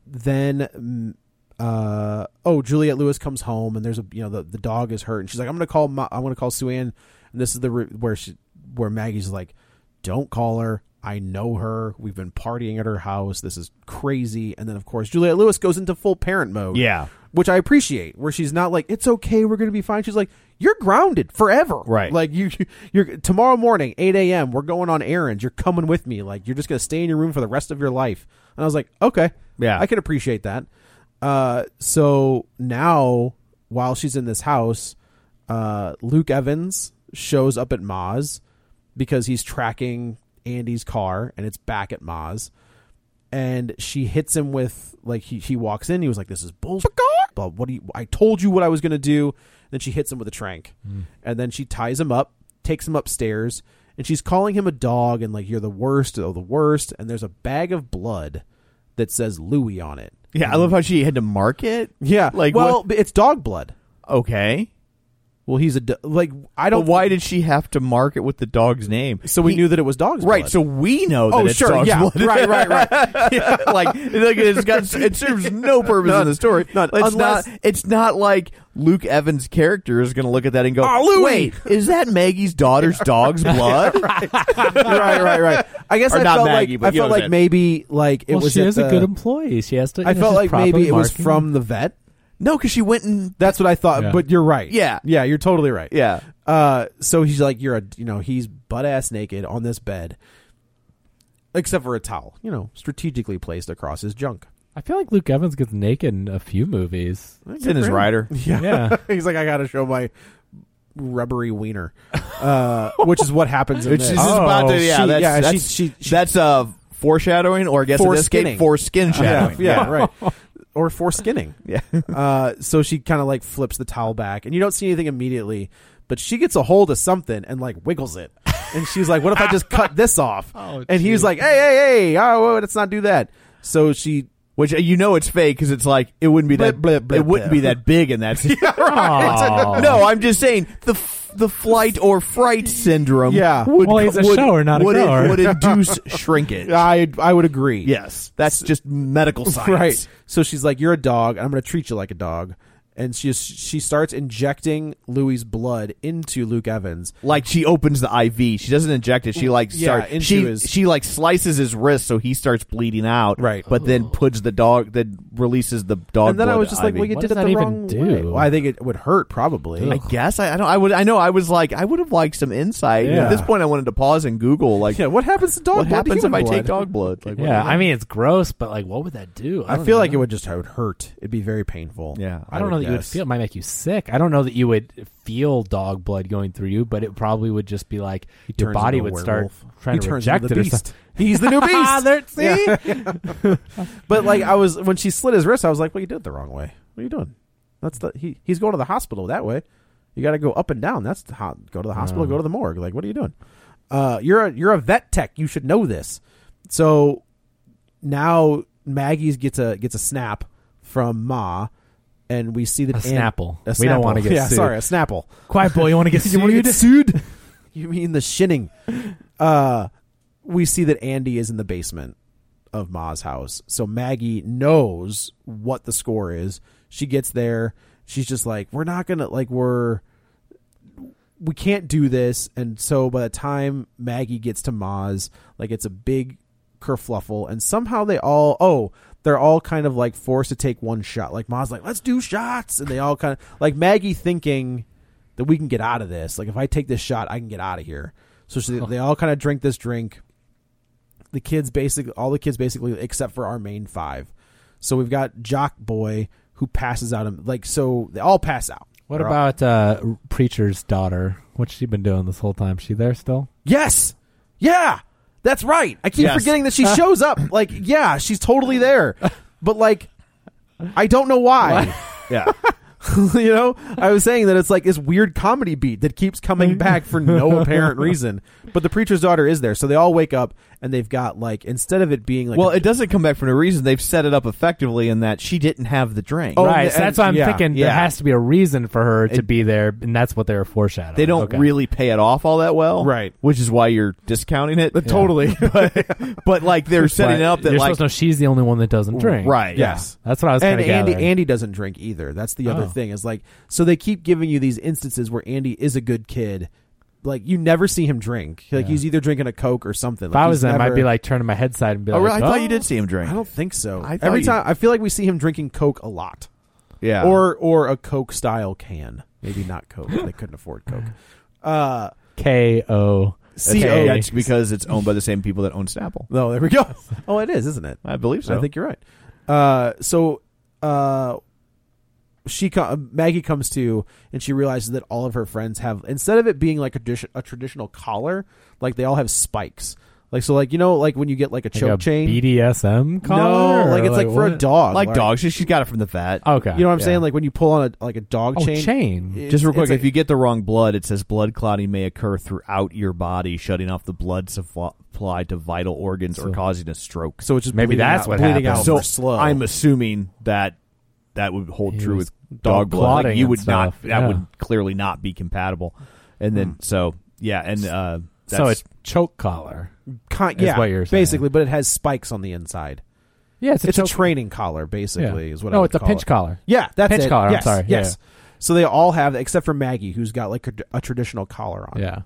[SPEAKER 1] then, mm, uh, oh, Juliet Lewis comes home, and there's a you know the, the dog is hurt, and she's like, I'm gonna call my, I'm gonna call Sue Ann, and this is the re- where she where Maggie's like, don't call her, I know her. We've been partying at her house. This is crazy. And then, of course, Juliette Lewis goes into full parent mode.
[SPEAKER 3] Yeah.
[SPEAKER 1] Which I appreciate, where she's not like, it's okay, we're going to be fine. She's like, you're grounded forever.
[SPEAKER 3] Right.
[SPEAKER 1] Like, you, you're tomorrow morning, 8 a.m., we're going on errands. You're coming with me. Like, you're just going to stay in your room for the rest of your life. And I was like, okay.
[SPEAKER 3] Yeah.
[SPEAKER 1] I can appreciate that. Uh, so now, while she's in this house, uh, Luke Evans shows up at Ma's because he's tracking Andy's car and it's back at Ma's. And she hits him with like he he walks in. He was like, "This is bulls." But what do you? I told you what I was going to do. Then she hits him with a trank,
[SPEAKER 3] Hmm.
[SPEAKER 1] and then she ties him up, takes him upstairs, and she's calling him a dog and like you're the worst, oh the worst. And there's a bag of blood that says Louis on it.
[SPEAKER 3] Yeah, I love how she had to mark it.
[SPEAKER 1] Yeah,
[SPEAKER 3] Like,
[SPEAKER 1] well,
[SPEAKER 3] what-
[SPEAKER 1] but it's dog blood.
[SPEAKER 3] Okay.
[SPEAKER 1] Well, he's a do- like I
[SPEAKER 3] But
[SPEAKER 1] don't.
[SPEAKER 3] why did she have to mark it with the dog's name?
[SPEAKER 1] So we
[SPEAKER 3] He-
[SPEAKER 1] knew that it was dog's
[SPEAKER 3] Right,
[SPEAKER 1] blood.
[SPEAKER 3] so we know that
[SPEAKER 1] Oh,
[SPEAKER 3] it's
[SPEAKER 1] sure,
[SPEAKER 3] dog's
[SPEAKER 1] yeah,
[SPEAKER 3] blood.
[SPEAKER 1] right, right,
[SPEAKER 3] right. like, like it's got it serves no purpose in the story.
[SPEAKER 1] none,
[SPEAKER 3] it's
[SPEAKER 1] unless-
[SPEAKER 3] not it's not like Luke Evans' character is going to look at that and go,
[SPEAKER 1] Ah, Louis!
[SPEAKER 3] "Wait, is that Maggie's daughter's dog's blood?"
[SPEAKER 1] right, right, right. I guess
[SPEAKER 3] Or
[SPEAKER 1] I
[SPEAKER 3] not
[SPEAKER 1] felt
[SPEAKER 3] Maggie,
[SPEAKER 1] like
[SPEAKER 3] but
[SPEAKER 1] I
[SPEAKER 3] you know
[SPEAKER 1] felt
[SPEAKER 3] what I'm
[SPEAKER 1] like
[SPEAKER 3] saying.
[SPEAKER 1] maybe like it
[SPEAKER 2] well,
[SPEAKER 1] was
[SPEAKER 2] she
[SPEAKER 1] at
[SPEAKER 2] is
[SPEAKER 1] the-
[SPEAKER 2] a good employee. She has to.
[SPEAKER 1] I
[SPEAKER 2] you know,
[SPEAKER 1] felt like
[SPEAKER 2] she's
[SPEAKER 1] maybe
[SPEAKER 2] properly
[SPEAKER 1] it was
[SPEAKER 2] marketing.
[SPEAKER 1] from the vet.
[SPEAKER 3] No, cuz she went and
[SPEAKER 1] That's what I thought.
[SPEAKER 2] Yeah.
[SPEAKER 1] But you're right.
[SPEAKER 3] Yeah.
[SPEAKER 1] yeah, you're totally right.
[SPEAKER 3] yeah.
[SPEAKER 1] Uh, so he's like, you're a, you know, he's butt ass naked on this bed, except for a towel, you know, strategically placed across his junk.
[SPEAKER 2] I feel like Luke Evans gets naked in a few movies.
[SPEAKER 3] It's in his rider.
[SPEAKER 1] Yeah.
[SPEAKER 2] Yeah.
[SPEAKER 1] he's like, I gotta show my rubbery wiener, uh, which is what happens. In
[SPEAKER 3] Which
[SPEAKER 1] this.
[SPEAKER 3] is about to yeah,
[SPEAKER 1] Oh, She-
[SPEAKER 3] that's,
[SPEAKER 1] yeah,
[SPEAKER 3] that's,
[SPEAKER 1] she, she, she
[SPEAKER 3] that's uh foreshadowing or I guess in this
[SPEAKER 1] Foreskinning.
[SPEAKER 3] case foreskin
[SPEAKER 1] yeah,
[SPEAKER 3] shadowing.
[SPEAKER 1] yeah, right. Or foreskinning.
[SPEAKER 3] Yeah.
[SPEAKER 1] Uh, so she kind of like flips the towel back, and you don't see anything immediately, but she gets a hold of something and like wiggles it, and she's like, "What if I just cut this off?"
[SPEAKER 2] Oh,
[SPEAKER 1] and he's
[SPEAKER 2] geez.
[SPEAKER 1] like, "Hey, hey, hey! Oh, whoa, let's not do that." So she,
[SPEAKER 3] Which uh, you know it's fake because it's like it wouldn't be that
[SPEAKER 1] Blip, blip, blip,
[SPEAKER 3] it wouldn't
[SPEAKER 1] blip.
[SPEAKER 3] be that big in that.
[SPEAKER 2] Aw.
[SPEAKER 3] no, I'm just saying the f- the flight or fright syndrome.
[SPEAKER 1] Yeah.
[SPEAKER 3] would,
[SPEAKER 2] Well, he's a
[SPEAKER 3] would,
[SPEAKER 2] shower, not a
[SPEAKER 3] would,
[SPEAKER 2] grower.
[SPEAKER 3] would induce shrinkage.
[SPEAKER 1] I, I would agree.
[SPEAKER 3] yes, that's just medical science.
[SPEAKER 1] Right. So she's like, "You're a dog, and I'm going to treat you like a dog." And she she starts injecting Louis' blood into Luke Evans.
[SPEAKER 3] Like she opens the IV, she doesn't inject it. She like
[SPEAKER 1] Yeah,
[SPEAKER 3] start,
[SPEAKER 1] into
[SPEAKER 3] she
[SPEAKER 1] his-
[SPEAKER 3] she like slices his wrist so he starts bleeding out.
[SPEAKER 1] Right.
[SPEAKER 3] but then puts the dog, then releases the dog.
[SPEAKER 1] And then I
[SPEAKER 3] blood
[SPEAKER 1] was just like,
[SPEAKER 3] IV.
[SPEAKER 1] "Well, you
[SPEAKER 2] What
[SPEAKER 1] did
[SPEAKER 2] does
[SPEAKER 1] it
[SPEAKER 2] that
[SPEAKER 1] the
[SPEAKER 2] even
[SPEAKER 1] wrong
[SPEAKER 2] do?
[SPEAKER 1] way." Well, I think it would hurt probably.
[SPEAKER 3] I guess I, I don't. I would. I know. I was like, I would have liked some insight.
[SPEAKER 1] Yeah.
[SPEAKER 3] At this point, I wanted to pause and Google. Like,
[SPEAKER 1] Yeah, what happens to dog
[SPEAKER 3] what
[SPEAKER 1] blood to
[SPEAKER 3] happens if
[SPEAKER 1] human
[SPEAKER 3] I
[SPEAKER 1] blood?
[SPEAKER 3] take dog blood? Like, what
[SPEAKER 2] Yeah,
[SPEAKER 3] do
[SPEAKER 2] I mean it's gross, but like, what would that do?
[SPEAKER 1] I,
[SPEAKER 2] don't
[SPEAKER 1] feel
[SPEAKER 2] know.
[SPEAKER 1] like it would just it would hurt. It'd be very painful.
[SPEAKER 3] Yeah.
[SPEAKER 2] I don't know that you would
[SPEAKER 1] guess.
[SPEAKER 2] feel. It might make you sick. I don't know that you would feel dog blood going through you, but it probably would just be like your
[SPEAKER 1] turns
[SPEAKER 2] body
[SPEAKER 1] into a
[SPEAKER 2] would start
[SPEAKER 1] werewolf.
[SPEAKER 2] trying
[SPEAKER 1] He
[SPEAKER 2] to
[SPEAKER 1] turns
[SPEAKER 2] reject
[SPEAKER 1] into
[SPEAKER 2] it.
[SPEAKER 1] the
[SPEAKER 2] or
[SPEAKER 1] beast.
[SPEAKER 2] something.
[SPEAKER 1] He's the new beast.
[SPEAKER 2] Ah, there- see?
[SPEAKER 1] But like I was when she slit his wrist, I was like, "Well, you did it the wrong way. What are you doing? That's the he, he's going to the hospital that way. You got to go up and down. That's the ho- go to the hospital, go to the morgue. Like, what are you doing? Uh, you're a you're a vet tech. You should know this. So now Maggie's gets a gets a snap from Ma, and we see that
[SPEAKER 2] A
[SPEAKER 1] Aunt-
[SPEAKER 2] Snapple.
[SPEAKER 1] a
[SPEAKER 2] We don't
[SPEAKER 1] Snapple.
[SPEAKER 2] wanna get
[SPEAKER 1] yeah,
[SPEAKER 2] sued.
[SPEAKER 1] sorry, a Snapple.
[SPEAKER 2] Quiet boy, you want to get
[SPEAKER 1] You want to
[SPEAKER 2] sued?
[SPEAKER 1] get sued? you mean the shinning? Uh, we see that Andy is in the basement of Ma's house, so Maggie knows what the score is. She gets there. She's just like, we're not gonna like we're we can't do this. And so by the time Maggie gets to Ma's, like it's a big kerfluffle, and somehow they all oh. They're all kind of like forced to take one shot. Like Ma's like, let's do shots, and they all kind of like Maggie thinking that we can get out of this. Like if I take this shot, I can get out of here. So she, they all kind of drink this drink. The kids basically, all the kids basically, except for our main five. So we've got Jock Boy who passes out. um, Like so, they all pass out.
[SPEAKER 2] What
[SPEAKER 1] They're all-
[SPEAKER 2] about uh, preacher's daughter? What's she been doing this whole time? She there still?
[SPEAKER 1] Yes, yeah, that's right. I keep
[SPEAKER 3] Yes.
[SPEAKER 1] forgetting that she shows up. Like yeah, she's totally there, but like I don't know why.
[SPEAKER 3] Yeah.
[SPEAKER 1] you know, I was saying that it's like this weird comedy beat that keeps coming back for no apparent reason. But the preacher's daughter is there, so they all wake up and they've got like instead of it being like
[SPEAKER 3] well,
[SPEAKER 1] a-
[SPEAKER 3] it doesn't come back for no reason. They've set it up effectively in that she didn't have the drink.
[SPEAKER 1] Oh,
[SPEAKER 2] right.
[SPEAKER 1] and-
[SPEAKER 2] so that's why I'm
[SPEAKER 1] yeah,
[SPEAKER 2] thinking
[SPEAKER 1] yeah.
[SPEAKER 2] there has to be a reason for her to be there, and that's what they were foreshadowing.
[SPEAKER 3] They don't
[SPEAKER 2] Okay.
[SPEAKER 3] really pay it off all that well,
[SPEAKER 1] Right.
[SPEAKER 3] Which is why you're discounting it. Totally, but, but like they're setting
[SPEAKER 2] But
[SPEAKER 3] it up that
[SPEAKER 2] you're
[SPEAKER 3] like
[SPEAKER 2] supposed to know she's the only one that doesn't drink.
[SPEAKER 3] right,
[SPEAKER 1] yes.
[SPEAKER 2] That's what I was
[SPEAKER 1] and
[SPEAKER 2] kind of
[SPEAKER 1] Andy
[SPEAKER 2] gathering.
[SPEAKER 1] Andy doesn't drink either. That's the other
[SPEAKER 2] Oh.
[SPEAKER 1] thing is like so they keep giving you these instances where Andy is a good kid, like you never see him drink. Like
[SPEAKER 2] Yeah.
[SPEAKER 1] he's either drinking a coke or something.
[SPEAKER 2] If I
[SPEAKER 1] Like,
[SPEAKER 2] was
[SPEAKER 1] he's
[SPEAKER 2] them, I'd
[SPEAKER 1] never-
[SPEAKER 2] be like turning my head side and be like,
[SPEAKER 5] oh, really? I thought
[SPEAKER 2] "Oh."
[SPEAKER 5] you did see him drink.
[SPEAKER 1] I don't think so.
[SPEAKER 5] I thought
[SPEAKER 1] Every
[SPEAKER 5] you-
[SPEAKER 1] time I feel like we see him drinking coke a lot.
[SPEAKER 5] yeah.
[SPEAKER 1] Or or a coke style can. Maybe not coke. they couldn't afford coke. Uh
[SPEAKER 2] "Oh, K O.
[SPEAKER 1] C
[SPEAKER 2] Okay.
[SPEAKER 1] O.
[SPEAKER 5] that's because it's owned by the same people that own Snapple.
[SPEAKER 1] No, there we go. Oh, it is, isn't it?
[SPEAKER 5] I believe so.
[SPEAKER 1] I think you're right. Uh, so uh, she co- Maggie comes to and she realizes that all of her friends have instead of it being like a, dish- a traditional collar, like they all have spikes. Like so, like you know, like when you get like a
[SPEAKER 2] Like
[SPEAKER 1] choke
[SPEAKER 2] a
[SPEAKER 1] chain.
[SPEAKER 2] BDSM collar?
[SPEAKER 1] no, like it's like, Uh, for a
[SPEAKER 2] what?
[SPEAKER 1] dog,
[SPEAKER 5] like dogs. She, she got it from the vet.
[SPEAKER 2] Okay.
[SPEAKER 1] You know what I'm
[SPEAKER 2] yeah.
[SPEAKER 1] saying? Like when you pull on a like a dog
[SPEAKER 2] Oh,
[SPEAKER 1] chain.
[SPEAKER 2] chain.
[SPEAKER 1] it's-
[SPEAKER 5] Just real quick,
[SPEAKER 1] it's
[SPEAKER 5] if you get the wrong blood, it says blood clotting may occur throughout your body, shutting off the blood supply to vital organs or causing a stroke.
[SPEAKER 1] so, it's just
[SPEAKER 2] Maybe
[SPEAKER 1] bleeding
[SPEAKER 2] that's
[SPEAKER 1] out,
[SPEAKER 2] what
[SPEAKER 1] bleeding
[SPEAKER 2] happened.
[SPEAKER 1] Out
[SPEAKER 2] So
[SPEAKER 1] for slow.
[SPEAKER 5] I'm assuming that that would hold
[SPEAKER 2] He
[SPEAKER 5] true
[SPEAKER 2] was
[SPEAKER 5] with dog
[SPEAKER 2] dog
[SPEAKER 5] blood. Like,
[SPEAKER 2] clotting
[SPEAKER 5] you
[SPEAKER 2] and
[SPEAKER 5] would not.
[SPEAKER 2] stuff,
[SPEAKER 5] That
[SPEAKER 2] yeah.
[SPEAKER 5] would clearly not be compatible. And then
[SPEAKER 1] Hmm.
[SPEAKER 5] so yeah, and uh, that's,
[SPEAKER 2] So it's choke collar.
[SPEAKER 1] Con-
[SPEAKER 2] is
[SPEAKER 1] yeah,
[SPEAKER 2] what you're saying.
[SPEAKER 1] basically, but it has spikes on the inside.
[SPEAKER 2] Yeah, it's a
[SPEAKER 1] It's a
[SPEAKER 2] choke
[SPEAKER 1] training collar, basically,
[SPEAKER 2] Yeah.
[SPEAKER 1] is what I
[SPEAKER 2] No,
[SPEAKER 1] would
[SPEAKER 2] it's a
[SPEAKER 1] call
[SPEAKER 2] pinch
[SPEAKER 1] it.
[SPEAKER 2] collar.
[SPEAKER 1] Yeah, that's
[SPEAKER 2] Pinch
[SPEAKER 1] it.
[SPEAKER 2] collar, I'm
[SPEAKER 1] Yes,
[SPEAKER 2] sorry.
[SPEAKER 1] Yes. So they all have, except for Maggie, who's got like a, a traditional collar on.
[SPEAKER 2] Yeah.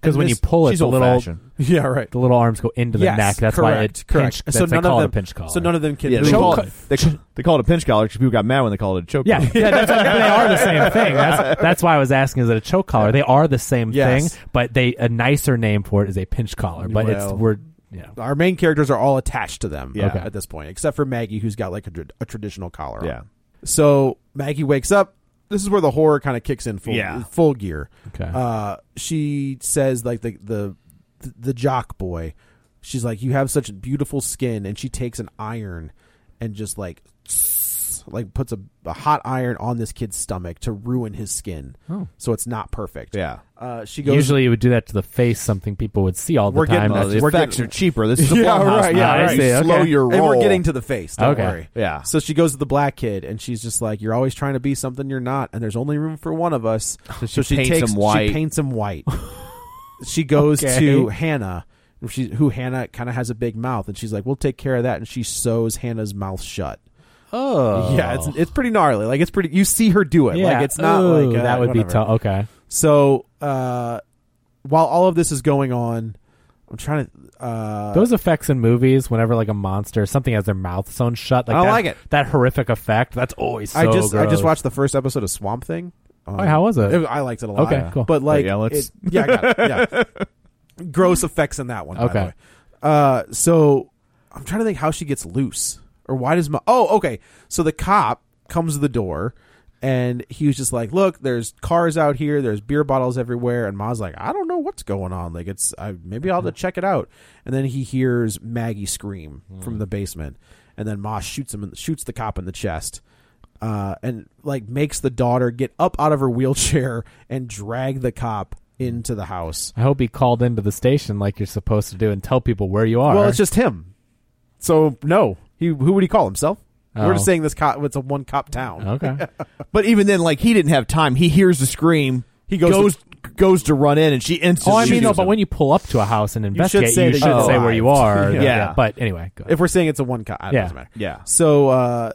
[SPEAKER 2] Because
[SPEAKER 1] And
[SPEAKER 2] when you
[SPEAKER 1] this-
[SPEAKER 2] pull it,
[SPEAKER 5] she's
[SPEAKER 2] the little
[SPEAKER 5] old-fashioned.
[SPEAKER 1] yeah, right.
[SPEAKER 2] the little arms go into the
[SPEAKER 1] Yes,
[SPEAKER 2] neck. That's
[SPEAKER 1] correct,
[SPEAKER 2] why it's
[SPEAKER 1] correct.
[SPEAKER 2] pinch.
[SPEAKER 1] so
[SPEAKER 2] that's- they
[SPEAKER 1] none of
[SPEAKER 2] call
[SPEAKER 1] them,
[SPEAKER 2] it a pinch collar.
[SPEAKER 1] So none of them can
[SPEAKER 5] yeah, they,
[SPEAKER 1] move.
[SPEAKER 5] call it, they, they call it a pinch collar because people got mad when they called it a choke.
[SPEAKER 2] Yeah,
[SPEAKER 5] collar.
[SPEAKER 2] yeah, that's, they are the same thing. That's that's why I was asking: is it a choke collar? They are the same
[SPEAKER 1] Yes.
[SPEAKER 2] thing, but they a nicer name for it is a pinch collar. But
[SPEAKER 1] Well.
[SPEAKER 2] it's we're yeah.
[SPEAKER 1] Our main characters are all attached to them
[SPEAKER 5] Yeah.
[SPEAKER 1] okay, at this point, except for Maggie, who's got like a, tr- a traditional collar. on.
[SPEAKER 5] Yeah.
[SPEAKER 1] So Maggie wakes up. This is where the horror kind of kicks in full,
[SPEAKER 5] Yeah.
[SPEAKER 1] full gear.
[SPEAKER 2] Okay.
[SPEAKER 1] Uh, she says like the the the jock boy. She's like, you have such beautiful skin, and she takes an iron and just like like puts a, a hot iron on this kid's stomach to ruin his skin,
[SPEAKER 2] Oh.
[SPEAKER 1] so it's not perfect.
[SPEAKER 5] Yeah.
[SPEAKER 1] Uh, she goes.
[SPEAKER 2] Usually, you would do that to the face, something people would see all the
[SPEAKER 1] We're getting
[SPEAKER 2] time.
[SPEAKER 5] Well,
[SPEAKER 1] that's-
[SPEAKER 5] the
[SPEAKER 1] we're
[SPEAKER 5] effects
[SPEAKER 1] getting-
[SPEAKER 5] are cheaper. This is a
[SPEAKER 1] Yeah,
[SPEAKER 5] Blumhouse
[SPEAKER 1] right,
[SPEAKER 5] now.
[SPEAKER 1] yeah,
[SPEAKER 5] You
[SPEAKER 1] right.
[SPEAKER 2] See,
[SPEAKER 5] Slow
[SPEAKER 2] okay.
[SPEAKER 5] your roll.
[SPEAKER 1] and we're getting to the face. Don't
[SPEAKER 2] Okay.
[SPEAKER 1] worry.
[SPEAKER 5] Yeah.
[SPEAKER 1] So she goes to the black kid, and she's just like, "You're always trying to be something you're not, and there's only room for one of us." So she,
[SPEAKER 5] paints
[SPEAKER 1] takes
[SPEAKER 5] him white.
[SPEAKER 1] She paints him white. she goes
[SPEAKER 2] Okay.
[SPEAKER 1] to Hannah, who she, who Hannah kind of has a big mouth, and she's like, "We'll take care of that." And she sews Hannah's mouth shut.
[SPEAKER 2] oh,
[SPEAKER 1] Yeah, it's it's pretty gnarly. Like it's pretty. You see her do it.
[SPEAKER 2] Yeah.
[SPEAKER 1] Like it's not
[SPEAKER 2] Ooh,
[SPEAKER 1] like uh,
[SPEAKER 2] that would
[SPEAKER 1] whatever.
[SPEAKER 2] be tough. Okay,
[SPEAKER 1] So uh, while all of this is going on, I'm trying to. Uh,
[SPEAKER 2] those effects in movies, whenever like a monster, something has their mouth sewn shut, like
[SPEAKER 1] I
[SPEAKER 2] that,
[SPEAKER 1] like it.
[SPEAKER 2] That horrific effect. That's always. So
[SPEAKER 1] I just I just
[SPEAKER 2] gross.
[SPEAKER 1] watched the first episode of Swamp Thing. Um,
[SPEAKER 2] Oh, how was it?
[SPEAKER 1] I liked it a lot.
[SPEAKER 2] Okay, cool.
[SPEAKER 1] But like,
[SPEAKER 5] Yeah, let's-
[SPEAKER 1] it- yeah, I got it. yeah. gross effects in that one. By
[SPEAKER 2] Okay.
[SPEAKER 1] the way. Uh, so I'm trying to think how she gets loose or why does my oh okay so the cop comes to the door and he was just like look there's cars out here there's beer bottles everywhere and ma's like i don't know what's going on like it's I, maybe i'll have to check it out and then he hears maggie scream from the basement and then ma shoots him in, shoots the cop in the chest uh, and like makes the daughter get up out of her wheelchair and drag the cop into the house
[SPEAKER 2] I hope he called into the station like you're supposed to do and tell people where you are.
[SPEAKER 1] Well, it's just him. So no, he who would he call himself?
[SPEAKER 2] Oh.
[SPEAKER 1] We're just saying this cop. It's a one cop town.
[SPEAKER 2] okay.
[SPEAKER 5] But even then, like he didn't have time. He hears the scream. He
[SPEAKER 1] goes
[SPEAKER 5] goes to, goes to run in, and she instantly.
[SPEAKER 2] Oh, I mean,
[SPEAKER 5] shoots
[SPEAKER 2] no,
[SPEAKER 5] him.
[SPEAKER 2] but when you pull up to a house and
[SPEAKER 1] should
[SPEAKER 2] investigate, you should
[SPEAKER 1] say
[SPEAKER 2] say,
[SPEAKER 1] that you
[SPEAKER 2] where you are.
[SPEAKER 1] arrived.
[SPEAKER 5] Yeah.
[SPEAKER 2] But anyway, go ahead.
[SPEAKER 1] If we're saying it's a one cop, it
[SPEAKER 2] Yeah.
[SPEAKER 1] doesn't matter.
[SPEAKER 5] Yeah.
[SPEAKER 1] So uh,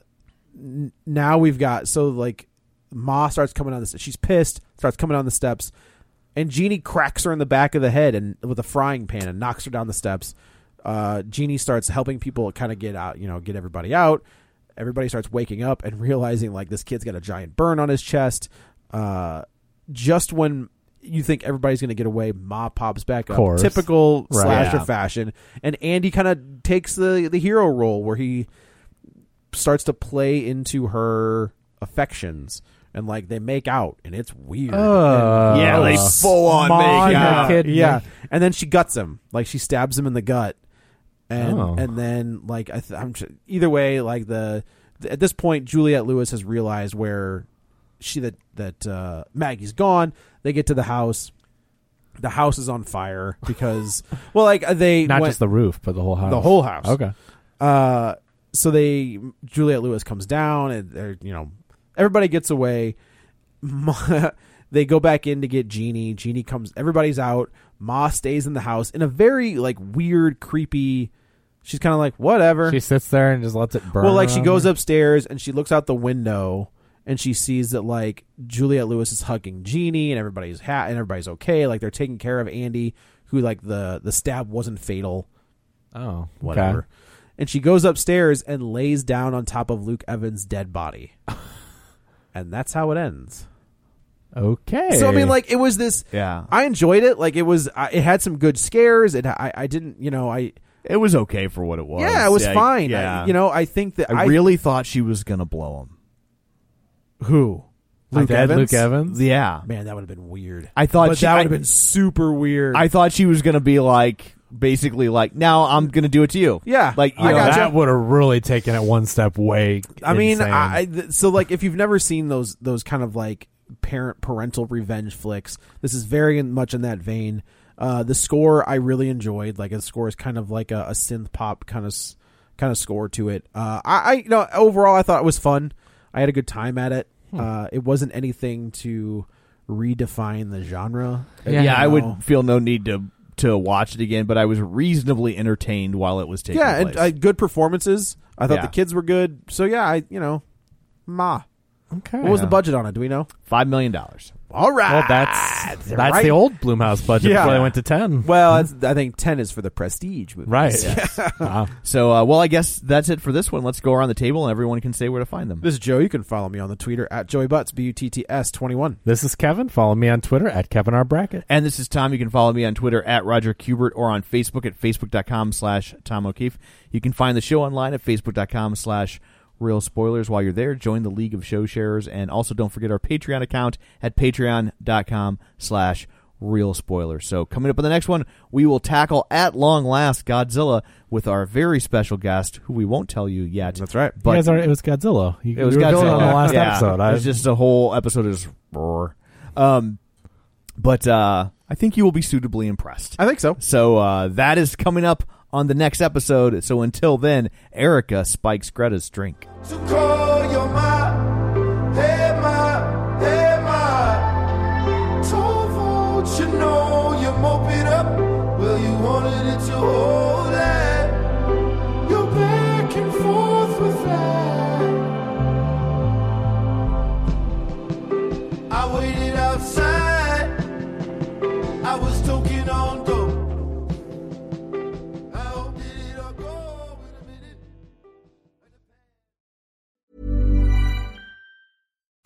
[SPEAKER 1] n- now we've got so like Ma starts coming down the st- she's pissed starts coming down the steps, and Jeannie cracks her in the back of the head and with a frying pan and knocks her down the steps. Uh, Jeannie starts helping people kind of get out, you know, get everybody out. Everybody starts waking up and realizing like this kid's got a giant burn on his chest. Uh, just when you think everybody's going to get away, Ma pops back up.
[SPEAKER 2] Course.
[SPEAKER 1] Typical
[SPEAKER 2] Right.
[SPEAKER 1] slasher
[SPEAKER 5] Yeah.
[SPEAKER 1] fashion, and Andy kind of takes the the hero role where he starts to play into her affections and like they make out and it's weird.
[SPEAKER 2] Uh,
[SPEAKER 1] And-
[SPEAKER 5] yeah, they
[SPEAKER 2] Uh,
[SPEAKER 5] full on
[SPEAKER 2] come on,
[SPEAKER 5] make
[SPEAKER 2] you
[SPEAKER 5] out.
[SPEAKER 2] kid.
[SPEAKER 1] yeah. And then she guts him. Like she stabs him in the gut. And
[SPEAKER 2] Oh.
[SPEAKER 1] and then like I th- I'm tr- either way like the, th- at this point Juliet Lewis has realized where she that that uh, Maggie's gone. They get to the house. The house is on fire because well like they
[SPEAKER 2] Not
[SPEAKER 1] went-
[SPEAKER 2] just the roof, but the whole house.
[SPEAKER 1] the whole house.
[SPEAKER 2] Okay.
[SPEAKER 1] Uh, so they Juliet Lewis comes down, and they're you know everybody gets away. Ma, they go back in to get Jeannie. Jeannie comes. Everybody's out. Ma stays in the house in a very like weird, creepy. She's kind of like whatever.
[SPEAKER 2] She sits there and just lets it burn.
[SPEAKER 1] well, like she
[SPEAKER 2] on
[SPEAKER 1] goes
[SPEAKER 2] her.
[SPEAKER 1] upstairs and she looks out the window and she sees that like Juliet Lewis is hugging Jeannie and everybody's hat and everybody's okay. Like they're taking care of Andy, who like the the stab wasn't fatal.
[SPEAKER 2] Oh,
[SPEAKER 1] whatever.
[SPEAKER 2] okay.
[SPEAKER 1] And she goes upstairs and lays down on top of Luke Evans' dead body. and that's how it ends.
[SPEAKER 2] Okay.
[SPEAKER 1] So I mean, like it was this.
[SPEAKER 3] Yeah.
[SPEAKER 1] I enjoyed it. Like it was. I, it had some good scares. It. I. I didn't. You know. I.
[SPEAKER 3] It was okay for what it was.
[SPEAKER 1] yeah. It was fine. I-
[SPEAKER 3] Yeah.
[SPEAKER 1] you know. I think that
[SPEAKER 3] I, really thought she was gonna blow him.
[SPEAKER 1] Who?
[SPEAKER 2] My dad, Luke Evans.
[SPEAKER 3] Yeah.
[SPEAKER 1] Man, that would have been weird.
[SPEAKER 3] I thought
[SPEAKER 1] But
[SPEAKER 3] she-
[SPEAKER 1] that
[SPEAKER 3] I-
[SPEAKER 1] would have been super weird.
[SPEAKER 3] I thought she was gonna be like basically like now I'm gonna do it to you.
[SPEAKER 1] Yeah,
[SPEAKER 3] Like you
[SPEAKER 1] I
[SPEAKER 3] know,
[SPEAKER 1] gotcha.
[SPEAKER 3] that-
[SPEAKER 2] that would have really taken it one step way.
[SPEAKER 1] I mean,
[SPEAKER 2] insane.
[SPEAKER 1] I, I- th- so like if you've never seen those those kind of like parent parental revenge flicks, this is very in- much in that vein. Uh, the score I really enjoyed. Like the score is kind of like a, a synth pop kind of kind of score to it. Uh, I, I you know overall I thought it was fun. I had a good time at it.
[SPEAKER 3] Hmm.
[SPEAKER 1] Uh, it wasn't anything to redefine the genre.
[SPEAKER 3] yeah,
[SPEAKER 1] you
[SPEAKER 3] I
[SPEAKER 1] know.
[SPEAKER 3] would feel no need to to watch it again, but I was reasonably entertained while it was taking
[SPEAKER 1] Yeah,
[SPEAKER 3] place.
[SPEAKER 1] and uh, good performances. I thought
[SPEAKER 3] Yeah.
[SPEAKER 1] the kids were good. So yeah, I you know, ma.
[SPEAKER 2] okay.
[SPEAKER 1] What was the budget on it? Do we know?
[SPEAKER 3] Five million dollars.
[SPEAKER 1] All right.
[SPEAKER 2] Well, that's
[SPEAKER 1] They're
[SPEAKER 2] that's
[SPEAKER 1] Ah, right.
[SPEAKER 2] the old Bloomhouse budget
[SPEAKER 1] Yeah.
[SPEAKER 2] before they went to ten.
[SPEAKER 1] Well, that's, I think ten is for the prestige movie.
[SPEAKER 2] Right. Wow.
[SPEAKER 3] So, uh, well, I guess that's it for this one. Let's go around the table and everyone can say where to find them.
[SPEAKER 1] This is Joe. You can follow me on the Twitter at Joey Butts B U T T S twenty one.
[SPEAKER 2] This is Kevin. Follow me on Twitter at Kevin R Brackett.
[SPEAKER 3] And this is Tom. You can follow me on Twitter at Roger Kubert or on Facebook at Facebook.com slash Tom O'Keefe. You can find the show online at Facebook.com slash Real Spoilers. While you're there, join the League of Show Sharers. And also don't forget our Patreon account at Patreon.com slash Real Spoilers. So coming up in the next one, we will tackle at long last Godzilla with our very special guest who we won't tell you yet.
[SPEAKER 1] That's right.
[SPEAKER 3] But
[SPEAKER 2] you guys are, it was Godzilla. You,
[SPEAKER 3] it was
[SPEAKER 2] you were doing it
[SPEAKER 3] Godzilla
[SPEAKER 2] on the last
[SPEAKER 3] Yeah.
[SPEAKER 2] episode. I
[SPEAKER 3] It was just a whole episode of just roar. Um, but uh, I think you will be suitably impressed.
[SPEAKER 1] I think so.
[SPEAKER 3] So uh, that is coming up on the next episode. So until then, Erica spikes Greta's drink.
[SPEAKER 6] So call your ma, hey ma, hey ma. Told folks you know you mop it up. Well, you wanted it to hold it. You're back and forth with that. I waited outside. I was talking on dope. I hope that it'll go in a minute.